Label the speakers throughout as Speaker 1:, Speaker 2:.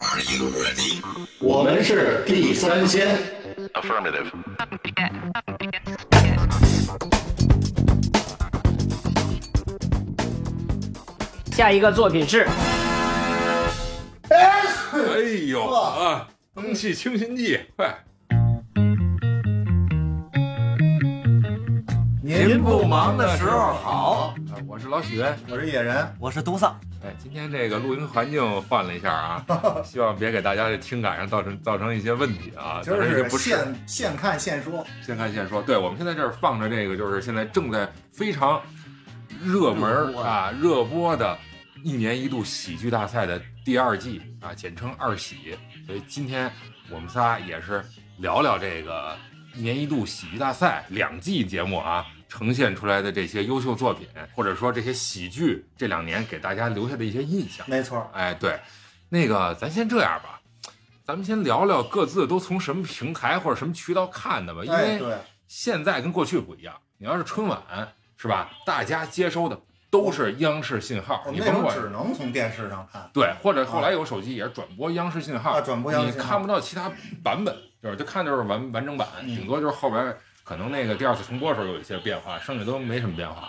Speaker 1: Are you ready?
Speaker 2: 我们是地三鲜。
Speaker 1: Affirmative.
Speaker 3: 下一个作品是
Speaker 4: 哎呦啊！空气清新剂，快！
Speaker 2: 您不忙的时候好，
Speaker 4: 啊我是老许。
Speaker 2: 我是野
Speaker 4: 嗯
Speaker 2: 人。
Speaker 5: 我是毒丧，
Speaker 4: 哎，今天这个录音环境换了一 下啊，希望别给大家的听感上造成造成一些问题啊，
Speaker 2: 今
Speaker 4: 造
Speaker 2: 儿
Speaker 4: 成一
Speaker 2: 是
Speaker 4: 些不适。
Speaker 2: 现现看现说，
Speaker 4: 先看先说，对我们现在这儿放着这个，就是现在正在非常热门
Speaker 5: 热
Speaker 4: 儿
Speaker 5: 播
Speaker 4: 啊热播的一年一度喜剧大赛的第二季啊，简称二喜。所以今天我们仨也是聊聊这个一年一度喜剧大赛两季节目啊。呈现出来的这些优秀作品，或者说这些喜剧，这两年给大家留下的一些印象。
Speaker 2: 没错。
Speaker 4: 哎，对，那个咱先这样吧，咱们先聊聊各自都从什么平台或者什么渠道看的吧，因
Speaker 2: 哎，
Speaker 4: 为
Speaker 2: 对，
Speaker 4: 现在跟过去不一样。你要是春晚是吧，大家接收的都是央视信号
Speaker 2: 我，们
Speaker 4: 你
Speaker 2: 那
Speaker 4: 甭
Speaker 2: 种
Speaker 4: 管
Speaker 2: 只能从电视上看。
Speaker 4: 对，或者后来有手机也是转播央视信号，
Speaker 2: 啊转播央视信号
Speaker 4: 你看不到其他版本，就是就看就是完完整版，
Speaker 2: 嗯
Speaker 4: 顶多就是后边可能那个第二次重播的时候有一些变化，剩下都没什么变化。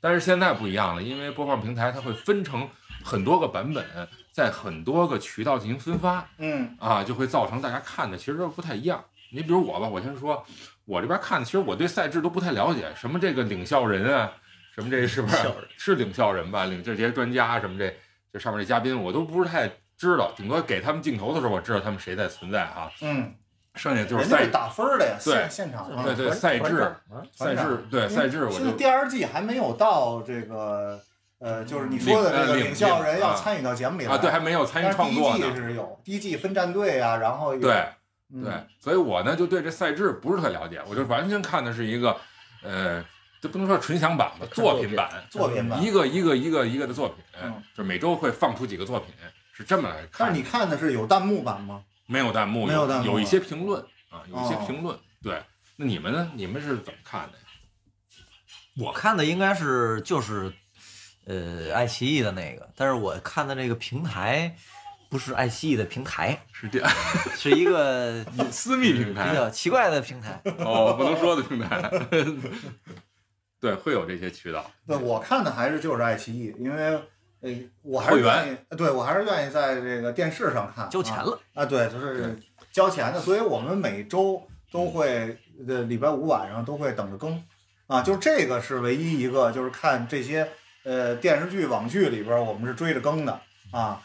Speaker 4: 但是现在不一样了，因为播放平台它会分成很多个版本，在很多个渠道进行分发
Speaker 2: 嗯，
Speaker 4: 啊，就会造成大家看的其实都不太一样。你比如我吧，我先说，我这边看的其实我对赛制都不太了解，什么这个领校人啊，什么这是不是是领校人吧？领这些专家什么这这上面这嘉宾我都不是太知道，顶多给他们镜头的时候我知道他们谁在存在哈、
Speaker 2: 嗯，
Speaker 4: 剩下就是
Speaker 2: 人家
Speaker 4: 赛
Speaker 2: 是打分儿的呀，
Speaker 4: 对
Speaker 2: 现现场啊。
Speaker 4: 对对
Speaker 5: 团
Speaker 4: 赛
Speaker 5: 团
Speaker 4: 制
Speaker 5: 长啊
Speaker 4: 赛
Speaker 2: 团
Speaker 4: 制
Speaker 2: 长
Speaker 4: 对赛制我
Speaker 2: 现在
Speaker 4: 就
Speaker 2: 第二季还没有到这个，呃，就是你说的这个
Speaker 4: 领呃领
Speaker 2: 领校人
Speaker 4: 领
Speaker 2: 要
Speaker 4: 啊
Speaker 2: 参与到节目里来
Speaker 4: 啊对还没有参
Speaker 2: 但
Speaker 4: 与
Speaker 2: 是第
Speaker 4: 创
Speaker 2: 一
Speaker 4: 作
Speaker 2: 季
Speaker 4: 呢，
Speaker 2: 是有，第一季分战队啊，然后有
Speaker 4: 对。
Speaker 2: 嗯
Speaker 4: 对，所以我呢就对这赛制不是特了解，我就完全看的是一个，呃，这不能说纯享版吧，作品版，
Speaker 2: 作品吧。
Speaker 4: 一个一个一个一个的作品，
Speaker 2: 嗯
Speaker 4: 就每周会放出几个作品，是这么来看。
Speaker 2: 但是你看的是有弹幕版吗？
Speaker 4: 没有弹幕，
Speaker 2: 没有弹幕
Speaker 4: 有一些评论啊，有一些
Speaker 2: 哦
Speaker 4: 评论。对，那你们呢？你们是怎么看的呀？
Speaker 5: 我看的应该是就是，呃，爱奇艺的那个，但是我看的这个平台不是爱奇艺的平台，
Speaker 4: 是这
Speaker 5: 是一 个
Speaker 4: 私密平
Speaker 5: 比
Speaker 4: 台
Speaker 5: 较奇怪的平台。
Speaker 2: 嗯
Speaker 4: 哦，不能说的平台。 对，会有这些渠道。
Speaker 2: 对，我看的还是就是爱奇艺，因为呃，我还
Speaker 4: 会
Speaker 2: 是
Speaker 4: 员
Speaker 2: 愿意，对我还是愿意在这个电视上看，
Speaker 5: 交钱了
Speaker 2: 啊，啊对，就是交钱的，所以我们每周都会，呃，礼拜五晚上都会等着更，啊，就这个是唯一一个就是看这些呃电视剧、网剧里边儿我们是追着更的啊，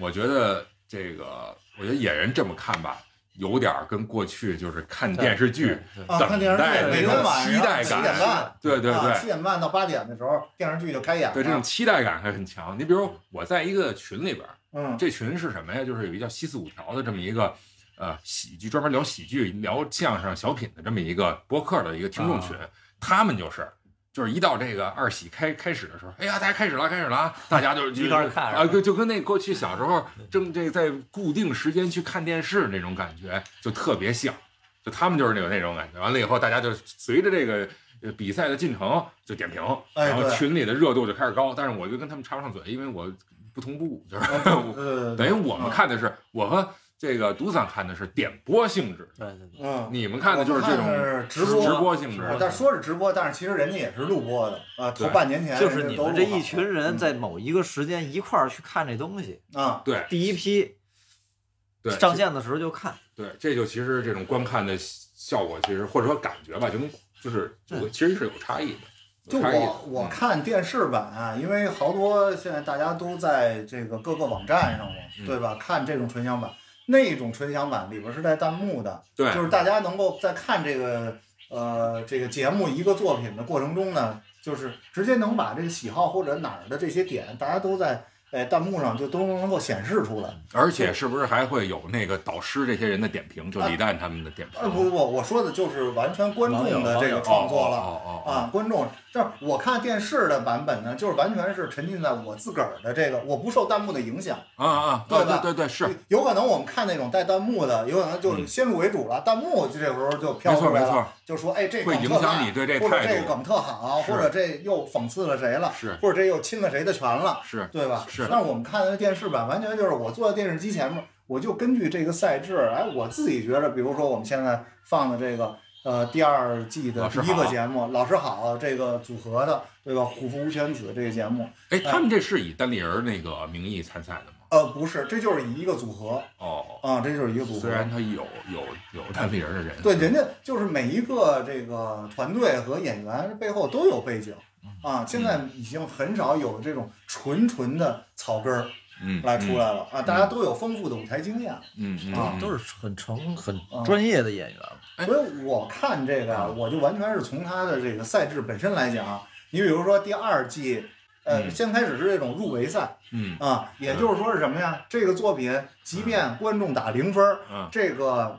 Speaker 4: 我觉得这个，我觉得野人这么看吧，有点儿跟过去就是看电视剧
Speaker 5: 对
Speaker 2: 啊，看
Speaker 4: 等
Speaker 2: 电视
Speaker 4: 待
Speaker 2: 剧
Speaker 4: 的
Speaker 2: 每
Speaker 4: 那
Speaker 2: 天
Speaker 4: 种
Speaker 2: 晚
Speaker 4: 期
Speaker 2: 上
Speaker 4: 待
Speaker 2: 七点
Speaker 4: 感。
Speaker 2: 半。
Speaker 4: 对对
Speaker 2: 啊，
Speaker 4: 对
Speaker 2: 七，点半到八点的时候，电视剧就开演了。
Speaker 4: 对这种期待感还很强。你比如我在一个群里边儿，
Speaker 2: 嗯，
Speaker 4: 这群是什么呀？就是有一个叫西四五条的这么一个，呃，喜剧专门聊喜剧、聊相声、小品的这么一个播客的一个听众
Speaker 5: 啊
Speaker 4: 群。他们就是，就是一到这个二喜开开始的时候，哎呀，大家开始了，开始了啊，大家就就
Speaker 5: 一块儿看是吧
Speaker 4: 啊，就就跟那过去小时候正这在固定时间去看电视那种感觉，就特别像。就他们就是有那种感觉，完了以后，大家就随着这个呃比赛的进程就点评，
Speaker 2: 哎
Speaker 4: 然后
Speaker 2: 对
Speaker 4: 群里的热度就开始高。但是我就跟他们插不上嘴，因为我不同步，就是 我
Speaker 2: 呃，
Speaker 4: 等于我们看的是，我和这个独嗓看的是点播性质，
Speaker 5: 啊对对对，
Speaker 2: 嗯，
Speaker 4: 你们看的就是这
Speaker 2: 我们
Speaker 4: 种
Speaker 2: 看是直
Speaker 4: 直
Speaker 2: 播。
Speaker 4: 播性质
Speaker 5: 直
Speaker 2: 啊
Speaker 5: 播
Speaker 2: 但说是直播，但是其实人家也是录播的啊。头
Speaker 4: 对
Speaker 2: 半年前
Speaker 5: 就是你们这一群
Speaker 2: 嗯
Speaker 5: 人在某一个时间一块儿去看这东西，
Speaker 2: 啊，
Speaker 4: 对
Speaker 5: 第一批
Speaker 4: 对
Speaker 5: 上线的时候就看，
Speaker 4: 对，这就其实这种观看的效果，其实或者说感觉吧，就跟就是
Speaker 5: 对
Speaker 4: 有其实是有差异的，
Speaker 2: 就
Speaker 4: 有差异的。
Speaker 2: 我我
Speaker 4: 嗯
Speaker 2: 看电视版啊，因为好多现在大家都在这个各个网站上嘛，
Speaker 4: 嗯
Speaker 2: 对吧？看这种纯享版，那种纯享版里边是带弹幕的，
Speaker 4: 对
Speaker 2: 就是大家能够在看这个呃这个节目一个作品的过程中呢，就是直接能把这个喜好或者哪儿的这些点，大家都在呃弹幕上就都能够显示出来。
Speaker 4: 而且是不是还会有那个导师这些人的点评，就李诞他们的点评？哦
Speaker 2: 呃，不不不，我说的就是完全观众的这个创作了。
Speaker 4: 哦哦哦哦
Speaker 2: 啊，观众，但是我看电视的版本呢，就是完全是沉浸在我自个儿的这个，我不受弹幕的影响。
Speaker 4: 啊啊！对
Speaker 2: 对吧
Speaker 4: 对对对，是
Speaker 2: 有可能我们看那种带弹幕的，有可能就是先入为主了，弹幕这时候就飘
Speaker 4: 没错
Speaker 2: 出来
Speaker 4: 没
Speaker 2: 了，
Speaker 4: 错，
Speaker 2: 就说哎这
Speaker 4: 会
Speaker 2: 梗
Speaker 4: 影
Speaker 2: 特
Speaker 4: 响
Speaker 2: 烂
Speaker 4: 你对这
Speaker 2: 或者
Speaker 4: 态
Speaker 2: 这
Speaker 4: 度
Speaker 2: 个梗特好，
Speaker 4: 是
Speaker 2: 或者这又讽刺了谁了，
Speaker 4: 是
Speaker 2: 或者这又侵了谁的权了，
Speaker 4: 是
Speaker 2: 对吧？
Speaker 4: 是
Speaker 2: 但是我们看的电视版，完全就是我坐在电视机前面，我就根据这个赛制，哎，我自己觉着，比如说我们现在放的这个呃第二季的
Speaker 4: 老
Speaker 2: 第
Speaker 4: 师
Speaker 2: 一个
Speaker 4: 好
Speaker 2: 节目《老师好》这个组合的，对吧？虎符无犬子这个节目，
Speaker 4: 哎，他们这是以单立人那个名义参赛的吗？
Speaker 2: 呃，不是，这就是以一个组合
Speaker 4: 哦，
Speaker 2: 啊，这就是一个组合。
Speaker 4: 虽然他有有有单立人的人，
Speaker 2: 对，人家就是每一个这个团队和演员背后都有背景
Speaker 4: 嗯
Speaker 2: 啊。现在已经很少有这种纯纯的草根儿
Speaker 4: 嗯，
Speaker 2: 来出来了啊，大家都有丰富的舞台经验。
Speaker 4: 嗯，嗯
Speaker 2: 啊
Speaker 4: 嗯，
Speaker 5: 都是很成很
Speaker 2: 嗯
Speaker 5: 专业的演员了。
Speaker 4: 哎
Speaker 2: 所以我看这个啊，我就完全是从它的这个赛制本身来讲啊。你比如说第二季，呃，
Speaker 4: 嗯
Speaker 2: 先开始是这种入围赛
Speaker 4: 嗯
Speaker 2: 啊，也就是说是什么呀？这个作品即便观众打零分儿，
Speaker 4: 嗯
Speaker 2: 这个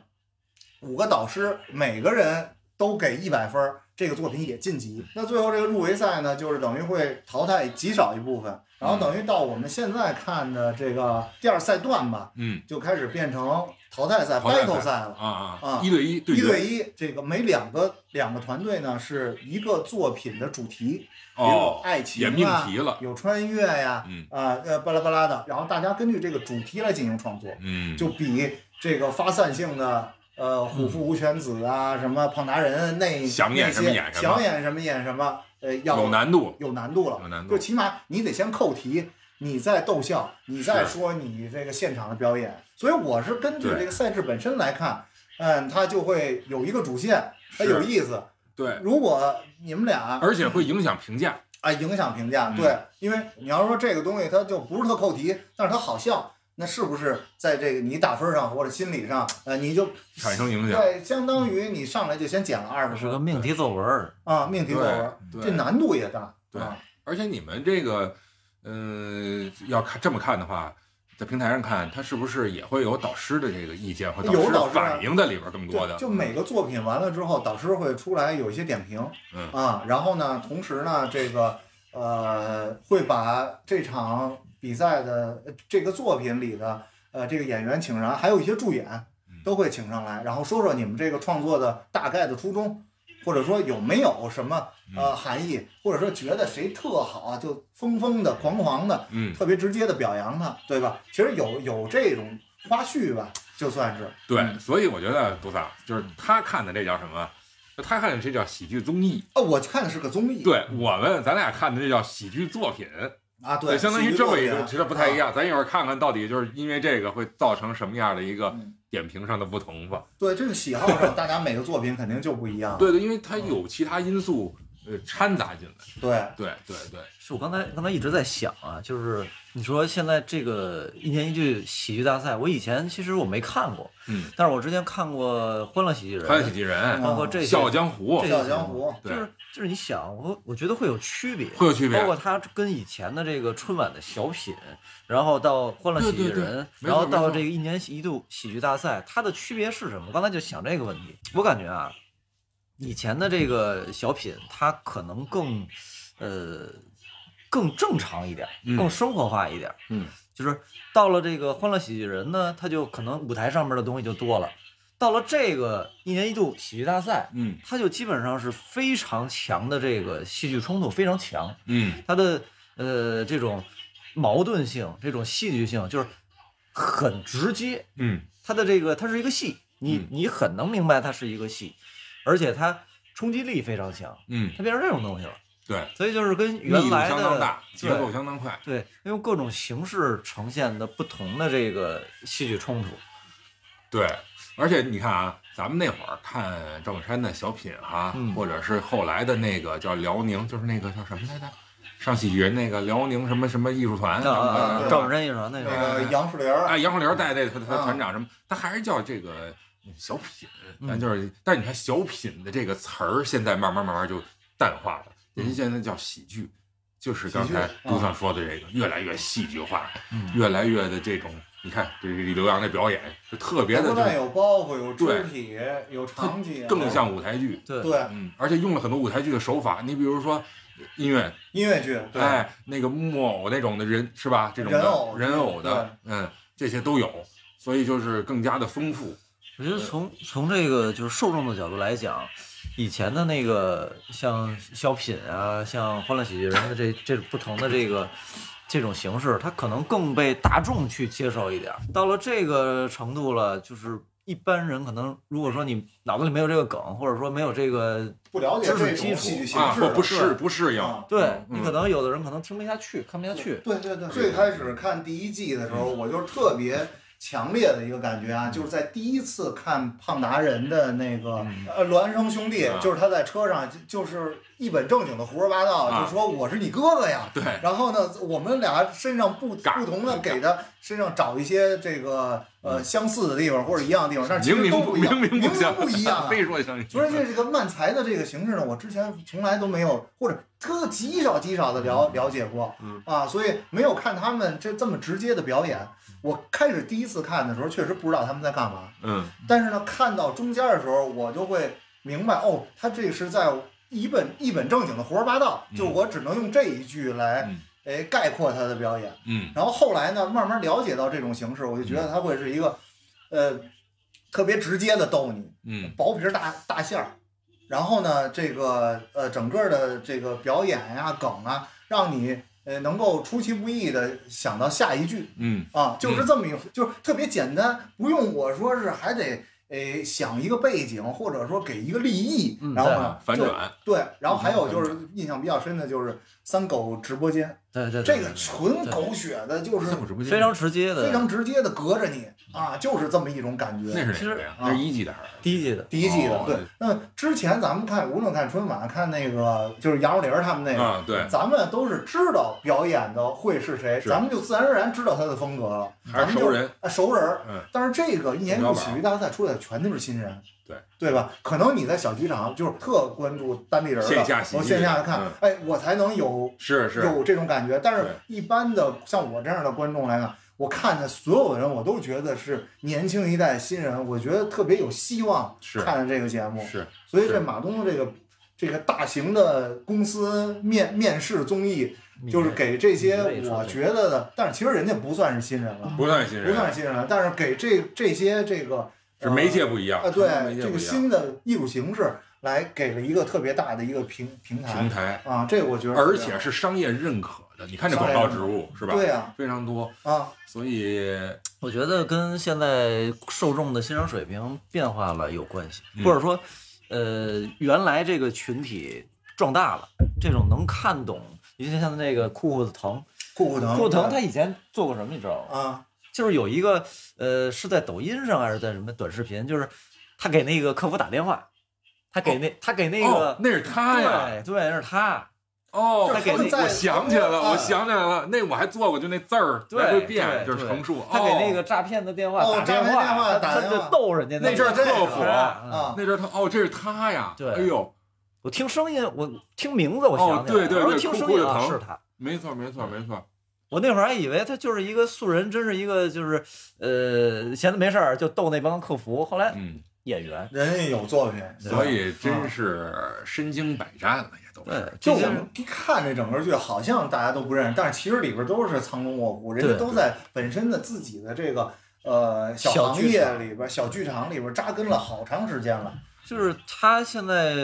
Speaker 2: 五个导师每个人都给一百分儿，这个作品也晋级。那最后这个入围赛呢，就是等于会淘汰极少一部分，然
Speaker 4: 嗯
Speaker 2: 后等于到我们现在看的这个第二赛段吧，
Speaker 4: 嗯
Speaker 2: 就开始变成淘汰赛、
Speaker 4: 淘汰赛
Speaker 2: battle 赛了。
Speaker 4: 啊
Speaker 2: 啊
Speaker 4: 一对一对
Speaker 2: 一
Speaker 4: 决
Speaker 2: 对一，这个每两个两个团队呢是一个作品的主题，比如
Speaker 4: 哦，
Speaker 2: 爱情
Speaker 4: 也命
Speaker 2: 啊，
Speaker 4: 题了，
Speaker 2: 有穿越呀，
Speaker 4: 嗯
Speaker 2: 啊呃巴拉巴拉的，然后大家根据这个主题来进行创作。
Speaker 4: 嗯，
Speaker 2: 就比这个发散性的呃虎父无犬子啊，什么胖达人那
Speaker 4: 嗯想演什么演
Speaker 2: 那
Speaker 4: 什
Speaker 2: 些
Speaker 4: 么
Speaker 2: 想演什么演什么，呃，要
Speaker 4: 有难嗯度，
Speaker 2: 有难度了，
Speaker 4: 有难度
Speaker 2: 就起码你得先扣题。你再逗笑，你再说你这个现场的表演，所以我是根据
Speaker 4: 对
Speaker 2: 这个赛制本身来看，嗯，它就会有一个主线，它
Speaker 4: 是
Speaker 2: 有意思。
Speaker 4: 对，
Speaker 2: 如果你们俩
Speaker 4: 而且会影响评价，
Speaker 2: 啊，影响评价。
Speaker 4: 嗯
Speaker 2: 对，因为你要说这个东西它就不是特扣题，但是它好笑，那是不是在这个你打分上或者心理上，呃，你就
Speaker 4: 产生影响，
Speaker 2: 对，相当于你上来就先减了二十
Speaker 5: 是个
Speaker 2: 分
Speaker 5: 命题作文儿，
Speaker 2: 啊，命题作文，
Speaker 4: 对
Speaker 2: 这难度也大。
Speaker 4: 对
Speaker 2: 啊
Speaker 4: 而且你们这个，呃，要看这么看的话，在平台上看，它是不是也会有导师的这个意见和导
Speaker 2: 有
Speaker 4: 师
Speaker 2: 导
Speaker 4: 的
Speaker 2: 师啊
Speaker 4: 反应在里边更多的？
Speaker 2: 就就每个作品完了之后，导师会出来有一些点评，
Speaker 4: 嗯
Speaker 2: 啊，然后呢，同时呢，这个呃，会把这场比赛的呃这个作品里的呃这个演员请上，还有一些助演
Speaker 4: 嗯
Speaker 2: 都会请上来，然后说说你们这个创作的大概的初衷，或者说有没有什么
Speaker 4: 嗯
Speaker 2: 呃含义，或者说觉得谁特好啊，就疯疯的、狂狂的，
Speaker 4: 嗯，
Speaker 2: 特别直接的表扬他，对吧？其实有有这种花絮吧，就算是。
Speaker 4: 对，所以我觉得杜萨就是他看的这叫什么？就他看的这叫喜剧综艺，
Speaker 2: 哦，我看的是个综艺，
Speaker 4: 对我们咱俩看的这叫喜剧作品，
Speaker 2: 啊，对，
Speaker 4: 相当于
Speaker 2: 喜剧
Speaker 4: 这
Speaker 2: 作
Speaker 4: 么一
Speaker 2: 品啊
Speaker 4: 个，其实不太一。样。咱一会儿看看到底就是因为这个会造成什么样的一个
Speaker 2: 嗯
Speaker 4: 点评上的不同吧。
Speaker 2: 对，这个喜好上，大家每个作品肯定就不一样。
Speaker 4: 对对，因为它有其他因素呃掺杂进来。
Speaker 2: 对，
Speaker 4: 对对对，
Speaker 5: 是我刚才刚才一直在想啊，就是你说现在这个一年一剧喜剧大赛，我以前其实我没看过，
Speaker 4: 嗯，
Speaker 5: 但是我之前看过《欢乐喜剧人》，
Speaker 4: 欢喜剧
Speaker 2: 嗯
Speaker 4: 人、啊
Speaker 5: 包括这些
Speaker 4: 笑傲江湖
Speaker 5: 这，
Speaker 2: 笑傲江湖
Speaker 5: 就
Speaker 4: 对
Speaker 5: 是就是你想，我我觉得会有区别，
Speaker 4: 会有区别
Speaker 5: 包括它跟以前的这个春晚的小品，然后到欢乐喜剧
Speaker 4: 对对对
Speaker 5: 人，
Speaker 4: 没错
Speaker 5: 然后到
Speaker 4: 没错
Speaker 5: 这个一年一度喜剧大赛，它的区别是什么？我刚才就想这个问题，我感觉啊，以前的这个小品，它可能更呃更正常一点，
Speaker 4: 嗯
Speaker 5: 更生活化一点，
Speaker 4: 嗯，
Speaker 5: 就是到了这个欢乐喜剧人呢，它就可能舞台上面的东西就多了。到了这个一年一度喜剧大赛，
Speaker 4: 嗯
Speaker 5: 它就基本上是非常强的这个戏剧冲突非常强，
Speaker 4: 嗯，
Speaker 5: 它的呃这种矛盾性、这种戏剧性就是很直接，
Speaker 4: 嗯
Speaker 5: 它的这个它是一个戏，你
Speaker 4: 嗯
Speaker 5: 你很能明白它是一个戏，而且它冲击力非常强，
Speaker 4: 嗯，
Speaker 5: 它变成这种东西了，
Speaker 4: 对，
Speaker 5: 所以就是跟
Speaker 4: 密
Speaker 5: 原
Speaker 4: 度
Speaker 5: 来的
Speaker 4: 相当大，节
Speaker 5: 对
Speaker 4: 奏相当快，
Speaker 5: 对，用各种形式呈现的不同的这个戏剧冲突，
Speaker 4: 对。而且你看啊，咱们那会儿看赵本山的小品哈、
Speaker 5: 嗯
Speaker 4: 或者是后来的那个叫辽宁，就是那个叫什么来着，上喜剧人那个辽宁什么什么艺术团，
Speaker 5: 啊啊
Speaker 2: 对
Speaker 5: 啊！赵本山一说那
Speaker 2: 那
Speaker 5: 个
Speaker 2: 个杨树林儿，
Speaker 4: 哎，杨鹤龄带这他他
Speaker 2: 啊
Speaker 4: 团长什么，他还是叫这个小品，
Speaker 5: 嗯
Speaker 4: 咱就是，但是你看小品的这个词儿，现在慢慢慢慢就淡化了，人
Speaker 5: 嗯
Speaker 4: 家现在叫喜剧，就是刚才
Speaker 2: 喜剧
Speaker 4: 杜尚说的这个，越来越戏剧化
Speaker 5: 啊嗯，
Speaker 4: 越来越的这种，你看这个刘洋这表演就特别
Speaker 5: 哎
Speaker 2: 它
Speaker 4: 的
Speaker 2: 不但
Speaker 4: 就
Speaker 2: 有包袱，有肢体，有场景，
Speaker 4: 更像舞台剧，
Speaker 5: 对
Speaker 2: 对
Speaker 4: 嗯，而且用了很多舞台剧的手法，你比如说呃音乐，
Speaker 2: 音乐剧，对，
Speaker 4: 哎，那个木偶那种的人是吧？这种的
Speaker 2: 人偶
Speaker 4: 人偶的，嗯，这些都有，所以就是更加的丰富。
Speaker 5: 我觉得从从这个就是受众的角度来讲，以前的那个像小品啊，像《欢乐喜剧人》的这这不同的这个这种形式，它可能更被大众去接受一点儿。到了这个程度了，就是一般人可能如果说你脑子里没有这个梗，或者说没有这个，
Speaker 2: 不了解
Speaker 5: 知识
Speaker 2: 这
Speaker 5: 基
Speaker 2: 种
Speaker 5: 础
Speaker 2: 戏剧形
Speaker 4: 啊，
Speaker 2: 式
Speaker 4: 或
Speaker 2: 的，
Speaker 4: 不适不适应，
Speaker 2: 啊
Speaker 5: 对你
Speaker 4: 嗯
Speaker 5: 可能有的人可能听不下去，看不下去。
Speaker 2: 对对对，最开始看第一季的时候，我就特别强烈的一个感觉啊，就是在第一次看胖达人的那个呃孪生兄弟
Speaker 4: 嗯啊，
Speaker 2: 就是他在车上就就是一本正经的胡说八道，
Speaker 4: 啊
Speaker 2: 就说我是你哥哥呀。
Speaker 4: 对，
Speaker 2: 然后呢，我们俩身上不
Speaker 4: 嘎
Speaker 2: 不同的给他身上找一些这个呃相似的地方或者一样的地方，但其实
Speaker 4: 明嗯明
Speaker 2: 都
Speaker 4: 不
Speaker 2: 一样，
Speaker 4: 明
Speaker 2: 明
Speaker 4: 明不像，。
Speaker 2: 不一样啊
Speaker 4: 非说像，
Speaker 2: 所以这这个漫才的这个形式呢，我之前从来都没有，或者特极少极少的了了解过，
Speaker 4: 嗯
Speaker 2: 啊，所以没有看他们这这么直接的表演。我开始第一次看的时候，确实不知道他们在干嘛，
Speaker 4: 嗯
Speaker 2: 但是呢，看到中间的时候，我就会明白，哦，他这是在一本一本正经的胡说八道，就
Speaker 4: 嗯
Speaker 2: 我只能用这一句来，
Speaker 4: 嗯
Speaker 2: 哎，概括他的表演。
Speaker 4: 嗯
Speaker 2: 然后后来呢，慢慢了解到这种形式，我就觉得他会是一个，呃，特别直接的逗你，
Speaker 4: 嗯
Speaker 2: 薄皮儿大大馅儿，然后呢，这个呃整个的这个表演呀、梗啊，让你呃能够出其不意的想到下一句
Speaker 4: 嗯
Speaker 2: 啊，就是这么一，就是特别简单，不用我说是还得呃想一个背景，或者说给一个立意，
Speaker 5: 嗯
Speaker 2: 然后
Speaker 4: 嗯
Speaker 2: 呢，
Speaker 4: 反
Speaker 2: 就
Speaker 4: 转，嗯
Speaker 2: 对，然后还有就是印象比较深的就是三狗直播间，
Speaker 5: 对对
Speaker 2: 这
Speaker 5: 对
Speaker 2: 个
Speaker 5: 对
Speaker 2: 纯狗血的，就是
Speaker 4: 直播
Speaker 5: 非常直接的，
Speaker 2: 非常直接的隔着你啊，就是这么一种感觉。
Speaker 4: 那是
Speaker 5: 其
Speaker 4: 哪
Speaker 5: 实
Speaker 4: 个呀？
Speaker 2: 啊
Speaker 4: 那是一级的还是
Speaker 5: 低级的。
Speaker 2: 第一季的
Speaker 4: 哦。
Speaker 2: 对，那之前咱们看，无论看春晚，看那个就是杨若琳儿他们那个，
Speaker 4: 啊？对，
Speaker 2: 咱们都是知道表演的会是谁，
Speaker 4: 是
Speaker 2: 咱们就自然而然知道他的风格了，
Speaker 4: 还是熟人，
Speaker 2: 啊，熟人儿。
Speaker 4: 嗯
Speaker 2: 但是这个一年一度
Speaker 4: 小老板
Speaker 2: 喜剧大赛出来的全都是新人，
Speaker 4: 对
Speaker 2: 对吧？可能你在小剧场就是特关注单立人儿的，
Speaker 4: 线下喜剧
Speaker 2: 我线下看
Speaker 4: 嗯，
Speaker 2: 哎，我才能有
Speaker 4: 是是，
Speaker 2: 有这种感觉。但是
Speaker 4: 对，
Speaker 2: 一般的像我这样的观众来讲，我看的所有人，我都觉得是年轻一代新人，我觉得特别有希望
Speaker 4: 是
Speaker 2: 看这个节目。
Speaker 4: 是
Speaker 2: 所以这
Speaker 4: 是
Speaker 2: 马东的这个这个大型的公司面面试综艺，就是给这些
Speaker 5: 米未说
Speaker 2: 我
Speaker 5: 的
Speaker 2: 觉得的，但是其实人家不算是新人了，
Speaker 4: 不算新
Speaker 2: 不
Speaker 4: 人，
Speaker 2: 算是新人了，但是给这这些这个
Speaker 4: 是媒介不一样
Speaker 2: 啊，
Speaker 4: 他们媒
Speaker 2: 对
Speaker 4: 介
Speaker 2: 这
Speaker 4: 不
Speaker 2: 个
Speaker 4: 一样，
Speaker 2: 新的艺术形式来给了一个特别大的一个平平
Speaker 4: 平
Speaker 2: 台
Speaker 4: 台，
Speaker 2: 啊，这我觉得
Speaker 4: 而
Speaker 2: 这
Speaker 4: 且
Speaker 2: 样
Speaker 4: 是商业认可的。你看这
Speaker 2: 商
Speaker 4: 广
Speaker 2: 业
Speaker 4: 告
Speaker 2: 认
Speaker 4: 植
Speaker 2: 可
Speaker 5: 啊
Speaker 4: 入是吧？
Speaker 2: 对呀
Speaker 4: 非常多，
Speaker 2: 啊，
Speaker 4: 所以
Speaker 5: 我觉得跟现在受众的欣赏水平变化了有关系，
Speaker 4: 嗯
Speaker 5: 或者说，呃，原来这个群体壮大了，这种能看懂。你就像那个酷酷的腾，
Speaker 2: 酷酷
Speaker 4: 嗯
Speaker 2: 腾，
Speaker 5: 酷酷腾他以前做过什么，你知道吗？
Speaker 2: 啊，
Speaker 5: 就是有一个，呃，是在抖音上还是在什么短视频，就是他给那个客服打电话，他给那、他给那
Speaker 4: 哦
Speaker 5: 个，
Speaker 4: 那是他呀，
Speaker 5: 对对，那是他，
Speaker 4: 哦，
Speaker 5: 他给那
Speaker 4: 我想起来了，
Speaker 2: 啊
Speaker 4: 我想起来了，那我还做过，就那字儿
Speaker 5: 对
Speaker 4: 来回变，
Speaker 5: 对
Speaker 4: 就是
Speaker 5: 对
Speaker 4: 横竖。
Speaker 5: 他给那
Speaker 4: 哦
Speaker 5: 个诈骗的电话
Speaker 2: 哦
Speaker 5: 打电
Speaker 2: 诈骗电话
Speaker 5: 话，
Speaker 2: 打
Speaker 5: 他他
Speaker 2: 电话
Speaker 5: 就逗人家
Speaker 4: 那阵儿
Speaker 5: 个
Speaker 4: 特火
Speaker 5: 啊
Speaker 2: 啊，
Speaker 4: 那阵儿他哦，这是他呀，
Speaker 5: 对
Speaker 4: 哎呦，
Speaker 5: 我听声音，我听名字，我想起
Speaker 4: 哦
Speaker 5: 来
Speaker 4: 对对
Speaker 5: 了
Speaker 4: 对
Speaker 5: 我说听声
Speaker 4: 酷酷
Speaker 5: 音
Speaker 4: 的
Speaker 5: 啊
Speaker 4: 疼
Speaker 5: 是他。
Speaker 4: 没错没错没错，
Speaker 5: 我那会儿还以为他就是一个素人，真是一个就是呃闲的没事儿就逗那帮客服。后来
Speaker 4: 嗯，
Speaker 5: 演员，
Speaker 2: 人家有作品，
Speaker 4: 所以真是身经百战了，也都
Speaker 5: 啊对
Speaker 4: 是，
Speaker 2: 就
Speaker 5: 这
Speaker 2: 我
Speaker 5: 些
Speaker 2: 们一看这整个剧，好像大家都不认识，但是其实里边都是藏龙卧虎，人家
Speaker 5: 对
Speaker 2: 都在本身的自己的这个呃小
Speaker 5: 小
Speaker 2: 行
Speaker 5: 剧
Speaker 2: 业
Speaker 5: 场
Speaker 2: 里边、小剧场里边扎根了好长时间了。
Speaker 5: 就是他现在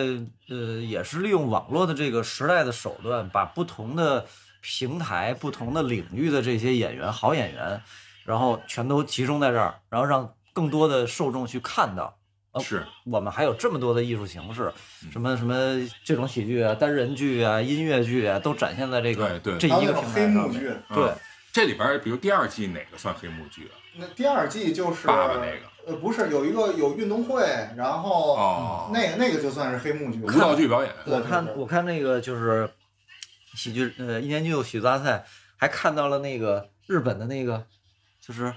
Speaker 5: 呃也是利用网络的这个时代的手段，把不同的平台、不同的领域的这些演员、好演员，然后全都集中在这儿，然后让更多的受众去看到。哦
Speaker 4: 是
Speaker 5: 我们还有这么多的艺术形式，
Speaker 4: 嗯
Speaker 5: 什么什么这种喜剧啊、单人剧啊、音乐剧啊，都展现在这个
Speaker 4: 对对
Speaker 5: 这
Speaker 2: 还有
Speaker 5: 一
Speaker 2: 那
Speaker 5: 个
Speaker 2: 种
Speaker 5: 平
Speaker 2: 黑
Speaker 5: 台上
Speaker 2: 幕
Speaker 5: 面。
Speaker 2: 剧，
Speaker 5: 对
Speaker 4: 嗯，这里边儿比如第二季哪个算黑幕剧啊？
Speaker 2: 那第二季就是
Speaker 4: 爸爸那个
Speaker 2: 呃不是有一个有运动会，然后
Speaker 4: 哦，
Speaker 2: 那个那个就算是黑幕剧，
Speaker 4: 舞蹈剧表演，
Speaker 2: 对
Speaker 5: 我嗯看我看那个就是喜剧呃一年一度喜剧大赛，还看到了那个日本的那个就是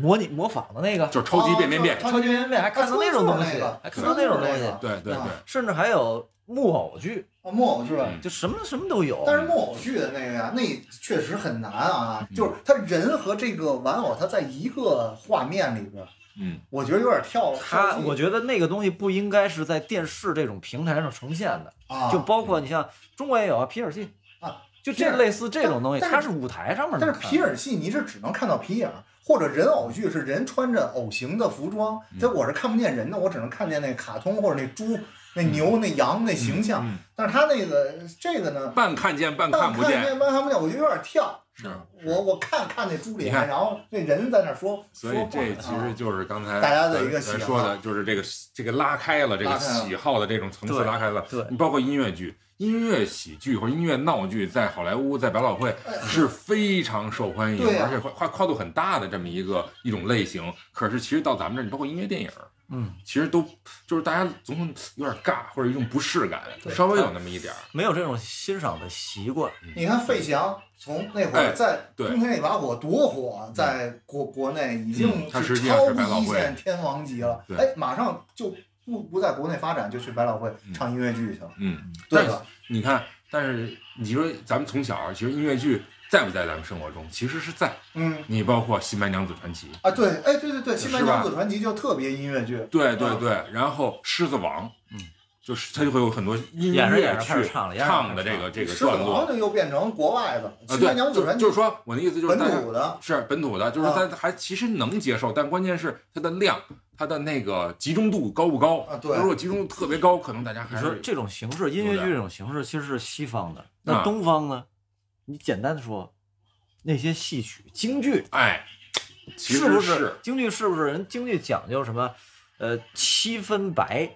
Speaker 5: 模拟模仿的那个
Speaker 4: 就是超级变变变，
Speaker 2: 哦
Speaker 5: 超级变变，还看到那种东
Speaker 2: 啊
Speaker 5: 西，还看
Speaker 2: 川
Speaker 5: 到
Speaker 2: 剧
Speaker 5: 那种东
Speaker 2: 那
Speaker 5: 西，
Speaker 2: 个
Speaker 4: 对对对
Speaker 2: 啊，
Speaker 5: 甚至还有木偶剧，
Speaker 2: 啊木偶是吧？
Speaker 4: 嗯
Speaker 5: 就什么什么都有。
Speaker 2: 但是木偶剧的那个呀，那确实很难啊，
Speaker 4: 嗯
Speaker 2: 就是他人和这个玩偶，他在一个画面里边，
Speaker 4: 嗯，
Speaker 2: 我觉得有点跳。
Speaker 5: 他
Speaker 2: 跳戏
Speaker 5: 我觉得那个东西不应该是在电视这种平台上重现的。
Speaker 2: 啊，
Speaker 5: 就包括你像中国也有啊，皮尔戏
Speaker 2: 啊，
Speaker 5: 就
Speaker 2: 皮尔
Speaker 5: 这类似这种东西，
Speaker 2: 但
Speaker 5: 它是舞台上面
Speaker 2: 但
Speaker 5: 能
Speaker 2: 是
Speaker 5: 看的。啊
Speaker 2: 皮影戏你是只能看到皮影，或者人偶剧是人穿着偶形的服装，
Speaker 4: 嗯
Speaker 2: 这我是看不见人的，我只能看见那卡通或者那猪、那牛、那羊那形象。
Speaker 4: 嗯
Speaker 2: 但是他那个这个呢，
Speaker 4: 半看见半
Speaker 2: 半
Speaker 4: 看不见，
Speaker 2: 见半看不见，我觉得有点跳。
Speaker 4: 是
Speaker 2: 我我看看那猪
Speaker 4: 你
Speaker 2: 脸，
Speaker 4: 看
Speaker 2: 然后那人在那说，
Speaker 4: 所以
Speaker 2: 说话
Speaker 4: 这其实
Speaker 2: 啊
Speaker 4: 就是刚才
Speaker 2: 大家的一个
Speaker 4: 咱咱
Speaker 2: 喜好
Speaker 4: 说的，就是这个这个拉开了这个
Speaker 2: 拉开了
Speaker 4: 喜好的这种层次
Speaker 5: 对
Speaker 4: 拉开了。
Speaker 5: 对
Speaker 4: 你包括音乐剧、音乐喜剧或者音乐闹剧，在好莱坞、在百老汇是非常受欢迎，
Speaker 2: 呃对啊
Speaker 4: 而且跨跨跨度很大的这么一个一种类型。可是其实到咱们这儿，你包括音乐电影，
Speaker 5: 嗯，
Speaker 4: 其实都就是大家总有点尬或者一种不适感，
Speaker 5: 对
Speaker 4: 稍微有那么一点儿。
Speaker 5: 没有这种欣赏的习惯。
Speaker 2: 你看费翔从那会
Speaker 4: 哎
Speaker 2: 儿在
Speaker 4: 对
Speaker 2: 《冬天那把火》多火，在国国内已
Speaker 4: 嗯
Speaker 2: 经
Speaker 4: 他实
Speaker 2: 是
Speaker 4: 际上
Speaker 2: 超
Speaker 4: 是百老
Speaker 2: 一
Speaker 4: 汇
Speaker 2: 线天王级了。
Speaker 4: 对
Speaker 2: 哎，马上就不不在国内发展，就去百老汇唱音乐剧去了，
Speaker 4: 嗯，
Speaker 2: 对啊
Speaker 4: 但是
Speaker 2: 吧？
Speaker 4: 你看，但是你说咱们从小其实音乐剧在不在咱们生活中，其实是在。
Speaker 2: 嗯
Speaker 4: 你包括《新白娘子传奇》，
Speaker 2: 啊，对，哎，对对对，《新白
Speaker 4: 是吧
Speaker 2: 娘子传奇》就特别音乐剧，
Speaker 4: 对对对，然后《狮子王》，
Speaker 5: 嗯，
Speaker 4: 就是它就会有很多音
Speaker 5: 演着演
Speaker 4: 乐
Speaker 5: 着
Speaker 4: 去
Speaker 5: 开始唱了演着
Speaker 4: 唱的
Speaker 5: 开始
Speaker 4: 这个
Speaker 5: 唱
Speaker 4: 这个
Speaker 2: 狮子
Speaker 4: 段
Speaker 2: 王
Speaker 4: 落
Speaker 2: 就又变成国外的《
Speaker 4: 啊，
Speaker 2: 新白
Speaker 4: 对，
Speaker 2: 娘子
Speaker 4: 就
Speaker 2: 传奇
Speaker 4: 就是》说我的意思就是
Speaker 2: 本
Speaker 4: 大家
Speaker 2: 土的，
Speaker 4: 是本土的，就是
Speaker 2: 啊
Speaker 4: 大家还其实能接受，但关键是它的量，它的那个集中度高不高
Speaker 2: 啊对
Speaker 4: 如果集中度特别高，可能大家还
Speaker 5: 你说
Speaker 4: 是
Speaker 5: 这种形式，音乐
Speaker 4: 有
Speaker 5: 剧
Speaker 4: 点
Speaker 5: 这种形式其实是西方的，
Speaker 4: 啊
Speaker 5: 那东方呢？你简单的说，那些戏曲、京剧
Speaker 4: 哎，其实
Speaker 5: 不是京剧？是不是人京剧讲究什么？呃，七分白，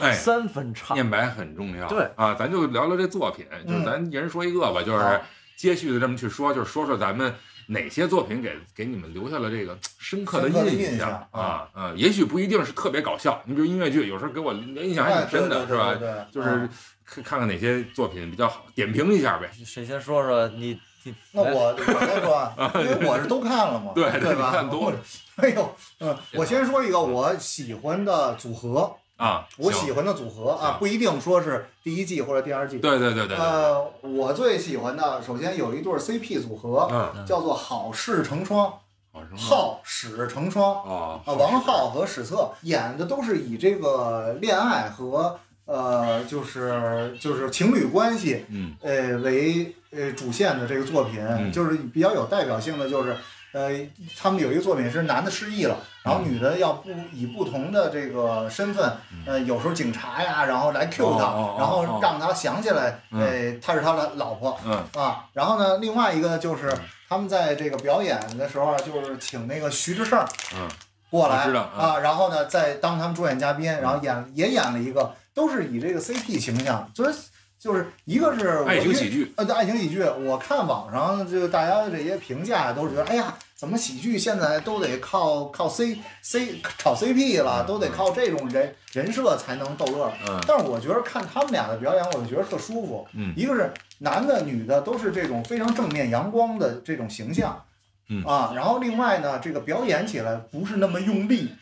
Speaker 4: 哎。
Speaker 5: 三分唱。
Speaker 4: 念白很重要，
Speaker 5: 对
Speaker 4: 啊，咱就聊聊这作品，就是
Speaker 2: 嗯
Speaker 4: 咱一人说一个吧，就是
Speaker 2: 好
Speaker 4: 接续的这么去说，就是说说咱们哪些作品给给你们留下了这个深刻的
Speaker 2: 深刻的印
Speaker 4: 象
Speaker 2: 象
Speaker 4: 啊啊，也许不一定是特别搞笑，你比如音乐剧，有时候给我印象还
Speaker 2: 哎，
Speaker 4: 挺
Speaker 2: 对对
Speaker 4: 深的，
Speaker 2: 对
Speaker 4: 是吧？
Speaker 2: 对对，
Speaker 4: 就是
Speaker 2: 嗯
Speaker 4: 看看看哪些作品比较好，点评一下呗。
Speaker 5: 谁先说说你？你
Speaker 2: 那我我 先说，啊，因为我是都看了嘛，
Speaker 4: 对对
Speaker 2: 吧？
Speaker 4: 你看多了
Speaker 2: 哎呦，嗯，我先说一个我喜欢的组合，
Speaker 4: 啊，
Speaker 2: 我
Speaker 4: 行
Speaker 2: 喜欢的组合啊
Speaker 4: 行，
Speaker 2: 不一定说是第一季或者第二季。
Speaker 4: 对对对对对，
Speaker 2: 呃，我最喜欢的，首先有一对儿 CP 组合，
Speaker 4: 嗯，
Speaker 2: 叫做好事成双，
Speaker 4: 好什么
Speaker 2: 好史成双
Speaker 4: 哦
Speaker 2: 啊，王浩和史策演的都是以这个恋爱和呃，就是就是情侣关系，
Speaker 4: 嗯
Speaker 2: 呃为呃主线的这个作品，
Speaker 4: 嗯
Speaker 2: 就是比较有代表性的，就是呃他们有一个作品是男的失忆了，然后
Speaker 4: 嗯
Speaker 2: 女的要不以不同的这个身份，呃有时候警察呀，然后来 Q 他，
Speaker 4: 哦哦哦
Speaker 2: 然后让他想起来，
Speaker 4: 嗯
Speaker 2: 呃他是他的老婆
Speaker 4: 嗯
Speaker 2: 啊。然后呢，另外一个就是他们在这个表演的时候，啊就是请那个徐志胜
Speaker 4: 嗯
Speaker 2: 过来
Speaker 4: 我知道嗯
Speaker 2: 啊，然后呢，再当他们主演嘉宾，然后演也演了一个，都是以这个 CP 形象，所以就是一个是我
Speaker 4: 爱
Speaker 2: 因
Speaker 4: 情
Speaker 2: 为
Speaker 4: 喜剧，
Speaker 2: 呃，对爱情喜剧，我看网上就大家的这些评价都是觉得，哎呀，怎么喜剧现在都得靠靠 C C 炒 CP 了，都得靠这种人人设才能逗乐。
Speaker 4: 嗯
Speaker 2: 但是我觉得看他们俩的表演，我就觉得特舒服。
Speaker 4: 嗯
Speaker 2: 一个是男的女的都是这种非常正面阳光的这种形象，
Speaker 4: 嗯
Speaker 2: 啊，然后另外呢，这个表演起来不是那么用力，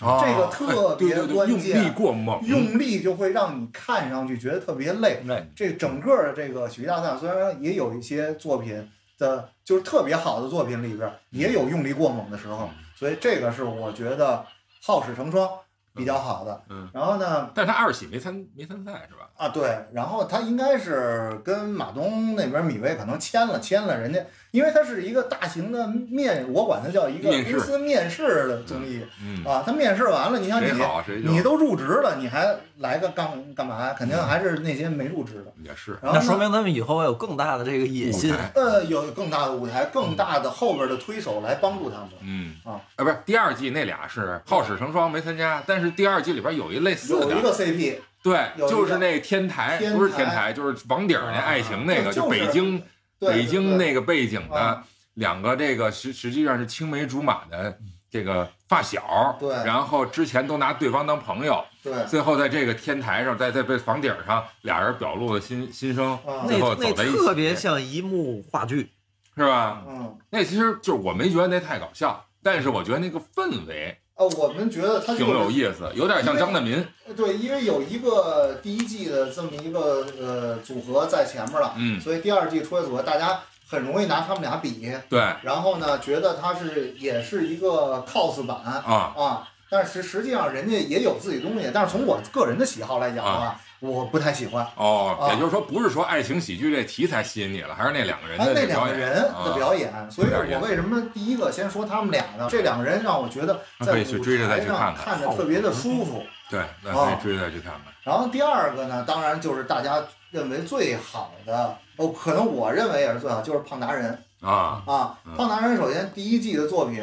Speaker 4: 哦
Speaker 2: 这个特别
Speaker 4: 哎对对对
Speaker 2: 关键
Speaker 4: 用力过猛，嗯
Speaker 2: 用力就会让你看上去觉得特别累。
Speaker 5: 累
Speaker 2: 这整个的这个喜剧大赛，虽然也有一些作品的，就是特别好的作品里边儿
Speaker 4: 嗯
Speaker 2: 也有用力过猛的时候，所以这个是我觉得好事成双比较好的。
Speaker 4: 嗯嗯
Speaker 2: 然后呢，
Speaker 4: 但是他二喜没参没参赛是吧？
Speaker 2: 啊，对，然后他应该是跟马东那边米未可能签了，签了人家，因为他是一个大型的面，我管它叫一个
Speaker 4: 面试
Speaker 2: 公司面试的综艺
Speaker 4: 嗯，
Speaker 2: 啊。他面试完了，你想你
Speaker 4: 谁好谁就
Speaker 2: 你都入职了，你还来个干干嘛呀？肯定还是那些没入职的。
Speaker 4: 也是
Speaker 2: 然后呢
Speaker 5: 那说明他们以后有更大的这个野
Speaker 4: 舞
Speaker 5: 心。
Speaker 4: 台，
Speaker 2: 呃有更大的舞台，更大的后边的推手来帮助他们。
Speaker 4: 嗯
Speaker 2: 啊
Speaker 4: 啊，不是第二季那俩是好使成双没参加，但是第二季里边有一类似
Speaker 2: 有一
Speaker 4: 的，
Speaker 2: 个 CP，
Speaker 4: 对，
Speaker 2: 有一个
Speaker 4: 就是那天台
Speaker 2: 天台
Speaker 4: 不是天台，就是王顶儿那爱情那个，
Speaker 2: 啊就是
Speaker 4: 北京
Speaker 2: 对
Speaker 4: 北京
Speaker 2: 对
Speaker 4: 那个背景的
Speaker 2: 啊
Speaker 4: 两个这个实实际上是青梅竹马的这个发小，
Speaker 2: 对
Speaker 4: 然后之前都拿对方当朋友，
Speaker 2: 对
Speaker 4: 最后在这个天台上，在在被房顶上，俩人表露了心心声
Speaker 2: 啊，
Speaker 4: 最后
Speaker 5: 那
Speaker 4: 走
Speaker 5: 那
Speaker 4: 在一起，
Speaker 5: 特别像一幕话剧，
Speaker 4: 是吧？
Speaker 2: 嗯，
Speaker 4: 那其实就是我没觉得那太搞笑，但是我觉得那个氛围
Speaker 2: 呃，我们觉得他
Speaker 4: 挺
Speaker 2: 就
Speaker 4: 有
Speaker 2: 是
Speaker 4: 意思，有点像张大民，
Speaker 2: 对，因为有一个第一季的这么一个呃组合在前面了，
Speaker 4: 嗯，
Speaker 2: 所以第二季出来组合，大家很容易拿他们俩比，
Speaker 4: 对
Speaker 2: 然后呢，觉得它是也是一个 cos 版
Speaker 4: 啊，
Speaker 2: 啊，但是实际上人家也有自己东西，但是从我个人的喜好来讲的
Speaker 4: 啊
Speaker 2: 话，我不太喜欢。
Speaker 4: 哦，
Speaker 2: 啊
Speaker 4: 也就是说不是说爱情喜剧这题材吸引你了，还是那两个人
Speaker 2: 哎，
Speaker 4: 的
Speaker 2: 那
Speaker 4: 这
Speaker 2: 两
Speaker 4: 表
Speaker 2: 个
Speaker 4: 演啊
Speaker 2: 人的表演，所以
Speaker 4: 有点意思
Speaker 2: 我为什么第一个先说他们俩呢？这两个人让我觉得在
Speaker 4: 可以去追着
Speaker 2: 舞
Speaker 4: 再
Speaker 2: 台
Speaker 4: 去
Speaker 2: 上
Speaker 4: 看看
Speaker 2: 看着特别的舒服。
Speaker 4: 对，那
Speaker 2: 哦
Speaker 4: 可以追再去看看。
Speaker 2: 然后第二个呢，当然就是大家认为最好的，哦，可能我认为也是最好，就是胖达人
Speaker 4: 啊，
Speaker 2: 啊
Speaker 4: 嗯。
Speaker 2: 胖达人首先第一季的作品，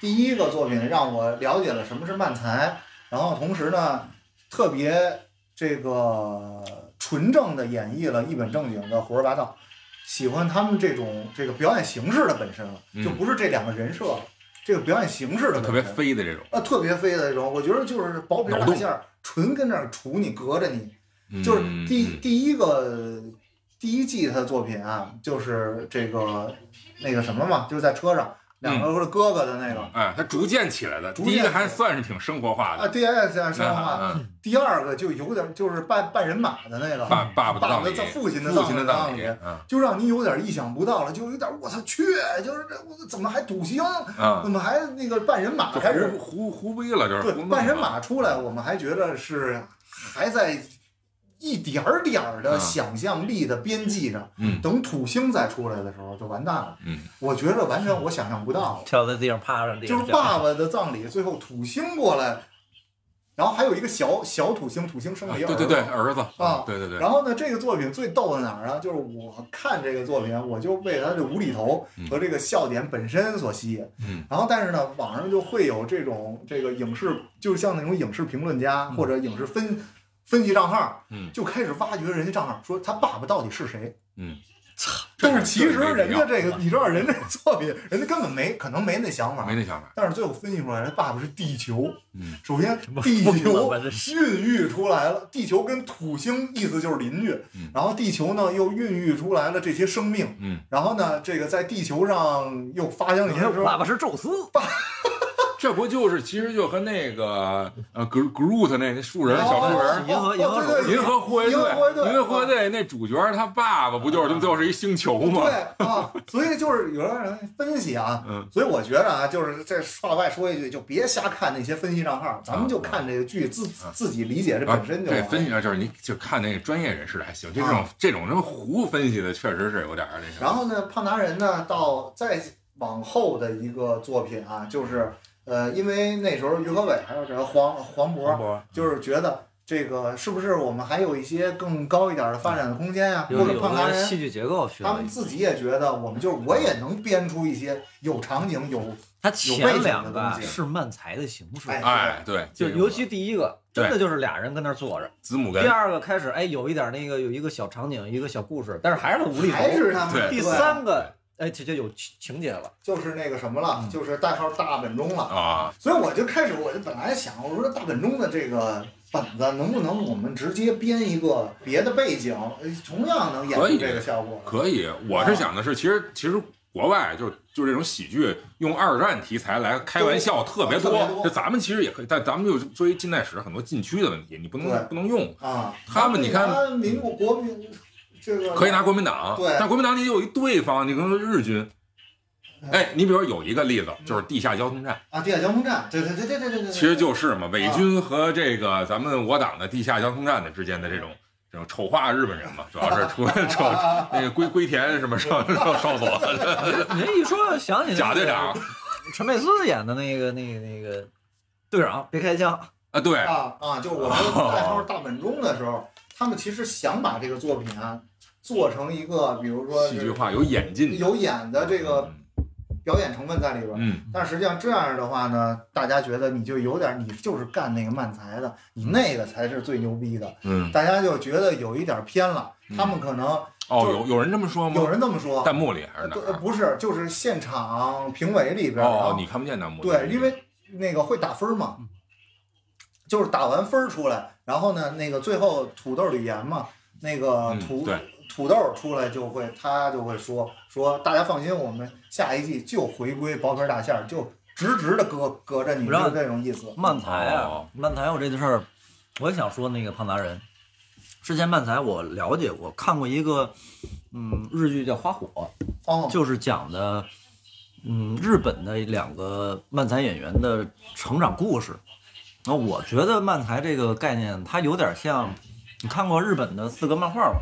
Speaker 2: 第一个作品让我了解了什么是慢才，然后同时呢，特别这个纯正的演绎了一本正经的胡说八道。喜欢他们这种这个表演形式的本身了，
Speaker 4: 嗯
Speaker 2: 就不是这两个人设，这个表演形式的
Speaker 4: 特
Speaker 2: 本
Speaker 4: 别
Speaker 2: 身
Speaker 4: 飞的这种，
Speaker 2: 啊，特别飞的那种。我觉得就是薄皮儿
Speaker 4: 脑
Speaker 2: 大
Speaker 4: 洞
Speaker 2: 馅儿，纯跟那儿杵你，隔着你。
Speaker 4: 嗯
Speaker 2: 就是第、
Speaker 4: 嗯
Speaker 2: 第一个第一季他的作品啊，就是这个那个什么嘛，就是在车上两
Speaker 4: 嗯
Speaker 2: 个是哥哥的那个、
Speaker 4: 哎，它逐渐起来的，
Speaker 2: 逐
Speaker 4: 第一
Speaker 2: 渐
Speaker 4: 个
Speaker 2: 起
Speaker 4: 还
Speaker 2: 来
Speaker 4: 算是挺生活化
Speaker 2: 啊，
Speaker 4: 的，
Speaker 2: 第二个生化，
Speaker 4: 嗯，
Speaker 2: 第二个就有点就是半半人马的那个，
Speaker 4: 爸爸爸的
Speaker 2: 爸
Speaker 4: 葬
Speaker 2: 爸
Speaker 4: 礼，
Speaker 2: 在父亲的
Speaker 4: 父亲的
Speaker 2: 葬
Speaker 4: 礼，
Speaker 2: 礼
Speaker 4: 嗯
Speaker 2: 就让你有点意想不到了，就有点我操去，就是这我怎么还土星，
Speaker 4: 嗯，
Speaker 2: 怎么还那个半人马
Speaker 4: 就
Speaker 2: 开始
Speaker 4: 胡啊胡胡逼了，就是胡
Speaker 2: 对，
Speaker 4: 弄啊
Speaker 2: 半人
Speaker 4: 了
Speaker 2: 马出来，我们还觉得是还在一点儿点儿的
Speaker 4: 嗯
Speaker 2: 想象力的边际上。
Speaker 4: 嗯
Speaker 2: 等土星再出来的时候就完蛋了。
Speaker 4: 嗯，
Speaker 2: 我觉得完全我想象不到，
Speaker 5: 跳在地上趴上，
Speaker 2: 就是爸爸的葬礼，最后土星过来，然后还有一个小小土星，土星生了
Speaker 4: 啊
Speaker 2: 一个
Speaker 4: 对对
Speaker 2: 儿子
Speaker 4: 对，儿子嗯
Speaker 2: 啊
Speaker 4: 对对对，
Speaker 2: 然后呢，这个作品最逗在哪儿呢？就是我看这个作品，我就被他这无厘头和这个笑点本身所吸引。
Speaker 4: 嗯，
Speaker 2: 然后但是呢，网上就会有这种这个影视，就像那种影视评论家或者影视分分析账号，
Speaker 4: 嗯
Speaker 2: 就开始挖掘人家账号，说他爸爸到底是谁。
Speaker 4: 嗯，
Speaker 2: 但是其实人家这
Speaker 4: 这
Speaker 2: 个，
Speaker 4: 个没必要
Speaker 2: 你知道，人家作品，人家根本没可能没那想法
Speaker 4: 没。那想法，
Speaker 2: 但是最后分析出来，人爸爸是地球。
Speaker 4: 嗯
Speaker 2: 首先
Speaker 5: 么，
Speaker 2: 地
Speaker 5: 疯了
Speaker 2: 球
Speaker 5: 吧这
Speaker 2: 孕育出来了，地球跟土星意思就是邻居，
Speaker 4: 嗯
Speaker 2: 然后地球呢又孕育出来了这些生命，
Speaker 4: 嗯，
Speaker 2: 然后呢，这个在地球上又发生了一些之
Speaker 5: 爸
Speaker 2: 后，
Speaker 5: 爸是宙斯，
Speaker 4: 这不就是其实就和那个呃 Gro- Groot 那那树人
Speaker 2: 哦
Speaker 4: 小树
Speaker 2: 哦
Speaker 4: 人儿。
Speaker 5: 银河
Speaker 2: 哦
Speaker 5: 银河
Speaker 2: 对对
Speaker 4: 银河护卫
Speaker 2: 银河护卫
Speaker 4: 队，
Speaker 2: 队，嗯
Speaker 4: 银河护卫队那主角他爸爸不就是他们最后是一星球吗？
Speaker 2: 对啊，所以就是有的人分析啊，
Speaker 4: 嗯
Speaker 2: 所以我觉得啊，就是这话外说一句，就别瞎看那些分析账号，咱们就看这个剧自
Speaker 4: 嗯
Speaker 2: 自己理解这
Speaker 4: 啊
Speaker 2: 本身就
Speaker 4: 这
Speaker 2: 完。
Speaker 4: 分析啊，就是你就看那个专业人士的还行，就这种
Speaker 2: 啊
Speaker 4: 这种什么胡分析的，确实是有点儿那什
Speaker 2: 然
Speaker 4: 么。
Speaker 2: 后呢，胖达人呢，到再往后的一个作品啊，就是呃，因为那时候于和伟还有这个黄黄渤，
Speaker 5: 博
Speaker 2: 就是觉得这个是不是我们还有一些更高一点的发展的空间呀、
Speaker 5: 有
Speaker 2: 或者
Speaker 5: 有
Speaker 2: 胖达
Speaker 5: 的戏
Speaker 2: 人
Speaker 5: 剧结构学
Speaker 2: 他
Speaker 5: 了
Speaker 2: 们
Speaker 5: 一些，
Speaker 2: 自己也觉得，我们就是我也能编出一些有场景有
Speaker 5: 他
Speaker 2: 有背
Speaker 5: 前
Speaker 2: 景的
Speaker 5: 两个啊
Speaker 2: 东西
Speaker 5: 是漫才的形式，
Speaker 2: 哎
Speaker 4: 哎，对，
Speaker 5: 就
Speaker 4: 这个
Speaker 5: 尤其第一个真的
Speaker 4: 对
Speaker 5: 就是俩人跟那儿坐着，
Speaker 4: 子母
Speaker 5: 第
Speaker 4: 根，
Speaker 5: 二个开始哎有一点那个有一个小场景，一个小故事，但是还是无厘头
Speaker 2: 还。是他们
Speaker 4: 对
Speaker 5: 第
Speaker 2: 对
Speaker 5: 三个哎这就有情情节了，
Speaker 2: 就是那个什么
Speaker 5: 嗯
Speaker 2: 了，就是代号大本钟了。
Speaker 4: 啊，
Speaker 2: 所以我就开始，我就本来想，我说大本钟的这个本子能不能我们直接编一个别的背景，呃同样能演
Speaker 4: 可
Speaker 2: 出
Speaker 4: 以
Speaker 2: 这个效果。
Speaker 4: 可以，我是想的是，其实其实国外就是就是这种喜剧用二战题材来开玩笑特别
Speaker 2: 啊特别多
Speaker 4: 多，就咱们其实也可以，但咱们就追近代史很多禁区的问题，你不
Speaker 2: 对
Speaker 4: 能不能用，
Speaker 2: 啊，
Speaker 4: 他们你看
Speaker 2: 拿民国国民这个
Speaker 4: 可以拿国民党，
Speaker 2: 对
Speaker 4: 但国民党你有一对方，你可能是日军。哎，你比如有一个例子，就是地下交通站，
Speaker 2: 啊，地下交通站，对对对对对嗯对对，
Speaker 4: 其实就是嘛，伪军和这个咱们我党的地下交通站的之间的这种这种丑化日本人嘛，主要是 除了丑那个龟龟田什么上上上所，
Speaker 5: 你这一说想起那个
Speaker 4: 贾队长
Speaker 5: 陈佩斯演的那个那个那个队长别开枪，
Speaker 4: 啊，对，
Speaker 2: 啊啊，就是我 们在说大本钟的时候，他们其实想把这个作品啊做成一个，比如说
Speaker 4: 戏剧化有演进
Speaker 2: 有演的这个表演成分在里边儿。
Speaker 4: 嗯，
Speaker 2: 但实际上这样的话呢，大家觉得你就有点儿，你就是干那个漫才的，你那个才是最牛逼的，
Speaker 4: 嗯，
Speaker 2: 大家就觉得有一点儿偏了。
Speaker 4: 嗯
Speaker 2: 他们可能
Speaker 4: 哦，
Speaker 2: 就是
Speaker 4: 有有人这么说吗？
Speaker 2: 有人这么说，
Speaker 4: 弹幕里还
Speaker 2: 呃
Speaker 4: 是哪
Speaker 2: 不呃
Speaker 4: 儿？
Speaker 2: 不是，就是现场评委里边儿，然
Speaker 4: 哦
Speaker 2: 后
Speaker 4: 哦，你看不见弹幕。
Speaker 2: 对，因为那个会打分儿嘛，就是打完分儿出来，然后呢，那个最后土豆吕岩嘛，那个
Speaker 4: 嗯
Speaker 2: 土、
Speaker 4: 对
Speaker 2: 土豆出来就会，他就会说说大家放心，我们下一季就回归薄皮儿大馅儿，就直直的隔隔着你，
Speaker 5: 然
Speaker 2: 就
Speaker 5: 后
Speaker 2: 是这种意思。
Speaker 5: 漫才啊
Speaker 4: 哦，
Speaker 5: 漫才我这个事儿，我也想说那个胖达人。之前漫才我了解过，看过一个嗯日剧叫《花火》，
Speaker 2: 哦，
Speaker 5: 就是讲的，嗯，日本的两个漫才演员的成长故事。那我觉得漫才这个概念，它有点像，你看过日本的四格漫画吗？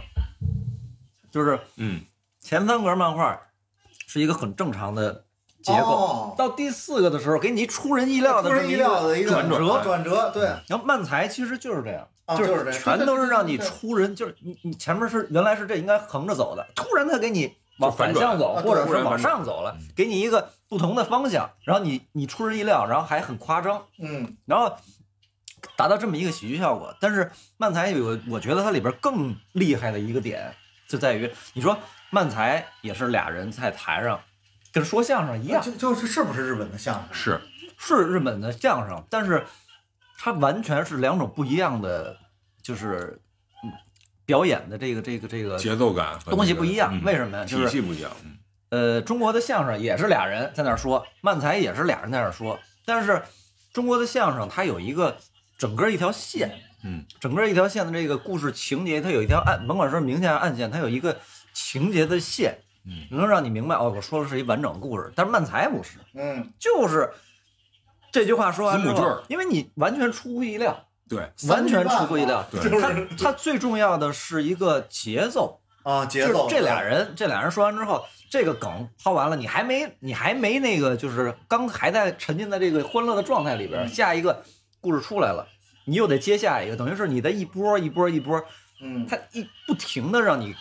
Speaker 5: 就是
Speaker 4: 嗯
Speaker 5: 前三格漫画是一个很正常的结构，
Speaker 2: 哦
Speaker 5: 到第四个的时候给你出人意料的
Speaker 2: 出人意料的一
Speaker 5: 这
Speaker 2: 个
Speaker 5: 么一个转嗯折。
Speaker 2: 转折，对，
Speaker 5: 然后漫才其实就是这样，
Speaker 2: 啊
Speaker 5: 就
Speaker 2: 就是这样
Speaker 5: 全都是让你
Speaker 2: 对对对对
Speaker 5: 出人，就是你你前面是原来是这应该横着走的，突然他给你往
Speaker 4: 反
Speaker 5: 反嗯
Speaker 4: 转
Speaker 5: 向走，
Speaker 2: 啊
Speaker 5: 或者
Speaker 4: 突
Speaker 5: 是
Speaker 4: 然
Speaker 5: 往
Speaker 4: 反转
Speaker 5: 上走了，给你一个不同的方向，然后你你出人意料，然后还很夸张，
Speaker 2: 嗯
Speaker 5: 然后达到这么一个喜剧效果。但是漫才有，我觉得它里边更厉害的一个点就在于，你说漫才也是俩人在台上，跟说相声一样，
Speaker 2: 就就是是不是日本的相声？
Speaker 4: 是
Speaker 5: 是日本的相声，但是它完全是两种不一样的，就是嗯表演的这个这个这个
Speaker 4: 节奏感和
Speaker 5: 东西
Speaker 4: 那个
Speaker 5: 不一样。
Speaker 4: 嗯
Speaker 5: 为什么呀？就
Speaker 4: 体
Speaker 5: 是
Speaker 4: 系不一样，嗯
Speaker 5: 呃，中国的相声也是俩人在那儿说，漫才也是俩人在那儿说，但是中国的相声它有一个整个一条线，
Speaker 4: 嗯，
Speaker 5: 整个一条线的这个故事情节，它有一条暗，甭管是明线还是暗线，它有一个情节的线，
Speaker 4: 嗯，
Speaker 5: 能让你明白哦，我说的是一完整的故事。但是漫才不是，
Speaker 2: 嗯，
Speaker 5: 就是这句话说完之
Speaker 4: 字幕句
Speaker 5: 后
Speaker 4: 儿，
Speaker 5: 因为你完全出乎意料，
Speaker 4: 对
Speaker 5: 完全出乎意料。
Speaker 4: 对
Speaker 2: 就是
Speaker 5: 它它最重要的是一个节奏，
Speaker 2: 啊，节奏
Speaker 5: 就是这俩人，这俩人说完之后，这个梗抛完了，你还没你还没那个，就是刚还在沉浸在这个欢乐的状态里边，下一个故事出来了，你又得接下一个，等于是你的一波一波一波，
Speaker 2: 嗯
Speaker 5: 它一不停的让你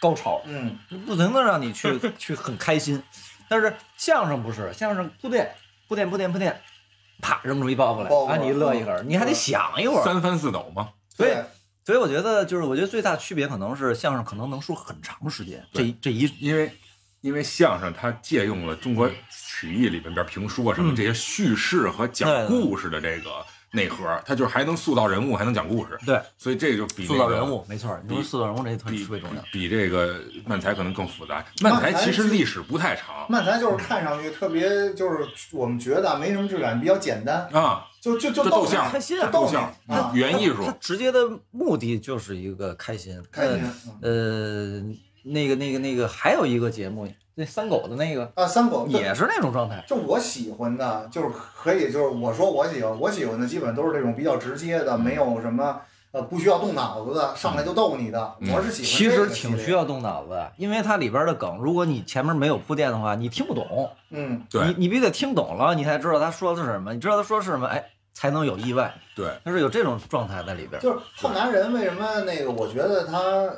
Speaker 5: 高潮，
Speaker 2: 嗯
Speaker 5: 不停的让你去去很开心。但是相声不是，相声铺垫铺垫铺垫铺垫，啪扔出一包袱
Speaker 2: 包袱
Speaker 5: 来，
Speaker 2: 来
Speaker 5: 啊你乐一会儿，
Speaker 2: 嗯
Speaker 5: 你还得想一会儿。
Speaker 4: 三翻四抖嘛，
Speaker 5: 所以
Speaker 2: 对
Speaker 5: 所以我觉得就是我觉得最大区别可能是相声可能能说很长时间，这一这一
Speaker 4: 因为因为相声它借用了中国曲艺里边，比如评书啊什么
Speaker 5: 嗯
Speaker 4: 这些叙事和讲
Speaker 5: 对对
Speaker 4: 故事的这个内核，它就是还能塑造人物，还能讲故事，
Speaker 5: 对
Speaker 4: 所以这就比
Speaker 5: 塑
Speaker 4: 那
Speaker 5: 造
Speaker 4: 个
Speaker 5: 人物，没错儿，你说
Speaker 4: 比
Speaker 5: 塑造人物这一特
Speaker 4: 比
Speaker 5: 特别重要。
Speaker 4: 比这个漫才可能更复杂。
Speaker 2: 漫
Speaker 4: 漫
Speaker 2: 才
Speaker 4: 才其
Speaker 2: 其
Speaker 4: 实
Speaker 2: 实
Speaker 4: 历史不太长
Speaker 2: 漫才就是看上去特别，就是我们觉得啊没什么质感，比较简单，
Speaker 4: 啊，
Speaker 2: 就就就
Speaker 4: 就
Speaker 2: 逗
Speaker 4: 逗相
Speaker 2: 你
Speaker 5: 开心
Speaker 2: 就
Speaker 5: 啊，
Speaker 2: 逗
Speaker 4: 逗
Speaker 2: 你
Speaker 4: 相
Speaker 2: 啊，
Speaker 4: 原艺 术
Speaker 5: 他直接的目的就是一个开心，
Speaker 2: 开心嗯
Speaker 5: 呃。呃，那个那个那个，还有一个节目，那三狗的那个
Speaker 2: 啊，三狗对
Speaker 5: 也是那种状态。
Speaker 2: 就我喜欢的，就是可以，就是我说我喜欢，我喜欢的基本都是这种比较直接的，没有什么呃不需要动脑子的，上来就逗你的。
Speaker 4: 嗯
Speaker 2: 我是喜欢
Speaker 5: 其
Speaker 2: 这
Speaker 5: 实
Speaker 2: 个系列
Speaker 5: 挺需，要动脑子的，因为它里边的梗，如果你前面没有铺垫的话，你听不懂。
Speaker 2: 嗯，
Speaker 5: 你
Speaker 4: 对
Speaker 5: 你必须得听懂了，你才知道他说的是什么，你知道他说的是什么，哎，才能有意外。
Speaker 4: 对，
Speaker 5: 它是有这种状态在里边。
Speaker 2: 就是后拿人为什么那个？我觉得他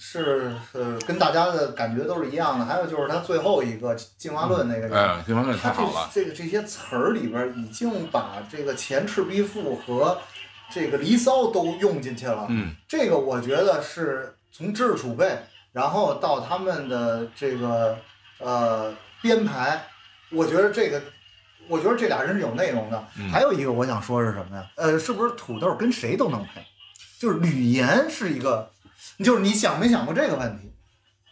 Speaker 2: 是是跟大家的感觉都是一样的。还有就是他最后一个进化论那个。
Speaker 4: 嗯，这方面
Speaker 2: 他
Speaker 4: 太
Speaker 2: 这
Speaker 4: 好了，
Speaker 2: 这个这些词儿里边已经把这个前赤壁赋和这个离骚都用进去了，
Speaker 4: 嗯，
Speaker 2: 这个我觉得是从知识储备，然后到他们的这个呃编排，我觉得这个，我觉得这俩人是有内容的。
Speaker 4: 嗯
Speaker 2: 还有一个我想说是什么呀？呃，是不是土豆跟谁都能配？就是吕岩是一个，就是你想没想过这个问题？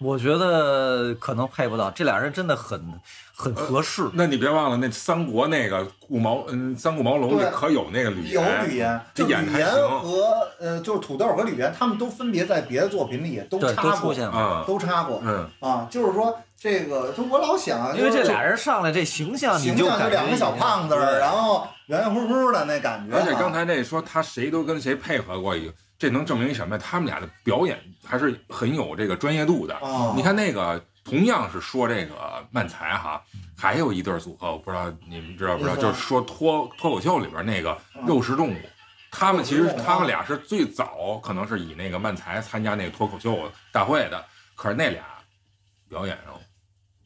Speaker 5: 我觉得可能配不到，这俩人真的很很合适。
Speaker 2: 呃
Speaker 4: 那你别忘了，那三国那个顾毛，嗯，三顾毛龙
Speaker 2: 对
Speaker 4: 里可有那个吕
Speaker 2: 有吕岩，
Speaker 4: 这
Speaker 2: 就
Speaker 4: 演
Speaker 2: 吕
Speaker 4: 的还
Speaker 2: 岩
Speaker 4: 行
Speaker 2: 和呃，就是土豆和吕岩，他们都分别在别的作品里也都
Speaker 5: 对，
Speaker 2: 插
Speaker 5: 都
Speaker 2: 过，
Speaker 5: 出现了。
Speaker 4: 啊，
Speaker 2: 都插过
Speaker 4: 嗯，
Speaker 2: 啊。就是说这个，就我老想，啊
Speaker 5: 因为
Speaker 2: 就是
Speaker 5: 这俩人上来这形象，你
Speaker 2: 形
Speaker 5: 就
Speaker 2: 象就
Speaker 5: 感觉
Speaker 2: 两个小胖子
Speaker 5: 已经
Speaker 2: 儿，然后圆圆乎乎的那感觉啊。
Speaker 4: 而且刚才那说他谁都跟谁配合过，有这能证明什么呀？他们俩的表演还是很有这个专业度的。
Speaker 2: 哦
Speaker 4: 你看那个同样是说这个漫才哈，还有一对儿组合，我不知道你们知道不知道，
Speaker 2: 你
Speaker 4: 就
Speaker 2: 说
Speaker 4: 是说脱脱口秀里边那个肉食动物。他们其
Speaker 2: 嗯
Speaker 4: 实
Speaker 2: 肉食动物
Speaker 4: 他们俩是最早可能是以那个漫才参加那个脱口秀大会的，可是那俩表演上，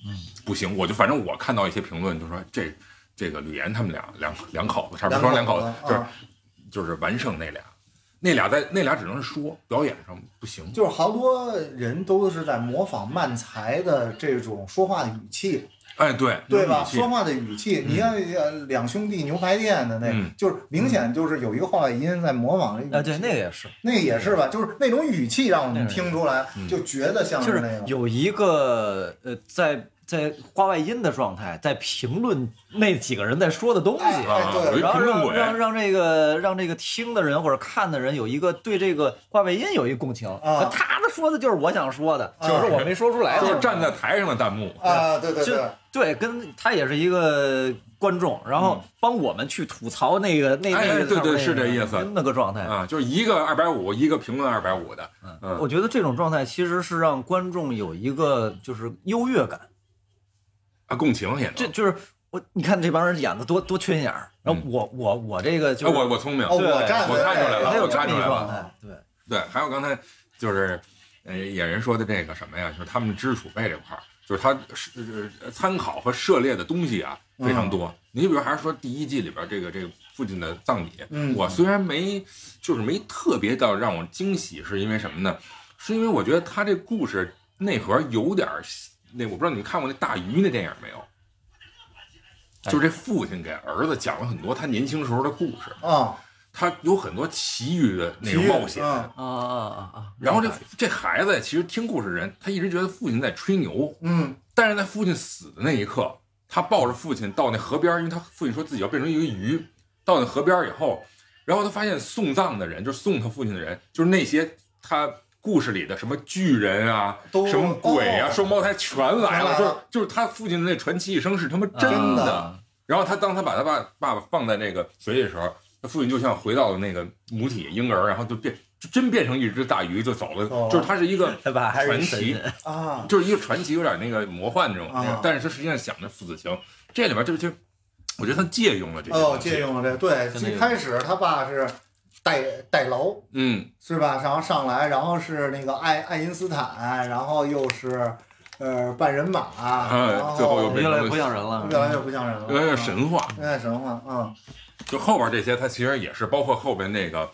Speaker 4: 嗯，不行，我就反正我看到一些评论就说这这个吕岩他们俩两两口子，差不多说两口子
Speaker 2: 两口，
Speaker 4: 就
Speaker 2: 子
Speaker 4: 是
Speaker 2: 啊
Speaker 4: 就是完胜那俩，那俩在那俩只能是说表演上不行，
Speaker 2: 就是好多人都是在模仿漫才的这种说话的语气，
Speaker 4: 哎对
Speaker 2: 对吧？说
Speaker 4: 有底气
Speaker 2: 话的语气，你看呃两兄弟牛排店的那个
Speaker 4: 嗯，
Speaker 2: 就是明显就是有一个话外音在模仿这语气
Speaker 5: 啊，对，那个也是，
Speaker 2: 那也是吧，就是那种语气让我们
Speaker 5: 那个
Speaker 2: 听出来，
Speaker 4: 嗯
Speaker 2: 就觉得像
Speaker 5: 就是
Speaker 2: 那个。
Speaker 5: 有一个呃，在在话外音的状态，在评论那几个人在说的东西。
Speaker 2: 哎
Speaker 4: 啊，
Speaker 2: 对
Speaker 4: 有一
Speaker 5: 然后
Speaker 4: 评论
Speaker 5: 让让
Speaker 4: 鬼，
Speaker 5: 让这个让这个听的人或者看的人有一个对这个话外音有一个共情，
Speaker 2: 啊
Speaker 5: 他的说的就是我想说的，
Speaker 2: 啊
Speaker 5: 只是我没说出来的。
Speaker 4: 就是站在台上的弹幕，
Speaker 2: 啊，对对
Speaker 5: 就
Speaker 2: 对，
Speaker 5: 对，跟他也是一个观众，然后帮我们去吐槽那个那
Speaker 4: 哎
Speaker 5: 那个
Speaker 4: 对对
Speaker 5: 那个
Speaker 4: 是这意思
Speaker 5: 那个状态。
Speaker 4: 啊，就是一个二百五，一个评论二百五的，嗯
Speaker 5: 我觉得这种状态其实是让观众有一个就是优越感，
Speaker 4: 啊，共情也能。
Speaker 5: 这就是我你看这帮人演的多多缺心眼儿，然后我我我这个
Speaker 4: 嗯
Speaker 5: 就
Speaker 4: 哎，
Speaker 5: 是
Speaker 4: 我我聪明
Speaker 2: 哦，
Speaker 5: 对
Speaker 2: 站
Speaker 4: 我
Speaker 2: 在
Speaker 4: 看出
Speaker 2: 那
Speaker 4: 来了
Speaker 2: 个
Speaker 5: 他有
Speaker 4: 我
Speaker 5: 这
Speaker 4: 看
Speaker 5: 么
Speaker 4: 出
Speaker 5: 一
Speaker 4: 来
Speaker 5: 个
Speaker 4: 了
Speaker 5: 状态，对。
Speaker 4: 对，还有刚才就是呃，野人说的这个什么呀，就是他们的知识储备这块儿，就是他是呃参考和涉猎的东西啊非常
Speaker 2: 嗯
Speaker 4: 多。你比如还是说第一季里边这个这个父亲的葬礼，
Speaker 2: 嗯
Speaker 4: 我虽然没就是没特别到让我惊喜，是因为什么呢？是因为我觉得他这故事内核有点儿那我不知道你们看过那大鱼那电影没有？就是这父亲给儿子讲了很多他年轻时候的故事，
Speaker 2: 啊，
Speaker 4: 他有很多奇遇的那种
Speaker 2: 奇遇
Speaker 4: 冒险，
Speaker 2: 嗯
Speaker 5: 啊啊啊啊！
Speaker 4: 然后这这孩子其实听故事人，他一直觉得父亲在吹牛，
Speaker 2: 嗯
Speaker 4: 但是在父亲死的那一刻，他抱着父亲到那河边儿，因为他父亲说自己要变成一个鱼，到那河边儿以后，然后他发现送葬的人，就是送他父亲的人，就是那些他故事里的什么巨人啊
Speaker 2: 都，
Speaker 4: 什么鬼啊，
Speaker 2: 哦
Speaker 4: 双胞胎全来了，
Speaker 2: 全来
Speaker 4: 就是
Speaker 2: 了
Speaker 4: 就是他父亲的那传奇一生是他妈真
Speaker 2: 真
Speaker 4: 的。
Speaker 2: 的
Speaker 4: 然后他当他把他爸爸爸放在那个水里的时候，他父亲就像回到了那个母体婴儿，然后就变就真变成一只大鱼就走了，
Speaker 2: 哦
Speaker 4: 就是他是一个
Speaker 5: 他爸还是
Speaker 4: 传
Speaker 5: 神
Speaker 4: 奇，
Speaker 5: 人
Speaker 2: 啊，
Speaker 4: 就是一个传奇，有点那个魔幻这种，
Speaker 2: 啊
Speaker 4: 但是他实际上想着父子情，这里边就就我觉得他借用了这些
Speaker 2: 哦，
Speaker 4: 东西，
Speaker 2: 借用了这，对，
Speaker 5: 真的
Speaker 2: 一
Speaker 5: 有
Speaker 2: 开始他爸是代代劳，
Speaker 4: 嗯，
Speaker 2: 是吧？然后上来，然后是那个爱爱因斯坦，然后又是呃半人马，然后
Speaker 4: 啊最后又被
Speaker 5: 越来越不像人了。
Speaker 2: 越来越不像人了，
Speaker 4: 有点神话，
Speaker 2: 嗯，越来越神话，嗯
Speaker 4: 就后边这些他其实也是包括后边那个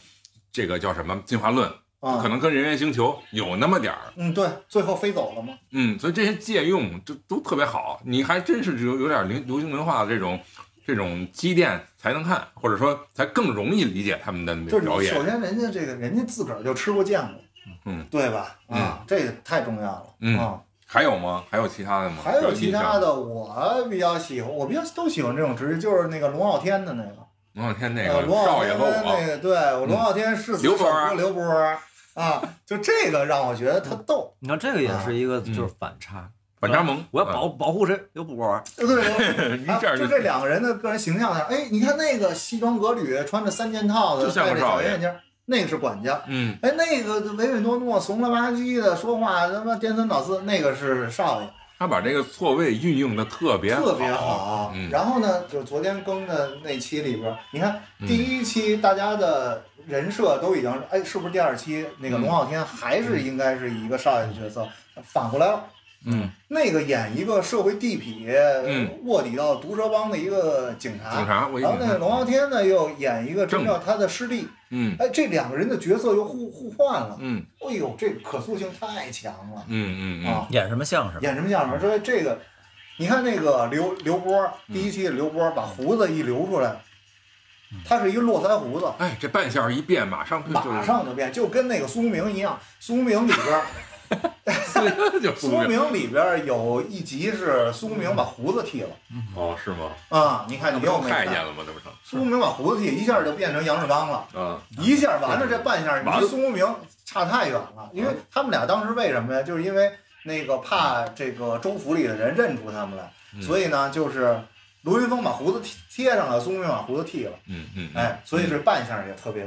Speaker 4: 这个叫什么进化论，
Speaker 2: 啊，
Speaker 4: 可能跟人猿星球有那么点儿，
Speaker 2: 嗯，对，最后飞走了嘛，
Speaker 4: 嗯，所以这些借用就都特别好，你还真是有有点流流行文化的这种这种积淀才能看，或者说才更容易理解他们
Speaker 2: 就是你
Speaker 4: 的表
Speaker 2: 首
Speaker 4: 演。
Speaker 2: 先人家这个人家自个儿就吃过见过，
Speaker 4: 嗯，
Speaker 2: 对吧？啊，这个太重要了，
Speaker 4: 嗯
Speaker 2: 啊
Speaker 4: 还有吗？还有其他的吗？
Speaker 2: 还有其他
Speaker 4: 的，
Speaker 2: 的，我比较喜欢，我比较都喜欢这种职业，就是那个龙傲天的那个，
Speaker 4: 龙傲天那
Speaker 2: 呃，
Speaker 4: 个
Speaker 2: 龙傲
Speaker 4: 少
Speaker 2: 天
Speaker 4: 爷和
Speaker 2: 跟那
Speaker 4: 我，
Speaker 2: 个，对，我龙傲天是
Speaker 4: 刘伯儿
Speaker 2: 波刘波儿啊，就这个让我觉得他逗，
Speaker 5: 你看这个也
Speaker 2: 啊
Speaker 5: 是一个就是反差，
Speaker 4: 反差萌，
Speaker 5: 我要保保护谁？刘伯儿，
Speaker 2: 对 对。
Speaker 4: 嗯一
Speaker 2: 啊，
Speaker 4: 下
Speaker 2: 就这两个人的个人形象上，哎，你看那个西装革履、穿着三件套的，
Speaker 4: 就像
Speaker 2: 戴
Speaker 4: 个
Speaker 2: 着
Speaker 4: 少
Speaker 2: 小
Speaker 4: 爷
Speaker 2: 圆眼镜儿，那个是管家。
Speaker 4: 嗯
Speaker 2: 哎，那个唯唯诺诺、怂了吧唧的说话，他妈颠三倒四，那个是少爷，，
Speaker 4: 他把这个错位运用的特别
Speaker 2: 特别好。啊
Speaker 4: 嗯
Speaker 2: 然后呢，就昨天更的那期里边儿，你看
Speaker 4: 嗯
Speaker 2: 第一期大家的人设都已经，哎，是不是第二期那个
Speaker 4: 嗯
Speaker 2: 龙傲天还是应该是一个少爷的角色？反过来了。
Speaker 4: 嗯，
Speaker 2: 那个演一个社会地痞，
Speaker 4: 嗯
Speaker 2: 卧底到毒蛇帮的一个警呃察，
Speaker 4: 警察我一
Speaker 2: 然后那个龙傲天呢，又演一个真正他的师弟，
Speaker 4: 嗯
Speaker 2: 哎，这两个人的角色又互互换了，
Speaker 4: 嗯
Speaker 2: 哎呦，这个可塑性太强了
Speaker 4: 嗯嗯嗯
Speaker 2: 啊！
Speaker 5: 演什么像什么。
Speaker 2: 演什么像什么，说这个，你看那个刘刘波，第一期的刘波把胡子一留出来，他是一络腮胡子，
Speaker 4: 哎，这半下一变，马上就
Speaker 2: 马上就变，就跟那个苏明一样，苏明里边儿，
Speaker 4: 就 就
Speaker 2: 苏明里边儿有一集是苏明把胡子剃了
Speaker 4: 哦，是吗？
Speaker 2: 啊，你看
Speaker 4: 那
Speaker 2: 你
Speaker 4: 不
Speaker 2: 又
Speaker 4: 都
Speaker 2: 没
Speaker 4: 太
Speaker 2: 看
Speaker 4: 监。了吗？那不成
Speaker 2: 苏明把胡子剃，一下就变成杨志邦了。
Speaker 4: 啊？
Speaker 2: 一下完了这半下，你
Speaker 4: 完
Speaker 2: 离
Speaker 4: 了
Speaker 2: 苏国明差太远了，因为他们俩当时为什么呀？就是因为那个怕这个州府里的人认出他们来，
Speaker 4: 嗯
Speaker 2: 所以呢，就是卢云峰把胡子剃贴上了，苏国明把胡子剃了，
Speaker 4: 嗯嗯，嗯，
Speaker 2: 哎，所以这半下也特别，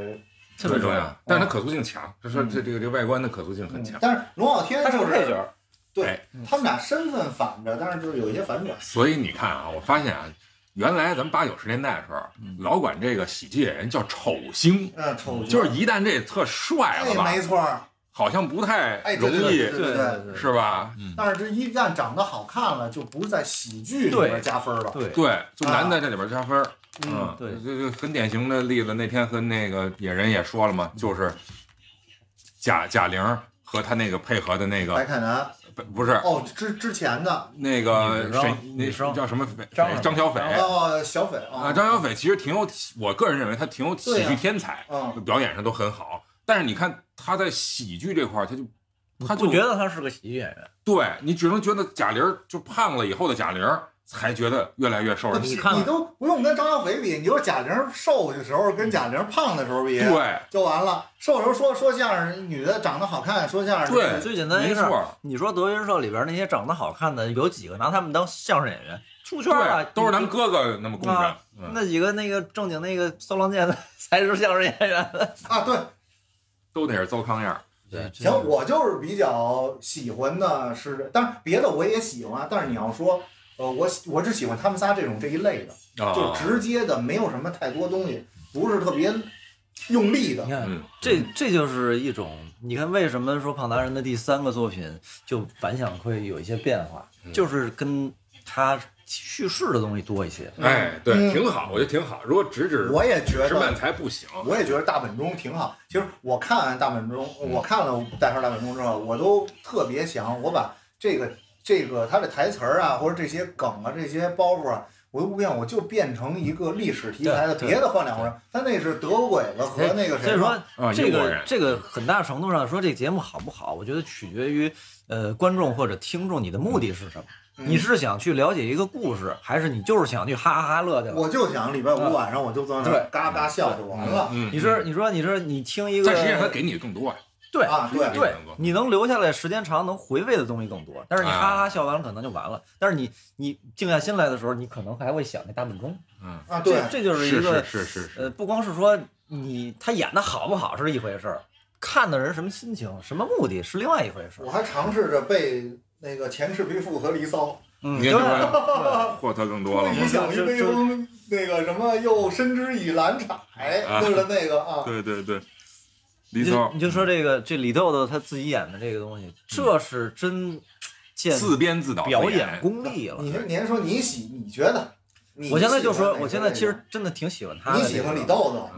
Speaker 5: 特别重要，嗯
Speaker 4: 但是它可塑性强，就说这这个这外观的可塑性很
Speaker 2: 嗯
Speaker 4: 强，
Speaker 2: 但是龙傲天
Speaker 5: 他是
Speaker 2: 就
Speaker 5: 个配角
Speaker 2: 是
Speaker 5: 儿，
Speaker 2: 对
Speaker 4: 哎
Speaker 2: 他们俩身份反着，但是就是有一些反转，
Speaker 4: 所以你看啊，我发现啊。原来咱们八九十年代的时候，
Speaker 5: 嗯
Speaker 4: 老管这个喜剧演员叫丑星，
Speaker 2: 嗯，丑角
Speaker 4: 就是一旦这特帅了吧
Speaker 2: 哎，没，错儿，
Speaker 4: 好像不太
Speaker 2: 哎，
Speaker 4: 容
Speaker 2: 对对
Speaker 4: 易
Speaker 2: 对，对对。
Speaker 5: 对嗯
Speaker 4: 是吧？
Speaker 2: 但是这一旦长得好看了，就不是在喜剧里边
Speaker 5: 对
Speaker 2: 加分了。
Speaker 5: 对，
Speaker 4: 对，就难在这里边加分儿。
Speaker 2: 嗯
Speaker 4: 嗯，
Speaker 5: 啊对
Speaker 4: 就就很典型的例子。那天和那个野人也说了嘛，就是贾贾玲和她那个配合的那
Speaker 2: 白
Speaker 5: 哎
Speaker 4: 个
Speaker 2: 凯南
Speaker 4: 不不是
Speaker 2: 哦，之之前的
Speaker 4: 那个
Speaker 5: 女生
Speaker 4: 谁
Speaker 5: 女生
Speaker 4: 那叫什么匪
Speaker 5: 张
Speaker 4: 谁
Speaker 5: 什么
Speaker 4: 张小斐
Speaker 2: 哦，小斐啊
Speaker 4: 哎啊，张小斐其实挺有，我个人认为她挺有
Speaker 2: 对
Speaker 4: 喜
Speaker 2: 呀
Speaker 4: 剧天才，
Speaker 2: 嗯
Speaker 4: 表演上都很好。但是你看她在喜剧这块儿，她就她就
Speaker 5: 不觉得他是个喜剧演员。
Speaker 4: 对你只能觉得贾玲儿就胖了以后的贾玲儿才觉得越来越瘦
Speaker 2: 那
Speaker 4: 人
Speaker 2: 屁
Speaker 4: 心。
Speaker 5: 看
Speaker 2: 你都不用跟张小斐比，你就是贾玲瘦的时候跟贾玲胖的时候比，
Speaker 4: 对
Speaker 2: 就完了。瘦的时候说说相声，女的长得好看，说相声
Speaker 4: 对，
Speaker 5: 最简单
Speaker 4: 没
Speaker 5: 一事
Speaker 4: 错
Speaker 5: 儿
Speaker 4: 儿。
Speaker 5: 你说德云社里边那些长得好看的，有几个拿他们当相声演员出圈了？
Speaker 4: 对，都是咱们哥哥那么供着
Speaker 5: 啊。
Speaker 4: 嗯，
Speaker 5: 那几个那个正经那个骚浪贱的 才是相声演员。
Speaker 2: 啊，对，
Speaker 4: 都得是糟糠样儿。
Speaker 5: 对，
Speaker 2: 行，我就是比较喜欢的是，当然别的我也喜欢，但是你要说，呃，我喜我只喜欢他们仨这种这一类的，
Speaker 4: 啊
Speaker 2: 就直接的，没有什么太多东西，不是特别用力的
Speaker 5: 你。看
Speaker 4: 嗯，
Speaker 5: 这这就是一种，你看为什么说胖达人的第三个作品就反响会有一些变化，
Speaker 4: 嗯
Speaker 5: 就是跟他叙事的东西多一些。
Speaker 4: 哎，对，
Speaker 2: 嗯
Speaker 4: 挺好，我觉得挺好。如果直指
Speaker 2: 我也觉
Speaker 4: 直
Speaker 2: 得，
Speaker 4: 漫才不行，
Speaker 2: 我也觉得大本钟挺好。其实我看大本钟，
Speaker 5: 嗯
Speaker 2: 我看了《戴上大本钟》之后，我都特别想我把这个这个他的台词儿啊，或者这些梗啊，这些包袱啊。我都不变，我就变成一个历史题材的，
Speaker 5: 对对哎
Speaker 2: 别的换两回事儿。他那是德国鬼子和那个
Speaker 5: 所
Speaker 2: 谁
Speaker 5: 以
Speaker 2: 嘛，
Speaker 5: 说
Speaker 4: 啊，
Speaker 5: 这
Speaker 4: 英国
Speaker 5: 个
Speaker 4: 人
Speaker 5: 这个很大程度上说，这节目好不好，我觉得取决于呃观众或者听众你的目的是什么。
Speaker 4: 嗯
Speaker 2: 嗯
Speaker 5: 你是想去了解一个故事，还是你就是想去哈哈哈乐去了？
Speaker 2: 我就想礼拜五晚上我就坐那儿
Speaker 5: 对
Speaker 2: 嘎嘎笑就完了
Speaker 4: 嗯，
Speaker 5: 你是你说你是你听一个，
Speaker 4: 但实际上他给你的更多啊。
Speaker 5: 对
Speaker 2: 啊！对，
Speaker 5: 对，你能留下来时间长，能回味的东西更多。但是你
Speaker 4: 啊
Speaker 5: 哈哈笑完了，可能就完了。但是你你静下心来的时候，你可能还会想那大本钟。
Speaker 4: 嗯，
Speaker 2: 啊对
Speaker 5: 这，这就是
Speaker 4: 是
Speaker 5: 一个
Speaker 4: 是是是是，
Speaker 5: 呃，不光是说你他演的好不好是一回事儿，看的人什么心情、什么目的是另外一回事
Speaker 2: 我
Speaker 5: 儿。
Speaker 2: 还尝试着背那个《前世皮肤》和《离骚》，
Speaker 5: 嗯，
Speaker 4: 你看
Speaker 5: 对
Speaker 4: 这
Speaker 5: 吧
Speaker 4: 不获得更多了吗
Speaker 2: 影？响一杯翁，那个什么又深知以蓝采，
Speaker 4: 啊
Speaker 2: 就是那个啊，
Speaker 4: 对对对，
Speaker 5: 你
Speaker 4: 李
Speaker 5: 就
Speaker 4: 总
Speaker 5: 你就说这个这李豆豆他自己演的这个东西，这是真见
Speaker 4: 自编自导自
Speaker 5: 表演功力了。
Speaker 2: 你您您说你喜你觉得？你
Speaker 5: 我现在就
Speaker 2: 喜欢
Speaker 5: 说，
Speaker 2: 哪个
Speaker 5: 我现在其实真的挺喜欢他
Speaker 2: 哪
Speaker 5: 的
Speaker 2: 个你
Speaker 5: 这个。嗯
Speaker 2: 喜欢李豆豆，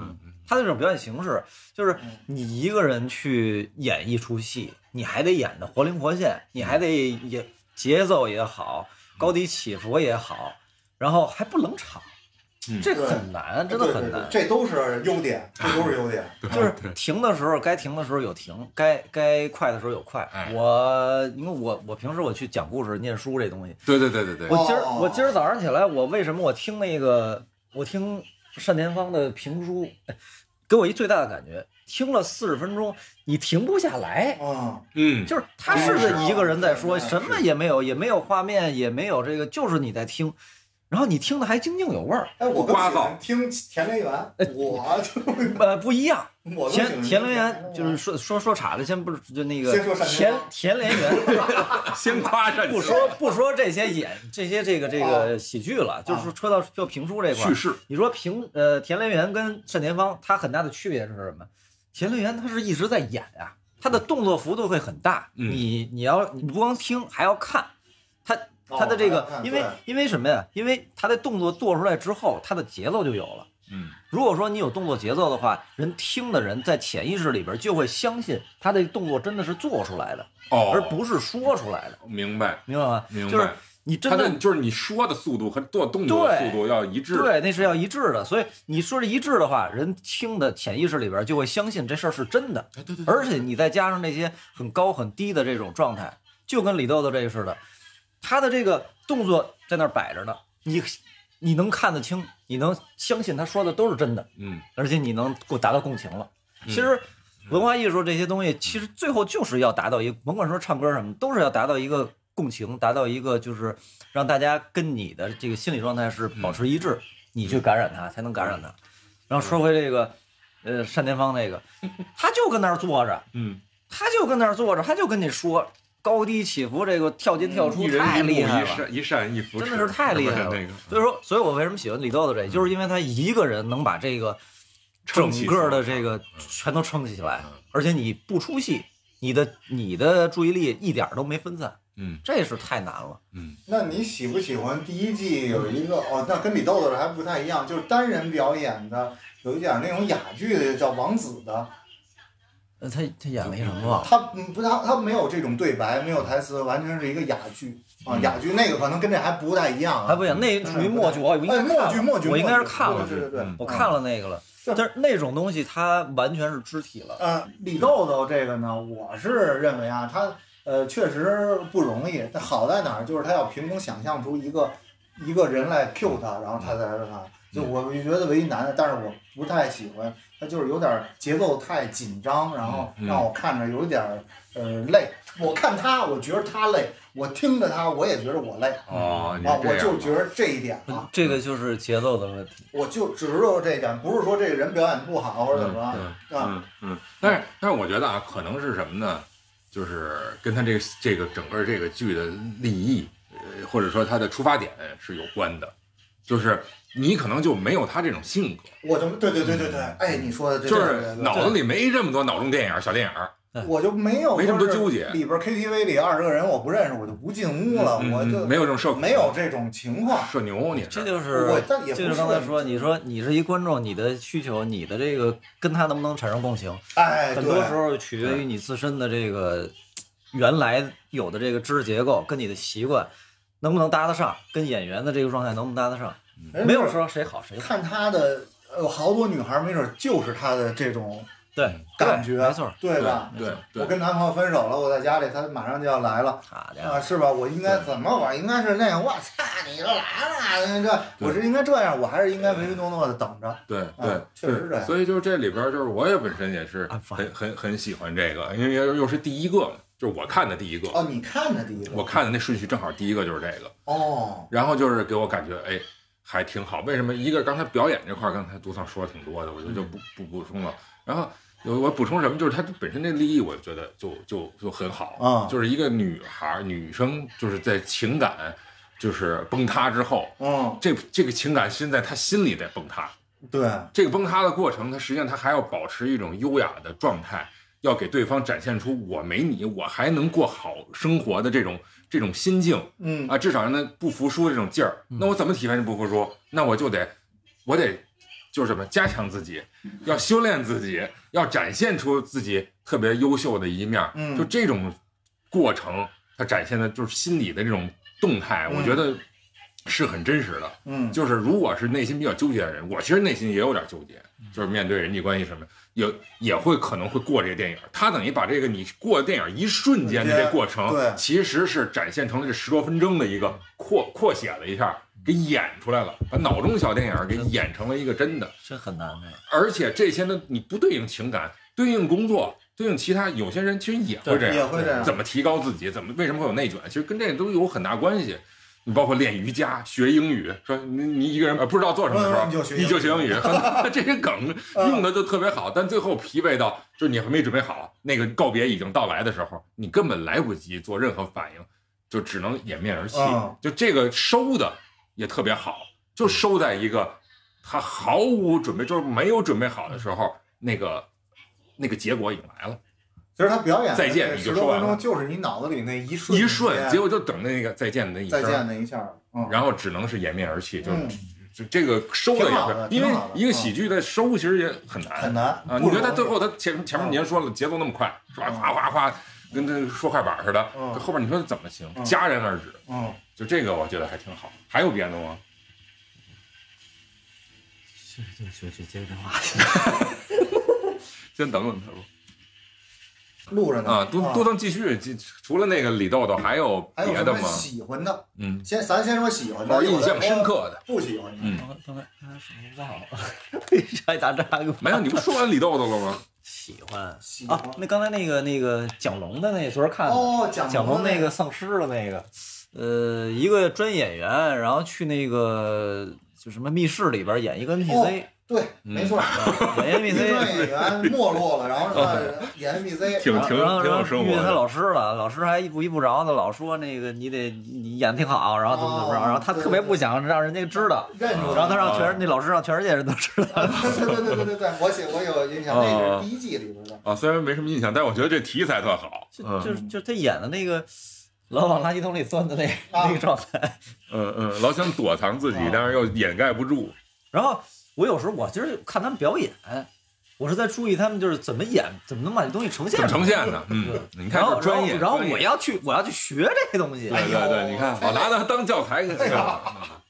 Speaker 5: 他这种表演形式，就是你一个人去演一出戏，你还得演的活灵活现，你还得也节奏也好，高低起伏也好，然后还不冷场，
Speaker 4: 嗯
Speaker 5: 这个很难，真的
Speaker 2: 对对
Speaker 5: 很
Speaker 2: 对
Speaker 5: 难。
Speaker 2: 这都是优点，这都是优点。
Speaker 5: 就是停的时候该停的时候有停，该该快的时候有快。
Speaker 4: 哎
Speaker 5: 我因为我我平时我去讲故事、念书这东西，
Speaker 4: 对对对对对，
Speaker 5: 我今儿
Speaker 2: 哦
Speaker 5: 我今儿早上起来，我为什么我听那个我听单田芳的评书，哎给我一最大的感觉，听了四十分钟，你停不下来。
Speaker 2: 嗯，
Speaker 4: 嗯，
Speaker 5: 就是他是
Speaker 2: 哦
Speaker 5: 一个人在说，
Speaker 2: 是
Speaker 5: 什么也没有，也没有画面，也没有这个，就是你在听，然后你听的还津津有味儿，
Speaker 2: 哎，我更
Speaker 4: 刮
Speaker 2: 喜欢
Speaker 4: 噪
Speaker 2: 听田连元，我 就
Speaker 5: 呃，不一样。
Speaker 2: 我更喜欢
Speaker 5: 哎田
Speaker 2: 听
Speaker 5: 田连元就是
Speaker 2: 元
Speaker 5: 说说说岔了，先不就那个
Speaker 2: 先说单田
Speaker 5: 田
Speaker 2: 芳
Speaker 5: 田 连元，
Speaker 4: 先夸上
Speaker 5: 不说不说这些演这些这个这
Speaker 2: 哦
Speaker 5: 个喜剧了，就是说说到就评书这块儿
Speaker 4: 叙事，
Speaker 5: 你说平呃田连元跟单田芳，他很大的区别是什么？田连元他是一直在演啊，他的动作幅度会很大，
Speaker 4: 嗯
Speaker 5: 你你要你不光听还要看，他
Speaker 2: 哦
Speaker 5: 他的这
Speaker 2: 还要
Speaker 5: 个
Speaker 2: 看，
Speaker 5: 因为
Speaker 2: 对
Speaker 5: 因为什么呀？因为他的动作做出来之后，他的节奏就有了。
Speaker 4: 嗯，
Speaker 5: 如果说你有动作节奏的话，人听的人在潜意识里边就会相信他的动作真的是做出来的，
Speaker 4: 哦，
Speaker 5: 而不是说出来的，
Speaker 4: 明白，
Speaker 5: 明白吗？
Speaker 4: 明白
Speaker 5: 就是你真
Speaker 4: 他
Speaker 5: 的
Speaker 4: 的就是你说的速度和做动作的
Speaker 5: 对
Speaker 4: 速度要一致，
Speaker 5: 对，那是要一致的。所以你说这一致的话，人听的潜意识里边就会相信这事儿是真的。
Speaker 4: 哎对对对，
Speaker 5: 而且你再加上那些很高很低的这种状态，就跟李豆豆这个似的，他的这个动作在那儿摆着呢，你你能看得清，你能相信他说的都是真的，
Speaker 4: 嗯，
Speaker 5: 而且你能够达到共情了。其实。文化艺术这些东西，其实最后就是要达到一个，甭管说唱歌什么，都是要达到一个共情，达到一个就是让大家跟你的这个心理状态是保持一致，
Speaker 4: 嗯
Speaker 5: 你去感染他才能感染他。然后说回这个，呃，单田芳 那个，他就跟那儿坐着，
Speaker 4: 嗯，
Speaker 5: 他就跟那儿坐着，他就跟你说高低起伏，这个跳进跳出
Speaker 4: 一嗯人
Speaker 5: 太
Speaker 4: 一木
Speaker 5: 厉害
Speaker 4: 一
Speaker 5: 了，
Speaker 4: 扇一扇一扶持，
Speaker 5: 真的是太厉害了
Speaker 4: 那个。
Speaker 5: 所以说，所以我为什么喜欢李豆豆这，就是因为他一个人能把这个
Speaker 4: 撑
Speaker 5: 整
Speaker 4: 起
Speaker 5: 个
Speaker 4: 所
Speaker 5: 的
Speaker 4: 有
Speaker 5: 这
Speaker 2: 嗯
Speaker 5: 个全都撑起来
Speaker 4: 嗯，
Speaker 5: 而且你不出戏，你的你的注意力一点都没分散，
Speaker 4: 嗯
Speaker 5: 这是太难了。
Speaker 4: 嗯，
Speaker 2: 那你喜不喜欢第一季有一个哦？那跟李豆豆还不太一样，就是单人表演的，有一点那种哑剧的，叫王子的，
Speaker 5: 呃，他他演了一什么忘了？
Speaker 2: 他嗯不他他没有这种对白，没有台词，完全是一个哑剧啊，哑剧那个可能跟这还不太一样
Speaker 5: 嗯还
Speaker 2: 啊。
Speaker 5: 不演，那属于默剧，我应该
Speaker 2: 哎，
Speaker 5: 看
Speaker 2: 默剧
Speaker 5: 了
Speaker 2: 默剧，
Speaker 5: 我应该是看
Speaker 2: 默
Speaker 5: 了
Speaker 2: 剧，对对对对
Speaker 4: 嗯，
Speaker 5: 我看
Speaker 2: 了。
Speaker 5: 了那个了。
Speaker 2: 是
Speaker 5: 但是那种东西它完全是肢体了，
Speaker 2: 呃，李豆豆这个呢，我是认为啊，他呃确实不容易，但好在哪儿就是他要凭空想象出一个一个人来 Q 他，然后他才是他。就我觉得唯一难的，但是我不太喜欢，他就是有点儿节奏太紧张，然后
Speaker 4: 嗯嗯
Speaker 2: 让我看着有一点儿呃累。我看他，我觉得他累；我听着他，我也觉得我累。
Speaker 4: 哦，你
Speaker 2: 啊，
Speaker 4: 是这
Speaker 2: 我
Speaker 4: 样
Speaker 2: 就觉得这一点啊，
Speaker 5: 这个就是节奏的问题。
Speaker 2: 我就只有这一点，不是说这个人表演不好或者怎么着，
Speaker 4: 嗯
Speaker 2: 啊
Speaker 4: 嗯嗯，但是但是我觉得啊，可能是什么呢？就是跟他这个这个整个这个剧的立意，呃，或者说他的出发点是有关的。就是你可能就没有他这种性格，
Speaker 2: 我就对对对对对，哎，你说的这
Speaker 4: 嗯就是脑子
Speaker 2: 里
Speaker 4: 里没这么多脑中电影、小电影。
Speaker 2: 我就没有
Speaker 4: 没这么多
Speaker 2: 就是
Speaker 4: 纠结
Speaker 2: 里边 KTV 里二十个人我不认识，我就不进屋了，
Speaker 4: 嗯
Speaker 2: 我就
Speaker 4: 嗯没有这种社恐
Speaker 2: 没有这种情况。
Speaker 4: 社牛，你
Speaker 5: 这
Speaker 4: 是
Speaker 5: 就是
Speaker 2: 我但也
Speaker 5: 这
Speaker 2: 不
Speaker 5: 就是刚才说，你说你是一观众，你的需求，你的这个跟他能不能产生共情，
Speaker 2: 哎，
Speaker 5: 很多
Speaker 2: 对
Speaker 5: 时候取决于你自身的这个原来有的这个知识结构跟你的习惯能不能搭得上，跟演员的这个状态能不能搭得上，
Speaker 2: 哎
Speaker 5: 没有说谁好谁坏，
Speaker 2: 看他的，有好多女孩没准就是他的这种
Speaker 5: 对，
Speaker 2: 感觉，
Speaker 5: 对没错，
Speaker 2: 对吧？
Speaker 4: 对
Speaker 2: 我
Speaker 4: 对，
Speaker 2: 跟男朋友分手了，我在家里，他马上就要来了。
Speaker 5: 好家伙
Speaker 2: 啊，是吧？我应该怎么玩？应该是那样。我操，你都来了，这
Speaker 4: 对
Speaker 2: 我是应该这样，我还是应该唯唯诺诺的等着。
Speaker 4: 对对
Speaker 2: 啊，确实是这样
Speaker 4: 所以就是这里边儿就是我也本身也是
Speaker 5: 啊反
Speaker 4: 很很很喜欢这个，因为又又是第一个嘛，就是我看的第一个，
Speaker 2: 哦，你看的第一个，
Speaker 4: 我看的那顺序正好第一个就是这个，
Speaker 2: 哦，
Speaker 4: 然后就是给我感觉哎还挺好。为什么？一个刚才表演这块儿，刚才杜桑说的挺多的，我就就不不补充了。然后我我补充什么？就是她本身这立意，我觉得就就就很好
Speaker 2: 啊
Speaker 4: 就是一个女孩儿女生，就是在情感就是崩塌之后，
Speaker 2: 嗯，
Speaker 4: 这这个情感现在她心里在崩塌。
Speaker 2: 对，
Speaker 4: 这个崩塌的过程，他实际上他还要保持一种优雅的状态，要给对方展现出我没你我还能过好生活的这种这种心境
Speaker 2: 嗯，
Speaker 4: 啊，至少让他不服输这种劲儿。那我怎么体现这不服输？那我就得，我得就是什么加强自己，
Speaker 2: 嗯
Speaker 4: 要修炼自己，要展现出自己特别优秀的一面儿。
Speaker 2: 嗯
Speaker 4: 就这种过程，他展现的就是心理的这种动态，我
Speaker 2: 嗯
Speaker 4: 觉得是很真实的。
Speaker 2: 嗯，
Speaker 4: 就是如果是内心比较纠结的人，我其实内心也有点纠结，
Speaker 2: 嗯
Speaker 4: 就是面对人际关系什么，也也会可能会过这个电影。他等于把这个你过的电影一瞬间的这过程，
Speaker 2: 对
Speaker 4: 其实是展现成了这十多分钟的一个扩扩写了一下，给演出来了，把脑中小电影给演成了一个真的。
Speaker 5: 这很难啊的。
Speaker 4: 而且这些呢，你不对应情感，对应工作，对应其他，有些人其实也会这样，
Speaker 2: 也会这样
Speaker 4: 怎么提高自己，怎么为什么会有内卷，其实跟这都有很大关系。你包括练瑜伽、学英语，说你你一个人呃不知道做什么的时候，
Speaker 2: 嗯你就学英语
Speaker 4: 你就学英语，这些梗
Speaker 2: 嗯
Speaker 4: 用的都特别好，但最后疲惫到就是你还没准备好，那个告别已经到来的时候，你根本来不及做任何反应，就只能掩面而泣。
Speaker 2: 嗯
Speaker 4: 就这个收的也特别好，就收在一个他毫无准备，就是没有准备好的时候，那个那个结果已经来了，
Speaker 2: 其实他表演的
Speaker 4: 再见
Speaker 2: 这
Speaker 4: 你
Speaker 2: 十
Speaker 4: 就
Speaker 2: 多
Speaker 4: 说
Speaker 2: 分
Speaker 4: 完
Speaker 2: 钟
Speaker 4: 了
Speaker 2: 就是你脑子里那一瞬
Speaker 4: 一
Speaker 2: 一
Speaker 4: 瞬，结果就等那个再见的那一
Speaker 2: 再见
Speaker 4: 声，
Speaker 2: 那一下，嗯，
Speaker 4: 然后只能是掩面而泣，就是
Speaker 2: 嗯
Speaker 4: 就这个收的
Speaker 2: 挺好的
Speaker 4: 也是，因为
Speaker 2: 挺好的嗯
Speaker 4: 一个喜剧的收其实也很难
Speaker 2: 很难
Speaker 4: 啊。
Speaker 2: 不
Speaker 4: 你
Speaker 2: 容易
Speaker 4: 觉得他最后他前前面您说了节奏那么快是吧？
Speaker 2: 嗯
Speaker 4: 哗哗哗，跟那说快板似的，
Speaker 2: 嗯
Speaker 4: 后边你说怎么行？
Speaker 2: 嗯
Speaker 4: 戛然而止，
Speaker 2: 嗯，
Speaker 4: 就这个我觉得还挺好。还有别的吗？
Speaker 5: 就就就就接着这 话题，
Speaker 4: 先等等他吧。
Speaker 2: 录着呢嗯
Speaker 4: 啊，都都能继续，继除了那个李豆豆，还有
Speaker 2: 还有
Speaker 4: 别
Speaker 2: 什
Speaker 4: 的
Speaker 2: 么
Speaker 4: 吗？
Speaker 2: 喜欢的？
Speaker 4: 嗯，
Speaker 2: 先咱先说喜欢的，
Speaker 4: 玩印象深刻的，
Speaker 2: 不喜欢的，
Speaker 4: 嗯
Speaker 5: 刚刚才
Speaker 2: 啊
Speaker 5: 刚才什么忘了？ 为啥一打岔给我
Speaker 4: 没有，你不说完李豆豆了吗？
Speaker 5: 喜欢
Speaker 2: 喜欢
Speaker 5: 啊？那刚才那个那个蒋龙的那昨儿看的，
Speaker 2: 哦，蒋
Speaker 5: 啊蒋
Speaker 2: 龙
Speaker 5: 龙
Speaker 2: 的
Speaker 5: 那个丧尸的那个，呃，一个专业演员，然后去那个就什么密室里边演一个
Speaker 2: 哦
Speaker 5: NPC，、
Speaker 2: 对，没错，
Speaker 5: 演一
Speaker 2: 一
Speaker 5: 个
Speaker 2: 个
Speaker 5: NPC，
Speaker 2: 演员没落了，然后 是演 NPC，
Speaker 4: 挺
Speaker 5: 然 后
Speaker 4: 挺
Speaker 5: 然后
Speaker 4: 挺
Speaker 5: 然
Speaker 4: 有
Speaker 5: 后
Speaker 4: 生
Speaker 5: 遇
Speaker 4: 活
Speaker 5: 见他
Speaker 4: 的。
Speaker 5: 老师了，老师还一步一步着的，老说那个你得你演的挺好，然后怎么怎么着，
Speaker 2: 哦
Speaker 5: 然后他特别不想让人家知道，
Speaker 2: 认出来了
Speaker 5: 然后他让
Speaker 4: 啊
Speaker 5: 全那老师让全世界人都知 道，
Speaker 2: 对对对对对对，我写我有印象，那是第一季里边的。
Speaker 4: 啊，虽然没什么印象，但我觉得这题材特好。
Speaker 5: 就
Speaker 4: 嗯
Speaker 5: 就就他演的那个老往垃圾桶里钻的那个
Speaker 2: 啊
Speaker 5: 那个状态，
Speaker 4: 嗯嗯，老想躲藏自己
Speaker 5: 啊，
Speaker 4: 但是又掩盖不住。
Speaker 5: 然后我有时候我今儿看他们表演，我是在注意他们就是怎么演，怎么能把这东西呈现
Speaker 4: 怎
Speaker 5: 出
Speaker 4: 么
Speaker 5: 来，
Speaker 4: 呈现的？嗯
Speaker 5: 对，
Speaker 4: 你看
Speaker 5: 然后
Speaker 4: 这专业。
Speaker 5: 然
Speaker 4: 专
Speaker 5: 后然后
Speaker 4: 业
Speaker 5: 我要去我要去学这个东西，
Speaker 4: 对对对，你看，我拿它当教材。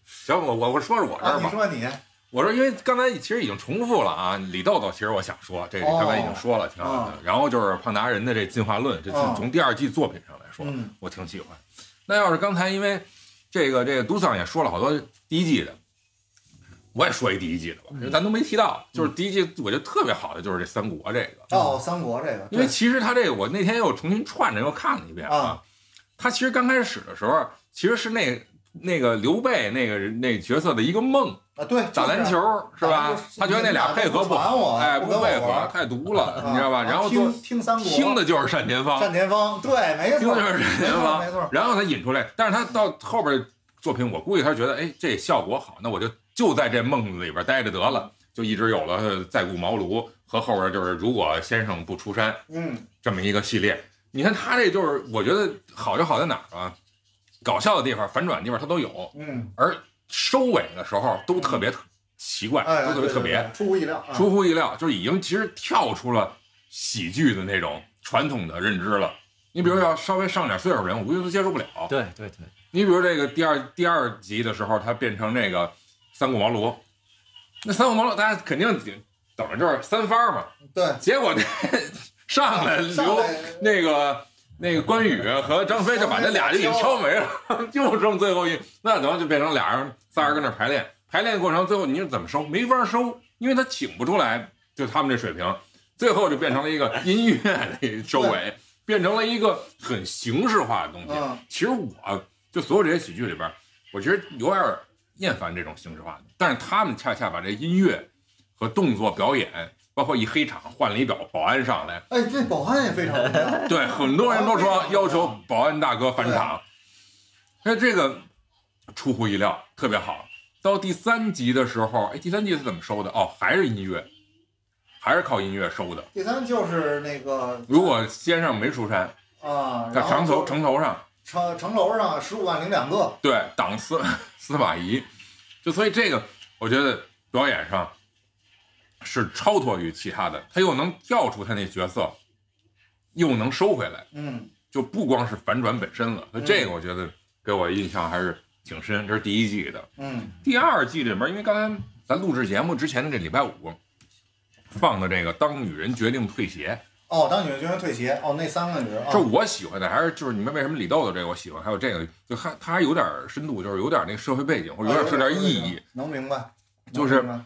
Speaker 4: 行，我我我说说我这
Speaker 2: 啊，
Speaker 4: 儿
Speaker 2: 你
Speaker 4: 吧。
Speaker 2: 说你
Speaker 4: 我说，因为刚才其实已经重复了啊，李豆豆，其实我想说，这个刚才已经说了，挺好的。然后就是胖达人的这进化论，这是
Speaker 2: 哦
Speaker 4: 从第二季作品上来说
Speaker 2: 嗯，
Speaker 4: 我挺喜欢。那要是刚才因为这个这个都桑也说了好多第一季的，我也说一第一季的吧，因为咱都没提到，就是第一季我觉得特别好的就是这三国这个，
Speaker 2: 哦，三国这个，
Speaker 4: 嗯因为其实他这个我那天又重新串着又看了一遍
Speaker 2: 啊，
Speaker 4: 他其实刚开始的时候其实是那那个刘备那个人那角色的一个梦。
Speaker 2: 啊，对，
Speaker 4: 打篮球是吧？他觉得那俩配合不好，哎，
Speaker 2: 不
Speaker 4: 不
Speaker 2: 跟我
Speaker 4: 配
Speaker 2: 玩啊
Speaker 4: 合，太毒了，你知道吧？然后就
Speaker 2: 听听三国，
Speaker 4: 啊听的就是单田芳，
Speaker 2: 单田芳，对，没
Speaker 4: 听
Speaker 2: 错，
Speaker 4: 的就是单田
Speaker 2: 没
Speaker 4: 芳
Speaker 2: 错，
Speaker 4: 然后他引出来，但是他到后边作品，我估计他觉得，哎，这效果好，那我就就在这梦里边待着得了，就一直有了呃再雇茅庐和后边就是如果先生不出山
Speaker 2: 嗯，
Speaker 4: 这么一个系列。你看他这就是，我觉得好就好在哪儿啊？搞笑的地方、反转的地方他都有，
Speaker 2: 嗯，
Speaker 4: 而收尾的时候都特别特奇怪，
Speaker 2: 哎，
Speaker 4: 啊都特别特别。
Speaker 2: 对，对对出乎意料，啊
Speaker 4: 出乎意料，就是已经其实跳出了喜剧的那种传统的认知了。你比如要稍微上点岁数的人，我估计都接受不了。
Speaker 5: 对对对，
Speaker 4: 你比如这个第二第二集的时候，他变成那个三顾茅庐，那三顾茅庐大家肯定等着就是三番儿嘛。
Speaker 2: 对，
Speaker 4: 结果这上来
Speaker 2: 上
Speaker 4: 留
Speaker 2: 来
Speaker 4: 那个那个关羽和张飞就把这俩就给挑没了，就剩最后一，那等于就变成俩人仨人跟那排练，排练过程最后你是怎么收？没法收，因为他请不出来，就他们这水平，最后就变成了一个音乐的收尾，变成了一个很形式化的东西。
Speaker 2: 嗯
Speaker 4: 其实我就所有这些喜剧里边，我其实有点厌烦这种形式化的，但是他们恰恰把这音乐和动作表演，包括一黑场换了一表保安上来，
Speaker 2: 哎，这保安也非常重要，
Speaker 4: 对，很多人都说要求保安大哥返场，那这个出乎意料，特别好。到第三集的时候，哎，第三集是怎么收的？哦，还是音乐，还是靠音乐收的。
Speaker 2: 第三就是那个
Speaker 4: 如果先生没出山，
Speaker 2: 啊，
Speaker 4: 在
Speaker 2: 然后
Speaker 4: 城头城头上，
Speaker 2: 城城楼上十五万零两个，
Speaker 4: 对，挡司司马懿，就所以这个我觉得表演上是超脱于其他的，他又能跳出他那角色，又能收回来。
Speaker 2: 嗯，
Speaker 4: 就不光是反转本身了。那这个我觉得给我印象还是挺深，这是第一季的。
Speaker 2: 嗯，
Speaker 4: 第二季里面，因为刚才咱录制节目之前的这礼拜五放的这个《当女人决定退鞋
Speaker 2: 哦，当女人军人退鞋，哦，那三个女人》，
Speaker 4: 这
Speaker 2: 啊，
Speaker 4: 我喜欢的还是就是你们为什么李豆豆这个我喜欢，还有这个就还它还有点深度，就是有点那个社会背景或哦者有点是点意义。，
Speaker 2: 能明白，
Speaker 4: 就是
Speaker 2: 能明白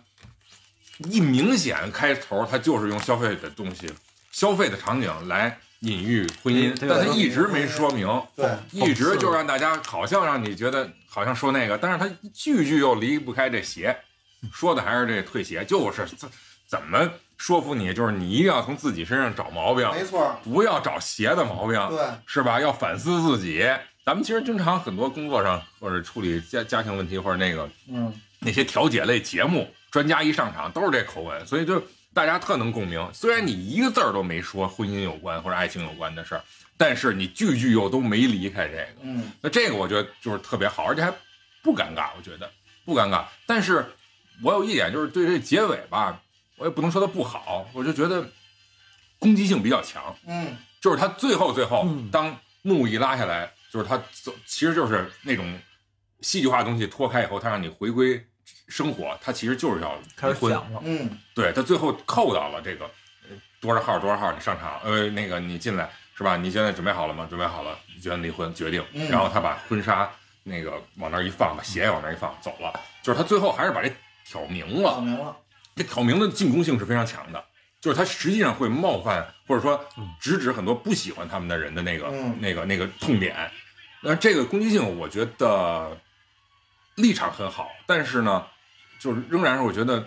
Speaker 4: 一明显开头它就是用消费的东西、消费的场景来隐喻婚姻，
Speaker 5: 对
Speaker 4: 但它一直没说明。
Speaker 2: 嗯对，
Speaker 4: 一直就让大家好像让你觉得好像说那个，但是他句句又离不开这鞋，说的还是这退鞋，就是怎怎么说服你，就是你一定要从自己身上找毛病，
Speaker 2: 没错，
Speaker 4: 不要找鞋的毛病，
Speaker 2: 对，
Speaker 4: 是吧？要反思自己。咱们其实经常很多工作上或者处理家家庭问题或者那个
Speaker 2: 嗯，
Speaker 4: 那些调解类节目，专家一上场都是这口吻，所以就大家特能共鸣。虽然你一个字儿都没说婚姻有关或者爱情有关的事儿，但是你句句又都没离开这个。
Speaker 2: 嗯，
Speaker 4: 那这个我觉得就是特别好，而且还不尴尬，我觉得不尴尬。但是我有一点就是对这结尾吧，我也不能说它不好，我就觉得攻击性比较强，
Speaker 2: 嗯，
Speaker 4: 就是他最后最后
Speaker 5: 嗯
Speaker 4: 当幕一拉下来，就是他走，其实就是那种戏剧化的东西脱开以后，他让你回归生活，他其实就是要
Speaker 5: 开
Speaker 4: 离
Speaker 5: 始
Speaker 4: 婚，
Speaker 5: 想了，
Speaker 2: 嗯，
Speaker 4: 对他最后扣到了这个呃多少号多少号你上场，呃，那个你进来是吧？你现在准备好了吗？准备好了，决定离婚，决定。
Speaker 2: 嗯
Speaker 4: 然后他把婚纱那个往那儿一放，把鞋往那儿一放，走了。就是他最后还是把这挑明
Speaker 2: 搞
Speaker 5: 嗯
Speaker 4: 了，
Speaker 2: 明了，
Speaker 4: 这挑明的进攻性是非常强的，就是他实际上会冒犯或者说直指很多不喜欢他们的人的那个、
Speaker 2: 嗯
Speaker 4: 那个那个痛点。那这个攻击性，我觉得立场很好，但是呢，就是仍然是我觉得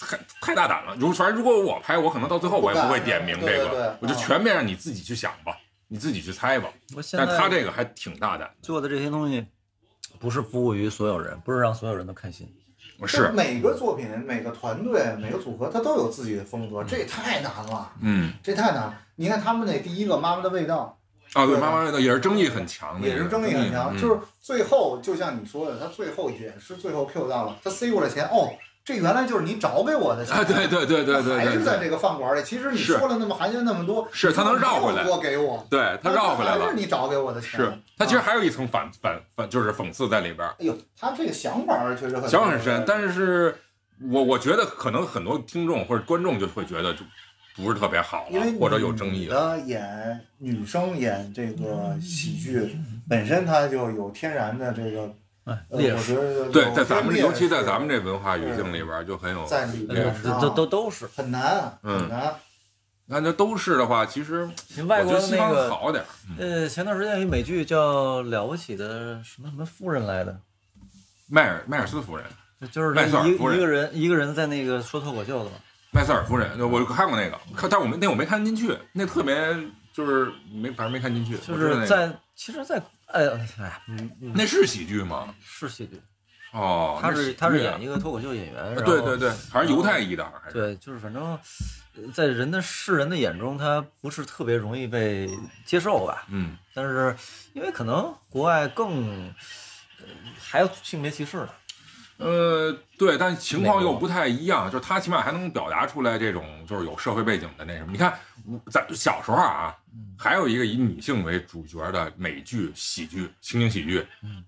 Speaker 4: 太太大胆了。如反正如果我拍，我可能到最后我也不会点明这
Speaker 2: 不敢对对对
Speaker 4: 个，我就全面让你自己去想吧，你自己去猜吧。
Speaker 5: 我现
Speaker 4: 但
Speaker 5: 在
Speaker 4: 是他这个还挺大胆
Speaker 5: 做的这些东西，不是服务于所有人，不是让所有人都开心。
Speaker 4: 的，是，
Speaker 2: 每个作品、每个团队、每个组合，它都有自己的风格，这也太难了，
Speaker 4: 嗯，
Speaker 2: 这太难了。你看他们那第一个《妈妈的味道》，
Speaker 4: 啊，对，
Speaker 2: 对
Speaker 4: 妈妈味道也是争议很强的一
Speaker 2: 也
Speaker 4: 个，
Speaker 2: 是争议很强，
Speaker 4: 嗯
Speaker 2: 就是最后就像你说的，他最后也是最后 Q 到了，他塞过来钱，哦，这原来就是你找给我的钱，
Speaker 4: 啊，对对对对对对，
Speaker 2: 还是
Speaker 4: 对
Speaker 2: 在这个饭馆里。其实你
Speaker 4: 是
Speaker 2: 说了那么含金那么多，
Speaker 4: 是他能绕回来
Speaker 2: 你没有多给我，
Speaker 4: 对他绕回来
Speaker 2: 还是
Speaker 4: 了，
Speaker 2: 你找给我的钱，
Speaker 4: 是他其实
Speaker 2: 啊
Speaker 4: 还有一层反反反，就是讽刺在里边儿，
Speaker 2: 哎呦，他这个想法儿确实很
Speaker 4: 想法很深。但是我我觉得可能很多听众或者观众就会觉得就不是特别好
Speaker 2: 因
Speaker 4: 了
Speaker 2: 为，
Speaker 4: 或者有争
Speaker 2: 女
Speaker 4: 议了。
Speaker 2: 的演女生演这个喜剧本身，它就有天然的这个，
Speaker 5: 哎，
Speaker 2: 呃
Speaker 5: 劣
Speaker 2: 我
Speaker 5: 势，
Speaker 2: 觉得
Speaker 4: 对，在咱们
Speaker 2: 这，
Speaker 4: 尤其在咱们这文化语境里边儿就很有，
Speaker 2: 嗯在里
Speaker 4: 劣
Speaker 2: 边
Speaker 4: 势
Speaker 5: 都都都是。啊
Speaker 2: 很难，很难。
Speaker 4: 那这都是的话，其实
Speaker 5: 您
Speaker 4: 我觉
Speaker 5: 外国
Speaker 4: 得
Speaker 5: 的
Speaker 4: 西
Speaker 5: 那
Speaker 4: 方
Speaker 5: 个，
Speaker 4: 好点儿。
Speaker 5: 呃，前段时间有一美剧叫《了不起的什么什么夫人》来的，
Speaker 4: 迈尔迈尔斯夫人，
Speaker 5: 就是
Speaker 4: 麦瑟尔
Speaker 5: 一一
Speaker 4: 夫人
Speaker 5: 个人一个人在那个说脱口秀的嘛，
Speaker 4: 麦瑟尔夫人，我看过那个，看，但我没那我没看进去，那特别就是没，反正没看进去。
Speaker 5: 就
Speaker 4: 我知道那个
Speaker 5: 是在其实在，哎哎，嗯嗯，
Speaker 4: 那是喜剧吗？
Speaker 5: 是喜剧，
Speaker 4: 哦，
Speaker 5: 他
Speaker 4: 那
Speaker 5: 是
Speaker 4: 喜剧
Speaker 5: 他是
Speaker 4: 啊
Speaker 5: 演一个脱口秀演员，然
Speaker 4: 对
Speaker 5: 后
Speaker 4: 对对，好像犹太裔的，还是
Speaker 5: 对，就是反正呃在人的世人的眼中，他不是特别容易被接受吧。
Speaker 4: 嗯，
Speaker 5: 但是因为可能国外更、呃还有性别歧视呢，
Speaker 4: 呃，对，但情况
Speaker 5: 美国
Speaker 4: 又不太一样，就是他起码还能表达出来这种就是有社会背景的那什么。你看，我咱小时候啊，
Speaker 5: 嗯
Speaker 4: 还有一个以女性为主角的美剧喜剧情景喜剧，
Speaker 5: 嗯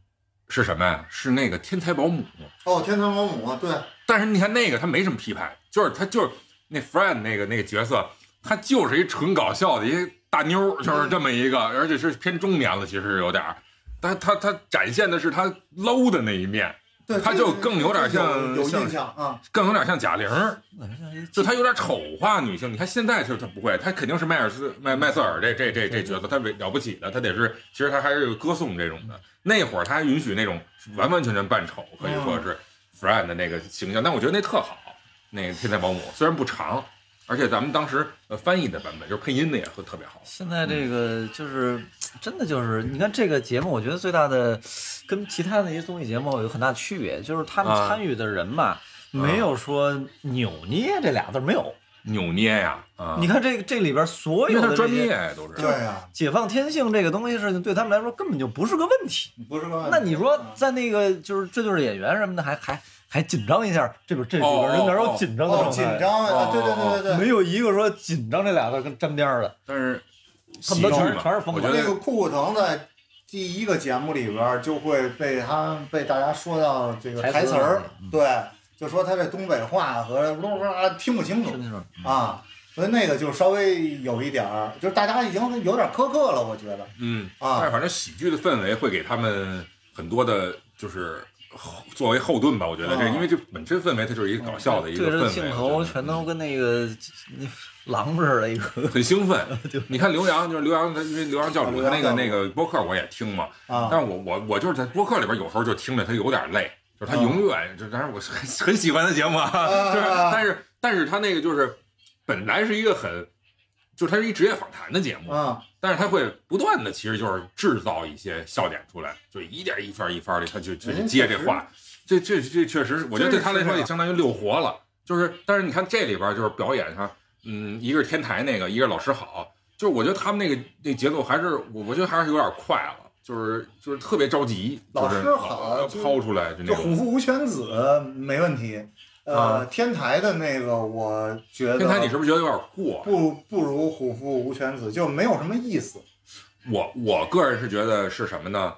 Speaker 4: 是什么呀？是那个《天才保姆》。
Speaker 2: 哦，天堂保姆，对，
Speaker 4: 但是你看那个，他没什么批判，就是他就是那 Fran 那个那个角色，他就是一纯搞笑的一大妞儿，就是这么一个，而且是偏中年了，其实有点儿。但他他展现的是他 low 的那一面，
Speaker 2: 对，
Speaker 4: 他
Speaker 2: 这个
Speaker 4: 就更有点像
Speaker 2: 有有
Speaker 4: 像
Speaker 2: 印象啊，
Speaker 4: 更有点像贾玲儿，
Speaker 5: 我感觉像一
Speaker 4: 就她有点丑化女性。你看现在就是她不会，她肯定是迈尔斯麦麦瑟尔这这这这角色，她了了不起的，她得是其实她还是有歌颂这种的。那会儿她还允许那种完完全全扮丑，可以
Speaker 5: 嗯
Speaker 4: 说是 Fran 的那个形象，但我觉得那特好。那个天才保姆虽然不长，而且咱们当时呃翻译的版本就是配音的也会特别好。
Speaker 5: 现在这个就是真的就是，你看这个节目，我觉得最大的跟其他的一些综艺节目有很大区别，就是他们
Speaker 4: 啊
Speaker 5: 参与的人吧，没有说扭捏这俩字儿没有。
Speaker 4: 扭捏呀，啊，
Speaker 5: 你看这个这里边所
Speaker 4: 因
Speaker 5: 有
Speaker 4: 为他
Speaker 5: 的这
Speaker 4: 专
Speaker 5: 些
Speaker 4: 业呀都是
Speaker 2: 对呀，
Speaker 5: 解放天性这个东西事情，对他们来说根本就不是个问题。
Speaker 2: 不是个。
Speaker 5: 那你说在那个就是这就是演员什么的，还还还紧张一下，这边这里边人哪有紧张的
Speaker 2: 哦，
Speaker 5: 状
Speaker 2: 紧
Speaker 5: 态？
Speaker 2: 张啊，
Speaker 4: 哦
Speaker 2: 对对对对对，
Speaker 5: 没有一个说紧张这俩字跟沾边儿的。
Speaker 4: 但是
Speaker 5: 他
Speaker 4: 喜
Speaker 5: 们
Speaker 4: 剧
Speaker 5: 都全是
Speaker 4: 嘛
Speaker 5: 全是，疯
Speaker 4: 我
Speaker 5: 狂
Speaker 4: 觉
Speaker 2: 那
Speaker 4: 得
Speaker 2: 个库库腾在第一个节目里边儿就会被他被大家说到这个台
Speaker 5: 台词
Speaker 2: 词
Speaker 5: 儿
Speaker 2: 儿，对，就说他这东北话和噜噜啦听不清楚
Speaker 5: 听不清楚
Speaker 2: 啊，所以那个就稍微有一点儿，就是大家已经有点苛刻了，我觉得
Speaker 4: 嗯
Speaker 2: 啊
Speaker 4: 但是反正喜剧的氛围会给他们很多的，就是后作为后盾吧。我觉得这，
Speaker 2: 啊
Speaker 4: 因为这本身氛围它就是一个搞笑的一个
Speaker 5: 对
Speaker 4: 氛
Speaker 5: 着
Speaker 4: 围，
Speaker 5: 镜
Speaker 4: 我
Speaker 5: 头
Speaker 4: 觉得
Speaker 5: 全都跟那个那狼似的，一个
Speaker 4: 很兴 奋。你看刘洋，就是刘洋，他因为刘洋教主
Speaker 2: 啊
Speaker 4: 他那
Speaker 2: 刘
Speaker 4: 个
Speaker 2: 洋
Speaker 4: 那个播客我也听嘛，
Speaker 2: 啊，
Speaker 4: 但是我我我就是在播客里边有时候就听着他有点累，就是他
Speaker 2: 啊
Speaker 4: 永远就，但是我是很很喜欢他节目，啊，
Speaker 2: 啊
Speaker 4: 就是
Speaker 2: 啊啊
Speaker 4: 但是但是他那个就是本来是一个很，就是他是一职业访谈的节目，
Speaker 2: 啊，
Speaker 4: 但是他会不断的，其实就是制造一些笑点出来，就一点一番一番的，他去去
Speaker 2: 哎
Speaker 4: 接这话，这这这确实，我觉得对他来
Speaker 2: 啊
Speaker 4: 说也相当于溜活了。就是，但是你看这里边就是表演上，嗯，一个是天台那个，一个是老师好，就是我觉得他们那个那节奏还是我我觉得还是有点快了，就是就是特别着急，
Speaker 2: 老
Speaker 4: 就是
Speaker 2: 师好啊
Speaker 4: 要
Speaker 2: 就
Speaker 4: 抛出来就那
Speaker 2: 就虎
Speaker 4: 种。
Speaker 2: 父无犬子没问题，呃，天台的那个我觉得
Speaker 4: 啊天台，你是不是觉得有点过？
Speaker 2: 啊不不如虎父无犬子，就没有什么意思，
Speaker 4: 我我个人是觉得是什么呢？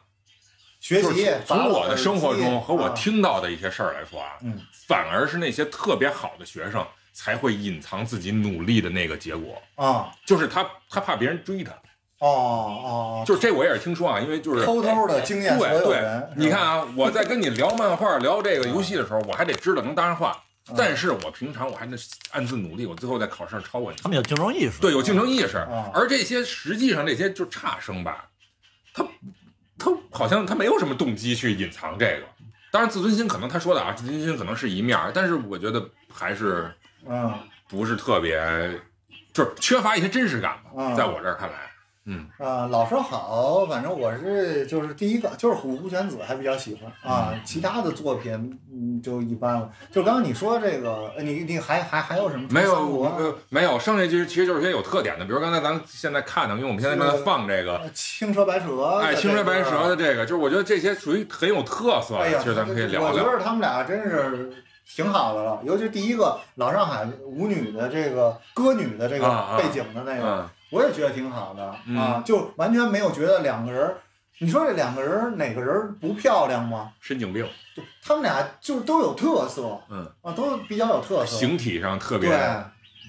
Speaker 2: 学
Speaker 4: 就是
Speaker 2: 习
Speaker 4: 从
Speaker 2: 砸
Speaker 4: 从我
Speaker 2: 老
Speaker 4: 的
Speaker 2: 师
Speaker 4: 生活
Speaker 2: 记
Speaker 4: 中和我
Speaker 2: 啊
Speaker 4: 听到的一些事儿来说啊，
Speaker 2: 嗯
Speaker 4: 反而是那些特别好的学生才会隐藏自己努力的那个结果，
Speaker 2: 啊
Speaker 4: 就是他他怕别人追他，
Speaker 2: 哦哦，
Speaker 4: 就是这我也是听说啊，因为就是
Speaker 2: 偷偷的惊艳所
Speaker 4: 对
Speaker 2: 有
Speaker 4: 对
Speaker 2: 人。，
Speaker 4: 你看啊，我在跟你聊漫画、聊这个游戏的时候，我还得知道能搭上话，
Speaker 2: 嗯
Speaker 4: 但是我平常我还得暗自努力，我最后在考试上超过你。
Speaker 5: 他们有竞争意识。
Speaker 4: 对，有竞争意识
Speaker 2: 啊。
Speaker 4: 而这些实际上这些就差生吧，他他好像他没有什么动机去隐藏这个。当然，自尊心可能他说的啊，自尊心可能是一面儿，但是我觉得还是
Speaker 2: 是吧，
Speaker 4: 不是特别，就是缺乏一些真实感吧，
Speaker 2: 啊
Speaker 4: 在我这儿看来，嗯，
Speaker 2: 嗯啊，老师好，反正我是就是第一个就是虎姑犬子还比较喜欢啊，
Speaker 4: 嗯
Speaker 2: 其他的作品嗯就一般了。就刚刚你说这个，呃你你还还还有什么？
Speaker 4: 没有，
Speaker 2: 三国啊
Speaker 4: 呃，没有，剩下就是其实就是一些有特点的，比如刚才咱们现在看的，因为我们现在正在放这个，
Speaker 2: 呃青蛇白蛇，
Speaker 4: 哎，青蛇白蛇
Speaker 2: 的
Speaker 4: 的这个，就是我觉得这些属于很有特色
Speaker 2: 这个，哎
Speaker 4: 的，
Speaker 2: 呀，
Speaker 4: 其实咱们可以聊
Speaker 2: 我觉
Speaker 4: 聊。
Speaker 2: 得他们俩真是。挺好的了，尤其是第一个老上海舞女的这个歌女的这
Speaker 4: 啊啊
Speaker 2: 个背景的那个，
Speaker 4: 嗯，
Speaker 2: 我也觉得挺好的、
Speaker 4: 嗯
Speaker 2: 啊，就完全没有觉得两个人儿，你说这两个人儿哪个人儿不漂亮吗？
Speaker 4: 神经病，
Speaker 2: 就他们俩就都有特色
Speaker 4: 嗯，
Speaker 2: 啊，都比较有特色，
Speaker 4: 形体上特
Speaker 2: 对，
Speaker 4: 别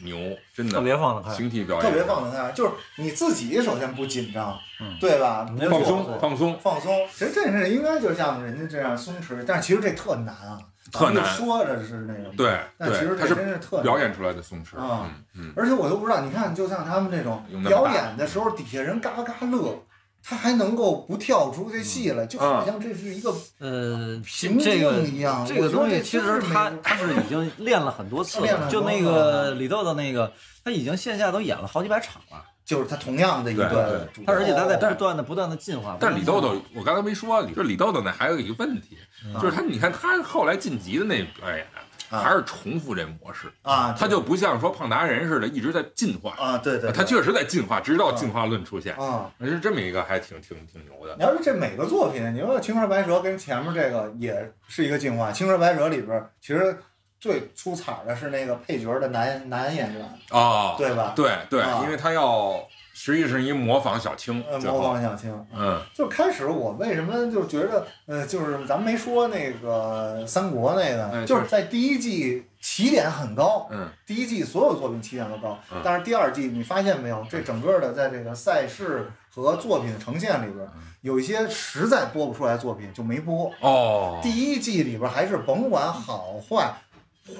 Speaker 4: 牛，真的
Speaker 5: 特别放得开。
Speaker 4: 形体表演
Speaker 2: 特别放得开，就是你自己首先不紧张，
Speaker 5: 嗯
Speaker 2: 对吧？
Speaker 5: 你就
Speaker 4: 放
Speaker 2: 不做
Speaker 4: 松，放松，
Speaker 2: 放松，其实这是应该就像人家这样松弛，但是其实这特难啊，
Speaker 4: 特
Speaker 2: 咱们
Speaker 4: 难
Speaker 2: 说着是那个，
Speaker 4: 对
Speaker 2: 但其
Speaker 4: 对，
Speaker 2: 实
Speaker 4: 他
Speaker 2: 这
Speaker 4: 是
Speaker 2: 真是特难
Speaker 4: 表演出来的松弛，
Speaker 2: 啊
Speaker 4: 嗯嗯，
Speaker 2: 而且我都不知道，你看，就像他们这种
Speaker 4: 有那么
Speaker 2: 表
Speaker 4: 大
Speaker 2: 演的时候，底下人嘎嘎乐，他还能够不跳出这戏来，就好像这是一个
Speaker 5: 呃，
Speaker 2: 瓶
Speaker 5: 嗯这个
Speaker 2: 颈一样
Speaker 5: 这
Speaker 2: 我
Speaker 5: 个
Speaker 2: 觉得
Speaker 5: 东西
Speaker 2: 这
Speaker 5: 其
Speaker 2: 真
Speaker 5: 实
Speaker 2: 是
Speaker 5: 他
Speaker 2: 没
Speaker 5: 他是已经 练了很多次
Speaker 2: 练了很
Speaker 5: 就
Speaker 2: 多
Speaker 5: 那
Speaker 2: 次
Speaker 5: 个
Speaker 2: 了
Speaker 5: 李豆豆那个，他已经线下都演了好几百场了，
Speaker 2: 就是他同样的一个主，
Speaker 5: 他而且他在
Speaker 4: 但
Speaker 5: 不断的不断的进化。不
Speaker 4: 但是
Speaker 5: 断地
Speaker 4: 李
Speaker 5: 进
Speaker 4: 豆
Speaker 5: 化
Speaker 2: 嗯
Speaker 4: 豆，我刚才没说，啊就是李豆豆呢，还有一个问题，就是他，你看他后来晋级的那表演，
Speaker 2: 啊
Speaker 4: 还是重复这模式，
Speaker 2: 啊，
Speaker 4: 他就不像说胖达人似的一直在进化，
Speaker 2: 啊，对对，对嗯
Speaker 4: 他确实在进化，直到进化论出现，
Speaker 2: 啊。
Speaker 4: 是这么一个还挺挺挺牛的
Speaker 2: 你要是这每个作品，你说《青蛇白蛇》跟前面这个也是一个进化，《青蛇白蛇》里边儿其实最出彩的是那个配角的男男演员，
Speaker 5: 啊
Speaker 4: 哦，
Speaker 2: 对吧？
Speaker 4: 对对
Speaker 2: 啊
Speaker 4: 因为他要实际是一模仿小青，
Speaker 2: 呃，
Speaker 4: 最
Speaker 2: 模
Speaker 4: 后
Speaker 2: 仿小青，
Speaker 4: 嗯
Speaker 2: 就开始我为什么就觉得，呃，就是咱没说那个三国那个，
Speaker 4: 哎
Speaker 2: 就是在第一季起点很高，
Speaker 4: 嗯
Speaker 2: 第一季所有作品起点都高，
Speaker 4: 嗯
Speaker 2: 但是第二季你发现没有，这整个的在这个赛事和作品呈现里边，有一些实在播不出来的作品就没播。
Speaker 4: 嗯哦
Speaker 2: 第一季里边还是甭管好坏，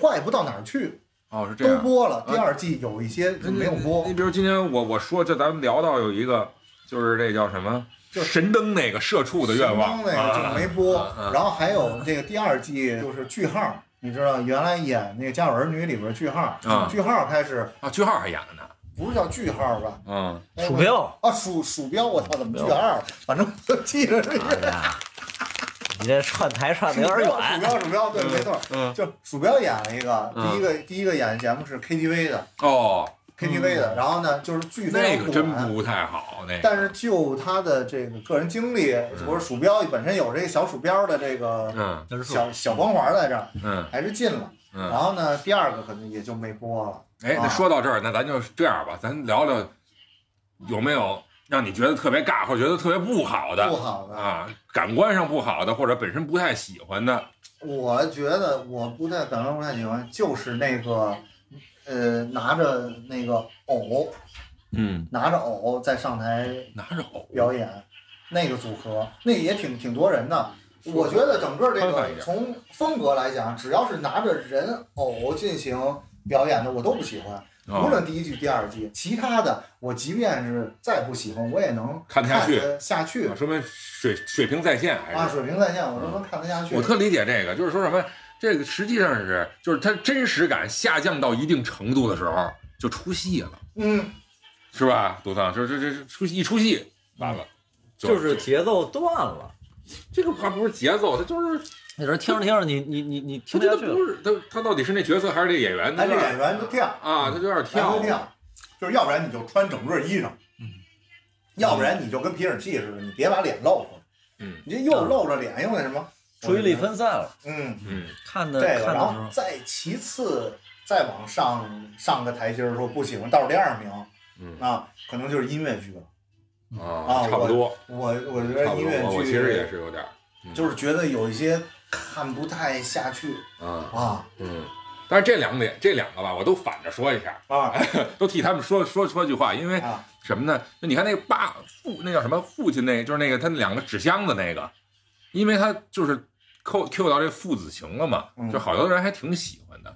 Speaker 2: 坏不到哪儿去，
Speaker 4: 哦是这
Speaker 2: 都
Speaker 4: 样，
Speaker 2: 播了。
Speaker 4: 啊
Speaker 2: 第二季有一些就没有播
Speaker 4: 你，比如今天我我说，就咱们聊到有一个，就是这叫什么，
Speaker 2: 就
Speaker 4: 神灯那个社畜的愿望，
Speaker 2: 神灯那个就没播
Speaker 4: 啊啊嗯啊。
Speaker 2: 然后还有这个第二季就是句号，你知道原来演那个《家有儿女》里边句号
Speaker 4: 啊，
Speaker 2: 句号开始
Speaker 4: 啊，句号还演了呢，
Speaker 2: 不是叫句号吧？
Speaker 4: 嗯，
Speaker 2: 哎
Speaker 5: 鼠标，
Speaker 2: 啊，鼠鼠标，我操，怎么句号？啊反正我记着这个。
Speaker 5: 哎呀，你这串台串的
Speaker 2: 鼠
Speaker 5: 有
Speaker 2: 标，鼠
Speaker 5: 点远。
Speaker 2: 标，鼠标，对，没错，
Speaker 4: 嗯
Speaker 2: 就鼠标演了一个，
Speaker 4: 嗯
Speaker 2: 第一个第一个演的节目是 KTV 的
Speaker 4: 哦，
Speaker 2: KTV 的，然后呢就是剧非
Speaker 4: 那
Speaker 2: 常
Speaker 4: 个真
Speaker 2: 短，
Speaker 4: 不太好，那个，
Speaker 2: 但是就他的这个个人经历，或者鼠标本身有这个小鼠标的这个
Speaker 4: 嗯
Speaker 5: 人数
Speaker 2: 小小光环在这儿，
Speaker 4: 嗯
Speaker 2: 还是进了。然
Speaker 4: 嗯，
Speaker 2: 后呢，第二个可能也就没播了。
Speaker 4: 哎，那
Speaker 2: 啊
Speaker 4: 说到这儿，那咱就这样吧，咱聊聊有没有让你觉得特别尬或者觉得特别不好的，
Speaker 2: 不好的
Speaker 4: 啊，感官上不好的或者本身不太喜欢的，
Speaker 2: 我觉得我不太感官不太喜欢，就是那个，呃，拿着那个偶，
Speaker 4: 嗯，
Speaker 2: 拿着偶在上台
Speaker 4: 拿着偶，
Speaker 2: 表演，那个组合，那也挺挺多人的。我觉得整个这
Speaker 4: 宽泛一
Speaker 2: 个
Speaker 4: 点
Speaker 2: 从风格来讲，只要是拿着人偶进行表演的，我都不喜欢。
Speaker 4: 哦
Speaker 2: 无论第一季、第二季，其他的我即便是再不喜欢，我也能
Speaker 4: 看得下去
Speaker 2: 得下去
Speaker 4: 啊说明水水平在线还是
Speaker 2: 啊，水平在线，我都能看得下去。
Speaker 4: 我特理解这个，就是说什么，这个实际上是就是它真实感下降到一定程度的时候就出戏了，
Speaker 2: 嗯，
Speaker 4: 是吧？杜桑，这这这出戏一出戏完了，
Speaker 5: 就是节奏断了，
Speaker 4: 这个话不是节奏，它就是
Speaker 5: 有时候听着听着，你你你你
Speaker 4: 它
Speaker 5: 听不下
Speaker 4: 这
Speaker 5: 去
Speaker 4: 不
Speaker 5: 了。
Speaker 4: 是他他到底是那角色还是这演员？
Speaker 2: 哎，这
Speaker 4: 有点
Speaker 2: 演员就跳，
Speaker 4: 啊，他就有点
Speaker 2: 跳
Speaker 4: 跳
Speaker 2: 就跳，就是要不然你就穿整个衣裳，
Speaker 5: 嗯
Speaker 2: 要不然你就跟皮影戏似的，你别把脸露出来，
Speaker 4: 嗯
Speaker 2: 你这又露着脸又那什么，
Speaker 5: 注意力，分散了，
Speaker 2: 嗯，
Speaker 4: 嗯
Speaker 5: 看的
Speaker 2: 这个，
Speaker 5: 看
Speaker 2: 然
Speaker 5: 的时候
Speaker 2: 后，再其次再往上上个台阶儿说不喜欢，倒数第二名，
Speaker 4: 嗯
Speaker 2: 啊，可能就是音乐剧了。
Speaker 4: 啊，
Speaker 2: 啊
Speaker 4: 差不多，
Speaker 2: 我我觉
Speaker 4: 差
Speaker 2: 得
Speaker 4: 不
Speaker 2: 音
Speaker 4: 多
Speaker 2: 乐，
Speaker 4: 我
Speaker 2: 剧
Speaker 4: 我其实也是有点儿
Speaker 2: 就是觉得有一些看不太下去
Speaker 4: 啊
Speaker 2: 啊
Speaker 4: 嗯，但是这两点这两个吧，我都反着说一下，
Speaker 2: 啊
Speaker 4: 都替他们说说说句话，因为
Speaker 2: 啊！
Speaker 4: 什么呢？就你看那个爸父，那叫什么父亲那个，就是那个他两个纸箱子那个，因为他就是扣 Q 到这父子情了嘛，
Speaker 2: 嗯
Speaker 4: 就好多人还挺喜欢的。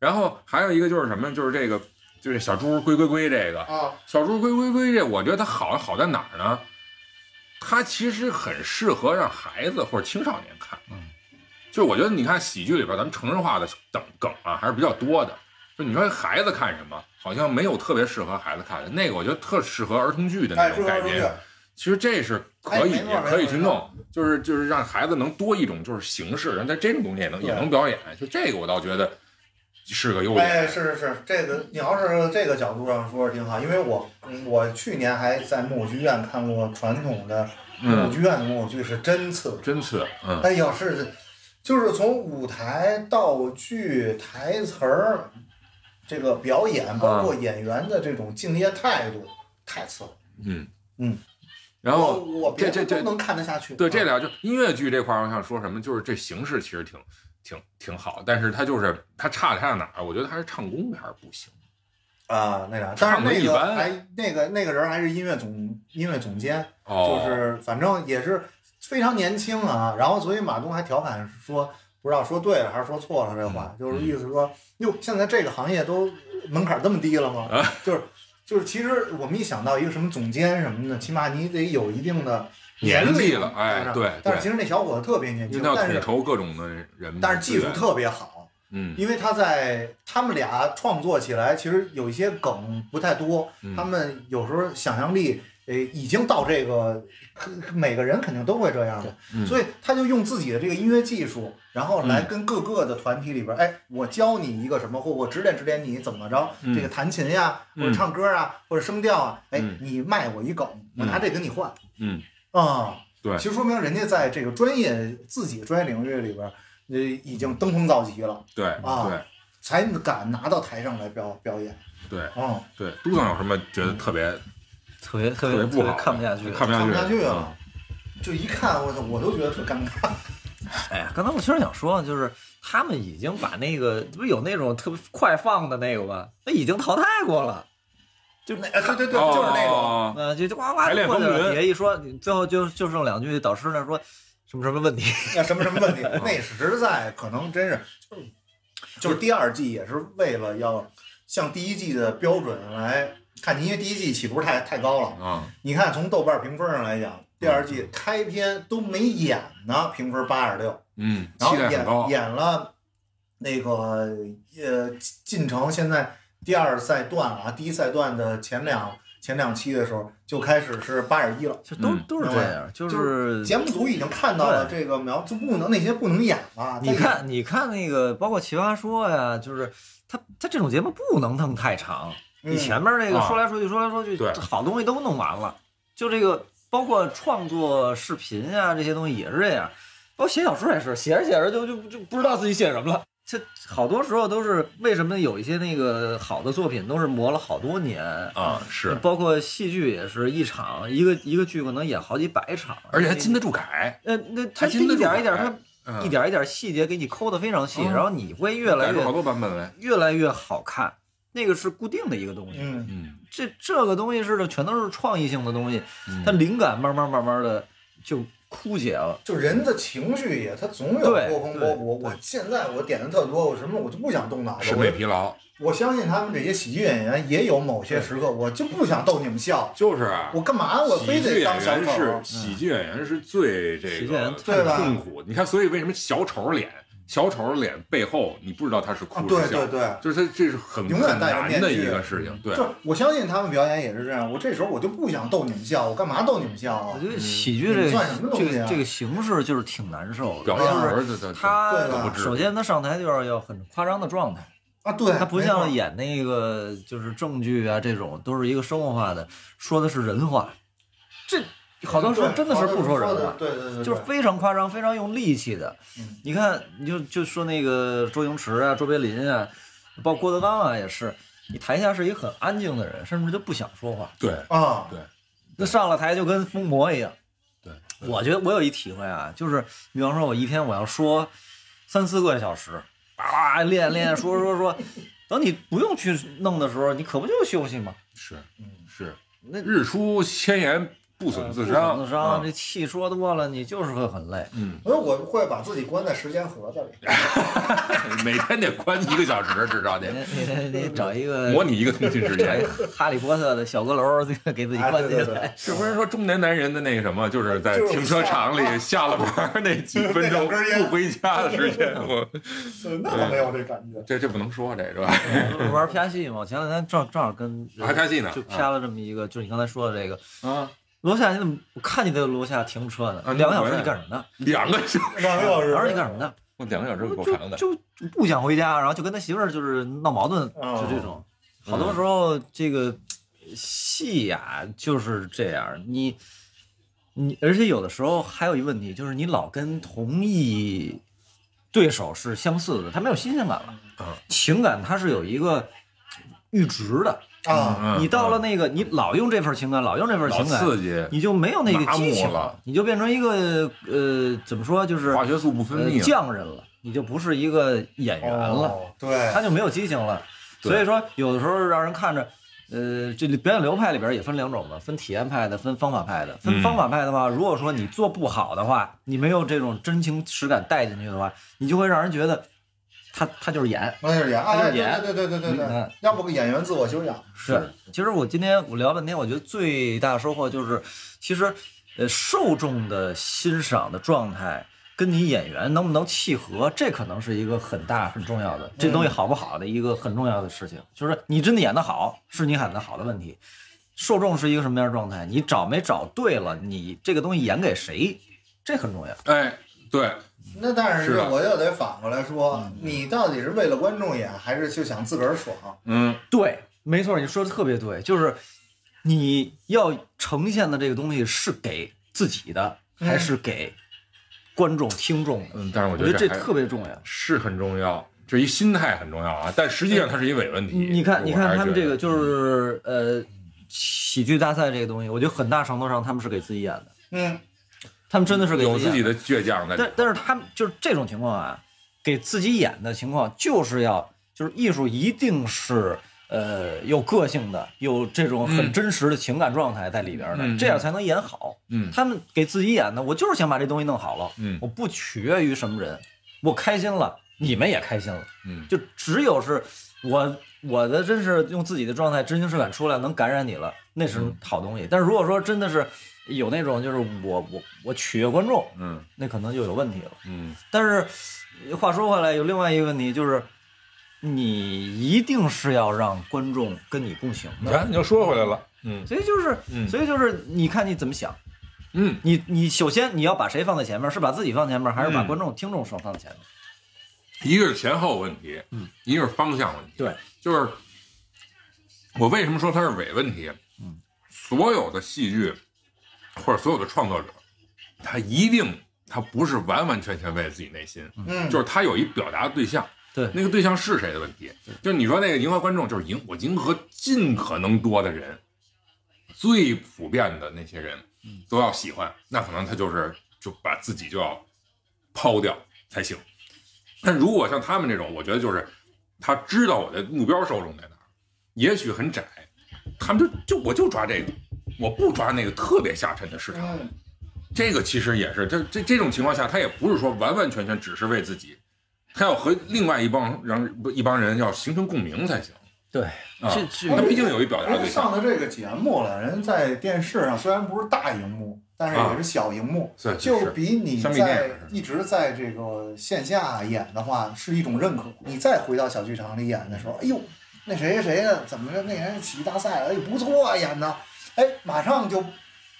Speaker 4: 然后还有一个就是什么，就是这个就是小猪龟龟龟这个
Speaker 2: 啊，
Speaker 4: 小猪龟龟龟这，我觉得它好好在哪儿呢？它其实很适合让孩子或者青少年看，嗯，就是我觉得你看喜剧里边咱们成人化的梗梗啊还是比较多的，就你说孩子看什么，好像没有特别适合孩子看的那个，我觉得特适合儿童剧的那
Speaker 2: 哎，
Speaker 4: 种
Speaker 2: 说
Speaker 4: 改
Speaker 2: 说
Speaker 4: 编。
Speaker 2: 说，
Speaker 4: 其实这是可以、
Speaker 2: 哎没错
Speaker 4: 可以
Speaker 2: 没错
Speaker 4: 去弄，就是就是让孩子能多一种就是形式，然后在这种东西也能
Speaker 2: 对
Speaker 4: 也能表演，就这个我倒觉得是个优点。
Speaker 2: 哎，是是是，这个你要是这个角度上说是挺好，因为我嗯我去年还在木偶剧院看过传统的木偶
Speaker 4: 嗯，
Speaker 2: 剧院的木偶剧是真次，
Speaker 4: 真次，嗯
Speaker 2: 哎呦是，是就是从舞台、道具、台词儿，这个表演，
Speaker 4: 啊
Speaker 2: 包括演员的这种敬业态度，太次了。
Speaker 4: 嗯
Speaker 2: 嗯。
Speaker 4: 然后
Speaker 2: 我我
Speaker 4: 哦这
Speaker 2: 别
Speaker 4: 这
Speaker 2: 的
Speaker 4: 这
Speaker 2: 都能看得下去。
Speaker 4: 对，这
Speaker 2: 啊
Speaker 4: 俩就音乐剧这块儿，我想说什么，就是这形式其实挺挺挺好，但是它就是它差差在哪儿？我觉得还是唱功还是不行。
Speaker 2: 啊那啥，但
Speaker 4: 唱
Speaker 2: 是
Speaker 4: 得
Speaker 2: 那
Speaker 4: 一
Speaker 2: 个
Speaker 4: 般
Speaker 2: 还那个那个人还是音乐总音乐总监，
Speaker 4: 哦，
Speaker 2: 就是反正也是非常年轻啊。然后所以马东还调侃说，不知道说对了还是说错了
Speaker 4: 嗯嗯
Speaker 2: 这话，就是意思说，哟，现在这个行业都门槛这么低了吗？就是就是其实我们一想到一个什么总监什么的，起码你得有一定的
Speaker 4: 年纪
Speaker 2: 龄啊
Speaker 4: 了哎
Speaker 2: 是吧
Speaker 4: 对
Speaker 2: 但是
Speaker 4: 对
Speaker 2: 其实那小伙子特别年
Speaker 4: 因为
Speaker 2: 轻，
Speaker 4: 他要
Speaker 2: 但
Speaker 4: 统
Speaker 2: 是
Speaker 4: 筹各种的人嘛，
Speaker 2: 但是技术
Speaker 4: 对
Speaker 2: 特别好，
Speaker 4: 嗯，
Speaker 2: 因为他在他们俩创作起来，其实有一些梗不太多，
Speaker 4: 嗯
Speaker 2: 他们有时候想象力。呃，已经到这个，呃每个人肯定都会这样的，
Speaker 4: 嗯
Speaker 2: 所以他就用自己的这个音乐技术，然后来跟各个的团体里边，哎，我教你一个什么，或我指点指点你怎么着，
Speaker 4: 嗯
Speaker 2: 这个弹琴呀，
Speaker 4: 嗯
Speaker 2: 或者唱歌啊，或者声调啊，哎
Speaker 4: 嗯，
Speaker 2: 你卖我一梗，我拿这跟你换，
Speaker 4: 嗯
Speaker 2: 啊，
Speaker 4: 对
Speaker 2: 其实说明人家在这个专业自己专业领域里边，呃，已经登峰造极了，
Speaker 4: 对对
Speaker 2: 啊才敢拿到台上来表表演，
Speaker 4: 对
Speaker 2: 嗯，
Speaker 4: 对，都总有什么觉得特别
Speaker 5: 特别特
Speaker 4: 特别
Speaker 5: 别
Speaker 4: 不好的，
Speaker 5: 看不下去。
Speaker 4: 看不
Speaker 2: 看不
Speaker 4: 下
Speaker 2: 下
Speaker 4: 去
Speaker 2: 去了，就一看我操，我都觉得特尴尬，
Speaker 5: 哎呀，刚才我其实想说，就是他们已经把那个不是有那种特别快放的那个吗？那已经淘汰过了。
Speaker 2: 就那，哎对对
Speaker 4: 嗯
Speaker 2: 对，就是那种。
Speaker 4: 哦
Speaker 5: 呃，就就呱呱
Speaker 4: 排练
Speaker 5: 过去
Speaker 4: 风
Speaker 5: 了，
Speaker 4: 云
Speaker 5: 底下一说，最后就就剩两句，导师那说什么什么问 题，
Speaker 4: 嗯
Speaker 2: 那呃什么什么问题？那实在可能真是就是就是第二季也是为了要向第一季的标准来看，因为第一季起步太太高了。
Speaker 4: 啊，
Speaker 2: 你看从豆瓣评分上来讲，第二
Speaker 4: 嗯
Speaker 2: 季开篇都没演呢，评分八十六，
Speaker 4: 嗯，
Speaker 2: 然后
Speaker 4: 期待很高
Speaker 2: 演，演了那个呃进程，现在第二赛段啊，第一赛段的前两前两期的时候就开始是八十一了。
Speaker 5: 就都
Speaker 4: 嗯
Speaker 5: 都是这样，就
Speaker 2: 啊就是节目组已经看到了这个苗，就不能那些不能演了。
Speaker 5: 你
Speaker 2: 再演
Speaker 5: 看你看那个，包括《奇葩说》呀，就是他他这种节目不能弄太长，
Speaker 2: 嗯
Speaker 5: 你前面那个
Speaker 4: 啊
Speaker 5: 说来说去说来说去，
Speaker 4: 对
Speaker 5: 好东西都弄完了，就这个包括创作视频啊这些东西也是这样，包括写小说也是，写着写着就就就不知道自己写什么了。这好多时候都是为什么有一些那个好的作品都是磨了好多年
Speaker 4: 啊是
Speaker 2: 嗯
Speaker 5: 包括戏剧也是一场一个一个剧可能演好几百场，
Speaker 4: 而且还
Speaker 2: 嗯
Speaker 4: 禁得住改，
Speaker 5: 呃那它
Speaker 4: 还
Speaker 5: 这
Speaker 4: 禁得
Speaker 5: 一
Speaker 4: 住
Speaker 5: 点一点
Speaker 4: 改
Speaker 5: 它
Speaker 4: 嗯
Speaker 5: 一点一点细节给你抠的非常细，
Speaker 4: 嗯
Speaker 5: 然后你会越来
Speaker 4: 改出好
Speaker 5: 越
Speaker 4: 多版本来，
Speaker 5: 越来越好看。那个是固定的一个东西，
Speaker 2: 嗯，
Speaker 4: 嗯，
Speaker 5: 这这个东西似的，全都是创意性的东西，
Speaker 2: 嗯
Speaker 5: 它灵感慢慢慢慢的就枯竭了。
Speaker 2: 就人的情绪也，他总有
Speaker 5: 对
Speaker 2: 波峰
Speaker 5: 对
Speaker 2: 波谷。我现在我点的特多，我什么我就不想动脑子。
Speaker 4: 审
Speaker 2: 我
Speaker 4: 美疲劳
Speaker 2: 我相信他们这些喜剧演员也有某些时刻，我就不想逗你们笑。
Speaker 4: 就是啊
Speaker 2: 我干嘛我非
Speaker 4: 喜剧
Speaker 2: 得
Speaker 4: 演
Speaker 2: 当小
Speaker 4: 员
Speaker 2: 丑啊
Speaker 4: 是
Speaker 2: 儿？
Speaker 4: 喜剧演员是最这
Speaker 5: 喜剧演
Speaker 4: 个
Speaker 5: 员
Speaker 2: 对吧
Speaker 4: 痛苦。你看，所以为什么小丑脸？小丑脸背后你不知道他是
Speaker 2: 啊
Speaker 4: 哭
Speaker 2: 对
Speaker 4: 是笑，
Speaker 2: 对对
Speaker 4: 就是他这是很
Speaker 2: 永远
Speaker 4: 很
Speaker 2: 戴着
Speaker 4: 难
Speaker 2: 面具
Speaker 4: 的一个事情。对
Speaker 2: 就，是我相信他们表演也是这样。我这时候我就不想逗你们笑，我干嘛逗你们笑
Speaker 5: 我
Speaker 2: 啊？
Speaker 5: 觉得喜剧这
Speaker 2: 你
Speaker 5: 个、
Speaker 2: 算什么东
Speaker 5: 这
Speaker 2: 西
Speaker 5: 个
Speaker 2: 啊
Speaker 5: 这个形式就是挺难受的，
Speaker 4: 表
Speaker 5: 就
Speaker 4: 情
Speaker 2: 啊
Speaker 5: 是
Speaker 4: 儿子
Speaker 2: 对
Speaker 4: 的
Speaker 5: 他
Speaker 2: 吧
Speaker 5: 首先他上台就是要很夸张的状态，
Speaker 2: 啊，对，
Speaker 5: 他不
Speaker 2: 没错
Speaker 5: 像演那个就是正剧啊这种，都是一个生活化的，说的是人话。这好多时候
Speaker 2: 对
Speaker 5: 真的是
Speaker 2: 好
Speaker 5: 不
Speaker 2: 多
Speaker 5: 说人
Speaker 2: 的
Speaker 5: 话，
Speaker 2: 对对对，
Speaker 5: 就是
Speaker 2: 对
Speaker 5: 非常夸张、非常用力气的。
Speaker 2: 嗯
Speaker 5: 你看，你就就说那个周星驰啊、周别林啊，包括郭德纲啊，也是，你台下是一个很安静的人，甚至就不想说话，
Speaker 4: 对
Speaker 2: 啊，
Speaker 4: 对
Speaker 5: 那上了台就跟疯魔一样。
Speaker 4: 对，
Speaker 5: 我觉得我有一体会啊，就是比方说，我一天我要说三四个小时，叭叭练练说说说，等你不用去弄的时候，你可不就休息吗？
Speaker 4: 是
Speaker 2: 嗯
Speaker 4: 是，
Speaker 5: 那
Speaker 4: 日出千言不损自
Speaker 5: 呃
Speaker 4: 伤，
Speaker 5: 不损自伤，
Speaker 4: 嗯
Speaker 5: 这气说多了，你就是会很累。
Speaker 4: 嗯，
Speaker 2: 所以我会把自己关在时间盒子里。
Speaker 4: 每天得关一个小时，至少
Speaker 5: 你
Speaker 4: 得
Speaker 5: 你你你找 一个
Speaker 4: 模拟一个通勤时间。
Speaker 5: 哈利波特的小阁楼， 这个给自己
Speaker 2: 啊
Speaker 5: 关
Speaker 2: 对
Speaker 5: 起
Speaker 2: 对对
Speaker 5: 来。
Speaker 4: 是不是说中年男人的那个什么，就是在
Speaker 2: 就是
Speaker 4: 停车场里下了班儿那几分
Speaker 2: 那两
Speaker 4: 钟
Speaker 2: 根烟
Speaker 4: 不回家的时 间？我
Speaker 2: 对那倒没有这感觉。
Speaker 4: 这这不能说，这是吧？
Speaker 5: 玩儿啪戏嘛，我前两天正正好跟
Speaker 4: 还拍戏呢
Speaker 5: 就啪了这么一个，就是你刚才说的这个
Speaker 4: 啊，
Speaker 5: 楼下，你怎么我看见在楼下停车呢
Speaker 4: 啊？
Speaker 5: 两个小时
Speaker 4: 你
Speaker 5: 你干什么呢？
Speaker 4: 两个小时，
Speaker 2: 两个小时，
Speaker 5: 我说你干什么呢？
Speaker 4: 我两个小时够长
Speaker 5: 就
Speaker 4: 的。
Speaker 5: 就不想回家，然后就跟他媳妇儿就是闹矛盾，
Speaker 2: 哦
Speaker 5: 就这
Speaker 4: 嗯
Speaker 5: 种。好多时候这个戏呀就是这样，你你而且有的时候还有一问题，就是你老跟同一对手是相似的，他没有新鲜感了。
Speaker 4: 嗯
Speaker 5: 情感它是有一个阈值的，
Speaker 2: 啊？
Speaker 4: 嗯
Speaker 5: 你到了那个你老用这份情感，老用这份
Speaker 4: 老
Speaker 5: 情感，
Speaker 4: 刺激，
Speaker 5: 你就没有那
Speaker 4: 麻
Speaker 5: 个
Speaker 4: 木
Speaker 5: 激情
Speaker 4: 了，
Speaker 5: 你就变成一个呃怎么说就是
Speaker 4: 化学素不分
Speaker 5: 呃
Speaker 4: 泌了，
Speaker 5: 匠人了，你就不是一个嗯演员了，
Speaker 2: 哦，对，
Speaker 5: 他就没有激情了。
Speaker 4: 对
Speaker 5: 所以说，有的时候让人看着，呃，这里表演流派里边也分两种嘛，分体验派的，分方法派的。分方法派的
Speaker 4: 嗯
Speaker 5: 话，如果说你做不好的话，你没有这种真情实感带进去的话，你就会让人觉得他他就是演。
Speaker 2: 那就是演，啊，
Speaker 5: 那就
Speaker 2: 对
Speaker 5: 是演
Speaker 2: 对对对对对
Speaker 5: 嗯
Speaker 2: 对，要不个演员自我修养，
Speaker 5: 是，其实我今天我聊半天，我觉得最大的收获就是，其实，呃，受众的欣赏的状态跟你演员能不能契合，这可能是一个很大很重要的，这东西好不好的一个很重要的事情。就是你真的演得好，是你演得好的问题，受众是一个什么样的状态，你找没找对了，你这个东西演给谁，这很重要。
Speaker 4: 哎，对，
Speaker 2: 那但是
Speaker 4: 是
Speaker 5: 啊
Speaker 4: 的
Speaker 2: 我又得反过来说，
Speaker 5: 嗯
Speaker 2: 你到底是为了观众演，还是就想自个儿爽？
Speaker 4: 嗯，
Speaker 5: 对，没错，你说的特别对，就是你要呈现的这个东西是给自己的，还是给观众、听众的？
Speaker 4: 嗯但是我
Speaker 5: 我
Speaker 4: 觉
Speaker 5: 觉
Speaker 4: 得
Speaker 5: 得这
Speaker 4: 还
Speaker 5: 特别重要。
Speaker 4: 是很重要，这一心态很重要啊。但实际上它是一伪问题。
Speaker 5: 你看，你
Speaker 4: 我还
Speaker 5: 看
Speaker 4: 是
Speaker 5: 他们
Speaker 4: 觉
Speaker 5: 这
Speaker 4: 得嗯
Speaker 5: 个就是呃，喜剧大赛这个东西，我觉得很大程度上他们是给自己演的，
Speaker 2: 嗯，
Speaker 5: 他们真的是给
Speaker 4: 有自
Speaker 5: 演
Speaker 4: 己
Speaker 5: 的。
Speaker 4: 的倔强在里
Speaker 5: 但
Speaker 4: 面。
Speaker 5: 但是他们就是这种情况啊，给自己演的情况，就是要就是艺术一定是呃有个性的，有这种很
Speaker 4: 嗯
Speaker 5: 真实的情感状态在里边的，
Speaker 4: 嗯嗯
Speaker 5: 这样才能演好。
Speaker 4: 嗯
Speaker 5: 他们给自己演的，我就是想把这东西弄好了，
Speaker 4: 嗯
Speaker 5: 我不取悦于什么人，我开心了，你们也开心了，
Speaker 4: 嗯，
Speaker 5: 就只有是我我的真是用自己的状态真情实感出来，能感染你了，那是
Speaker 4: 嗯
Speaker 5: 好东西。但是如果说真的是有那种就是我我我取悦观众，
Speaker 4: 嗯
Speaker 5: 那可能就有问题了。
Speaker 4: 嗯
Speaker 5: 但是话说回来，有另外一个问题就是，你一定是要让观众跟你共情
Speaker 4: 你
Speaker 5: 的，
Speaker 4: 看，你又说回来了。嗯
Speaker 5: 所以就是，
Speaker 4: 嗯
Speaker 5: 所以就是你看你怎么想。
Speaker 4: 嗯，
Speaker 5: 你你首先你要把谁放在前面？是把自己放前面，还是把
Speaker 4: 嗯
Speaker 5: 观众、听众放放在前面？
Speaker 4: 一个是前后问题，
Speaker 5: 嗯，
Speaker 4: 一个是方向问题。
Speaker 5: 对，
Speaker 4: 就是我为什么说它是伪问题？
Speaker 5: 嗯，
Speaker 4: 所有的戏剧或者所有的创作者，他一定他不是完完全全为了自己内心，
Speaker 2: 嗯
Speaker 4: 就是他有一表达的对象。
Speaker 5: 对
Speaker 4: 那个对象是谁的问题？就是你说那个迎合观众，就是迎我迎合尽可能多的人，最普遍的那些人都要喜欢，那可能他就是就把自己就要抛掉才行。但如果像他们这种，我觉得就是他知道我的目标受众在哪儿，也许很窄，他们就就我就抓这个，我不抓那个特别下沉的市场。
Speaker 2: 嗯
Speaker 4: 这个其实也是，这这这种情况下，他也不是说完完全全只是为自己，他要和另外一帮让一帮人要形成共鸣才行。
Speaker 5: 对，
Speaker 4: 啊
Speaker 5: 这这
Speaker 4: 他毕竟有一表达
Speaker 2: 人
Speaker 4: 对
Speaker 2: 家
Speaker 4: 象，
Speaker 2: 上了这个节目了，人在电视上虽然不是大荧幕，但是也
Speaker 4: 啊
Speaker 2: 是小荧幕，
Speaker 4: 是是
Speaker 2: 就是比你
Speaker 4: 相比电
Speaker 2: 在
Speaker 4: 影是
Speaker 2: 一直在这个线下演的话是一种认可。你再回到小剧场里演的时候，哎呦，那谁谁谁的怎么着？那人喜剧大赛，哎，不错啊，演的，哎，马上就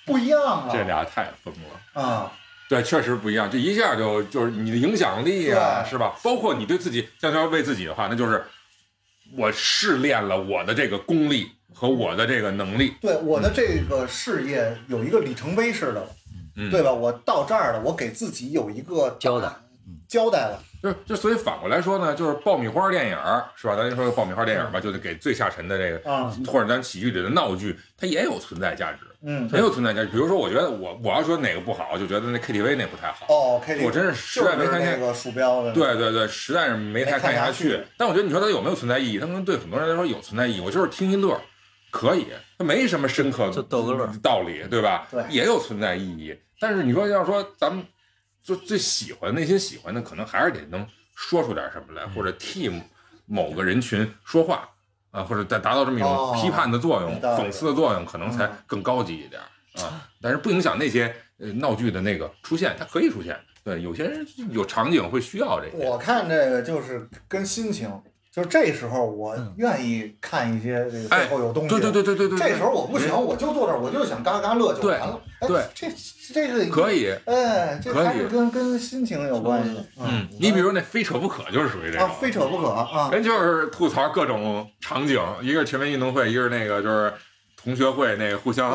Speaker 2: 不一样了。
Speaker 4: 这俩太疯了。
Speaker 2: 啊，
Speaker 4: 对，确实不一样，这一下就就是你的影响力啊，
Speaker 2: 对
Speaker 4: 是吧？包括你对自己，像要为自己的话，那就是我试炼了我的这个功力和我的这个能力，
Speaker 2: 对我的这个事业有一个里程碑式的，
Speaker 4: 嗯，
Speaker 2: 对吧？我到这儿了，我给自己有一个
Speaker 5: 交代
Speaker 2: 交代了。
Speaker 4: 就就所以反过来说呢，就是爆米花电影儿是吧？咱就说爆米花电影
Speaker 2: 嗯
Speaker 4: 儿吧，就得给最下沉的这个，
Speaker 2: 啊
Speaker 4: 或者咱喜剧里的闹剧，它也有存在价值，
Speaker 2: 嗯，
Speaker 4: 也有存在价值。比如说，我觉得我我要说哪个不好，就觉得那 KTV 那不太好。
Speaker 2: 哦，K
Speaker 4: 我真是实在没看见
Speaker 2: 那个鼠标的，
Speaker 4: 对对对，实在是没太
Speaker 2: 没
Speaker 4: 看
Speaker 2: 看
Speaker 4: 下
Speaker 2: 下去
Speaker 4: 去。但我觉得你说它有没有存在意义？它可能对很多人来说有存在意义。我就是听一乐，可以，它没什么深刻
Speaker 5: 就逗个乐
Speaker 4: 道理，对吧？
Speaker 2: 对
Speaker 4: 也有存在意义。但是你说要说咱们就最喜欢内心喜欢的，可能还是得能说出点什么来，或
Speaker 2: 嗯
Speaker 4: 者替某个人群说话啊，或者达达到这么一种
Speaker 2: 哦
Speaker 4: 批判的作用、
Speaker 2: 有道理嗯
Speaker 4: 讽刺的作用，可能才更高级一点啊。但是不影响那些呃闹剧的那个出现，它可以出现。对，有些人有场景会需要这些。
Speaker 2: 我看这个就是跟心情，就是这时候我愿意看一些这个背后有东西。
Speaker 4: 嗯哎对对对对对对，
Speaker 2: 这时候我不行，我就坐这儿，我就想嘎嘎乐就完了。哎
Speaker 4: 对，
Speaker 2: 这这个
Speaker 4: 可，以，
Speaker 2: 哎，这
Speaker 4: 可以
Speaker 2: 还是跟跟心情有关系。
Speaker 4: 嗯，你比如那非扯不可就是属于这种，
Speaker 2: 啊，非扯不可啊。
Speaker 4: 人就是吐槽各种场景，一个是全民运动会，一个是那个就是同学会，那个互相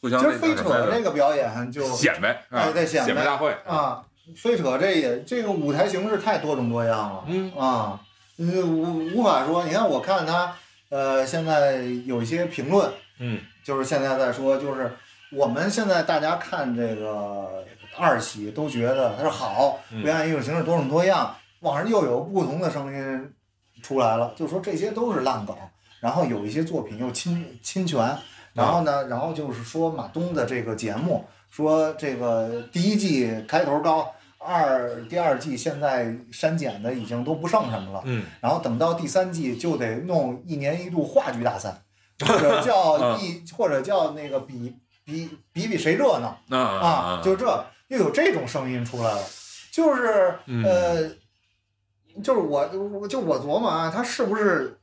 Speaker 4: 互
Speaker 2: 其
Speaker 4: 相
Speaker 2: 实
Speaker 4: 那
Speaker 2: 非
Speaker 4: 个
Speaker 2: 扯
Speaker 4: 什么来
Speaker 2: 这个
Speaker 4: 着，
Speaker 2: 表演就
Speaker 4: 显摆啊
Speaker 2: 哎，对显摆
Speaker 4: 显摆大会，
Speaker 2: 啊，非扯这也这个舞台形式太多种多样了。
Speaker 4: 嗯
Speaker 2: 啊，嗯无无法说。你看，我看他呃，现在有一些评论，
Speaker 4: 嗯
Speaker 2: 就是现在在说，就是我们现在大家看这个二喜都觉得他说好，
Speaker 4: 嗯
Speaker 2: 表演艺术形式多种多样，网上又有不同的声音出来了，就说这些都是烂梗，然后有一些作品又侵侵权，然后呢，然后就是说马东的这个节目，说这个第一季开头高。二第二季现在删减的已经都不剩什么了，
Speaker 4: 嗯，
Speaker 2: 然后等到第三季就得弄一年一度话剧大 赛，或者叫
Speaker 4: 嗯
Speaker 2: 一或者叫那个比比比比谁热闹
Speaker 4: 那
Speaker 2: 啊，就这又有这种声音出来了，就是
Speaker 4: 嗯
Speaker 2: 呃，就是我我就我琢磨啊，他是不是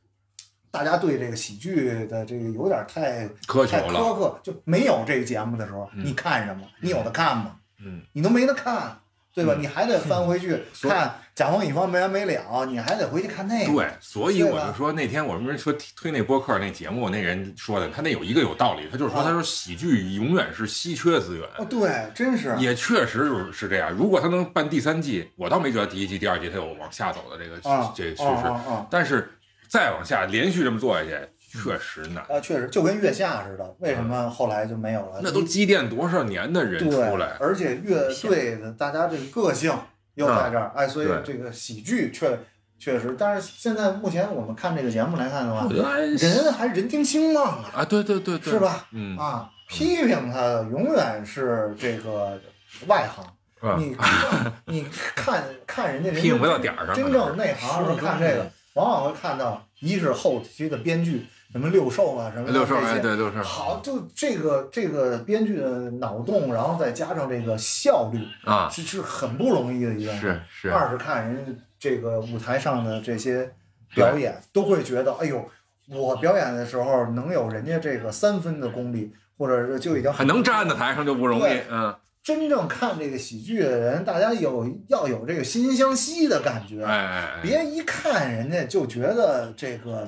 Speaker 2: 大家对这个喜剧的这个有点太
Speaker 4: 苛求
Speaker 2: 太
Speaker 4: 了，
Speaker 2: 苛刻，就没有这节目的时候，
Speaker 4: 嗯
Speaker 2: 你看什么？你有的看吗？
Speaker 4: 嗯，
Speaker 2: 你都没得看，对吧？
Speaker 4: 嗯
Speaker 2: 你还得翻回去
Speaker 4: 所以
Speaker 2: 看甲方乙方没完没了，你还得回去看那个。
Speaker 4: 对，所以
Speaker 2: 对
Speaker 4: 我
Speaker 2: 吧
Speaker 4: 就说那天我们不是说推那播客那节目，那人说的，他那有一个有道理，他就是说，
Speaker 2: 啊
Speaker 4: 他说喜剧永远是稀缺资源，
Speaker 2: 哦，对，真是
Speaker 4: 也确实是是这样。如果他能办第三季，我倒没觉得第一季、第二季他有往下走的这个
Speaker 2: 啊，
Speaker 4: 这个趋
Speaker 2: 啊
Speaker 4: 势，
Speaker 2: 啊啊！
Speaker 4: 但是再往下连续这么做下去，确实难。
Speaker 2: 啊，确实就跟月下似的，为什么后来就没有了？
Speaker 4: 嗯那都积淀多少年的人
Speaker 2: 对
Speaker 4: 出来，
Speaker 2: 而且乐队的大家这个个性又在这儿，哎，所以
Speaker 4: 嗯对
Speaker 2: 这个喜剧确确实，但是现在目前我们看这个节目来看的话
Speaker 4: 我，觉得还
Speaker 2: 人还人丁兴旺啊，
Speaker 4: 啊，对对对哦对，
Speaker 2: 是？吧？
Speaker 4: 嗯
Speaker 2: 啊，批评他的永远是这个外行。
Speaker 4: 啊，
Speaker 2: 你看，你看看人家人
Speaker 4: 批评不到点儿上
Speaker 2: 真
Speaker 4: 可能
Speaker 2: 正内行的时候看这个
Speaker 5: 嗯，
Speaker 2: 往往会看到一是后期的编剧，什么六兽啊，什么
Speaker 4: 六兽
Speaker 2: 这些
Speaker 4: 哎，对六兽，
Speaker 2: 好，就这个这个编剧的脑洞，然后再加上这个效率，
Speaker 4: 啊，
Speaker 2: 是是很不容易的一件事。
Speaker 4: 是是，
Speaker 2: 二是看人家这个舞台上的这些表演，都会觉得，哎呦，我表演的时候能有人家这个三分的功力，或者是就已经
Speaker 4: 还能站在台上就不容易
Speaker 2: 对，
Speaker 4: 嗯，
Speaker 2: 真正看这个喜剧的人，大家有要有这个惺惺相惜的感觉，
Speaker 4: 哎哎，哎
Speaker 2: 别一看人家就觉得这个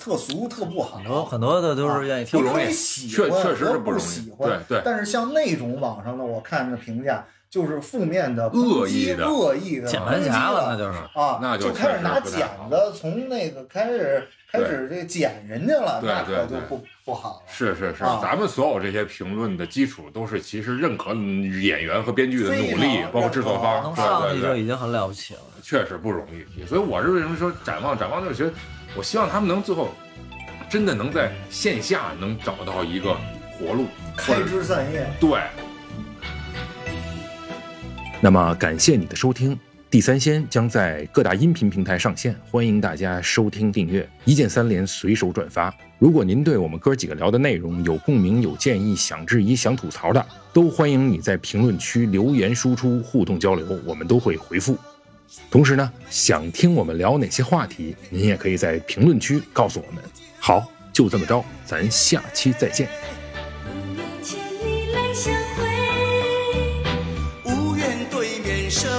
Speaker 2: 特俗特不好
Speaker 5: 很。多很多的都是愿意听
Speaker 4: 啊不容易
Speaker 2: 我可以喜
Speaker 4: 确
Speaker 2: 欢，
Speaker 4: 确实是
Speaker 2: 我
Speaker 4: 不
Speaker 2: 不
Speaker 4: 容易
Speaker 2: 喜欢。
Speaker 4: 对对
Speaker 2: 但是像那种网上的，我看着评价就是负面的、抨
Speaker 4: 恶
Speaker 2: 击
Speaker 4: 意的
Speaker 2: 恶意的、
Speaker 5: 键盘侠了，那就是。
Speaker 2: 啊，
Speaker 4: 那就
Speaker 2: 就
Speaker 4: 确
Speaker 2: 开始
Speaker 4: 实
Speaker 2: 拿
Speaker 4: 不太
Speaker 2: 剪
Speaker 4: 好
Speaker 2: 子从那个开始开始这剪人家了，
Speaker 4: 对
Speaker 2: 那
Speaker 4: 对
Speaker 2: 可就
Speaker 4: 对
Speaker 2: 不不好了。
Speaker 4: 是是是，
Speaker 2: 啊
Speaker 4: 咱们所有这些评论的基础都是其实认可演员和编剧的努力
Speaker 2: 非，常
Speaker 4: 包括制作方，
Speaker 5: 能
Speaker 4: 对
Speaker 5: 上
Speaker 4: 对
Speaker 5: 去
Speaker 4: 对
Speaker 5: 就已经很了不起了。
Speaker 4: 确实不容易。所以我是为什么说展望展望这个学，我希望他们能最后真的能在线下能找到一个活路，
Speaker 2: 开
Speaker 4: 或者
Speaker 2: 枝散叶。
Speaker 4: 对。
Speaker 6: 那么感谢你的收听，《地三鲜》将在各大音频平台上线，欢迎大家收听订阅，一键三连，随手转发。如果您对我们哥几个聊的内容有共鸣、有建议、想质疑、想吐槽的，都欢迎你在评论区留言输出，互动交流，我们都会回复。同时呢，想听我们聊哪些话题，您也可以在评论区告诉我们。好，就这么着，咱下期再见。
Speaker 7: 五面千里来相会，
Speaker 8: 无缘对面生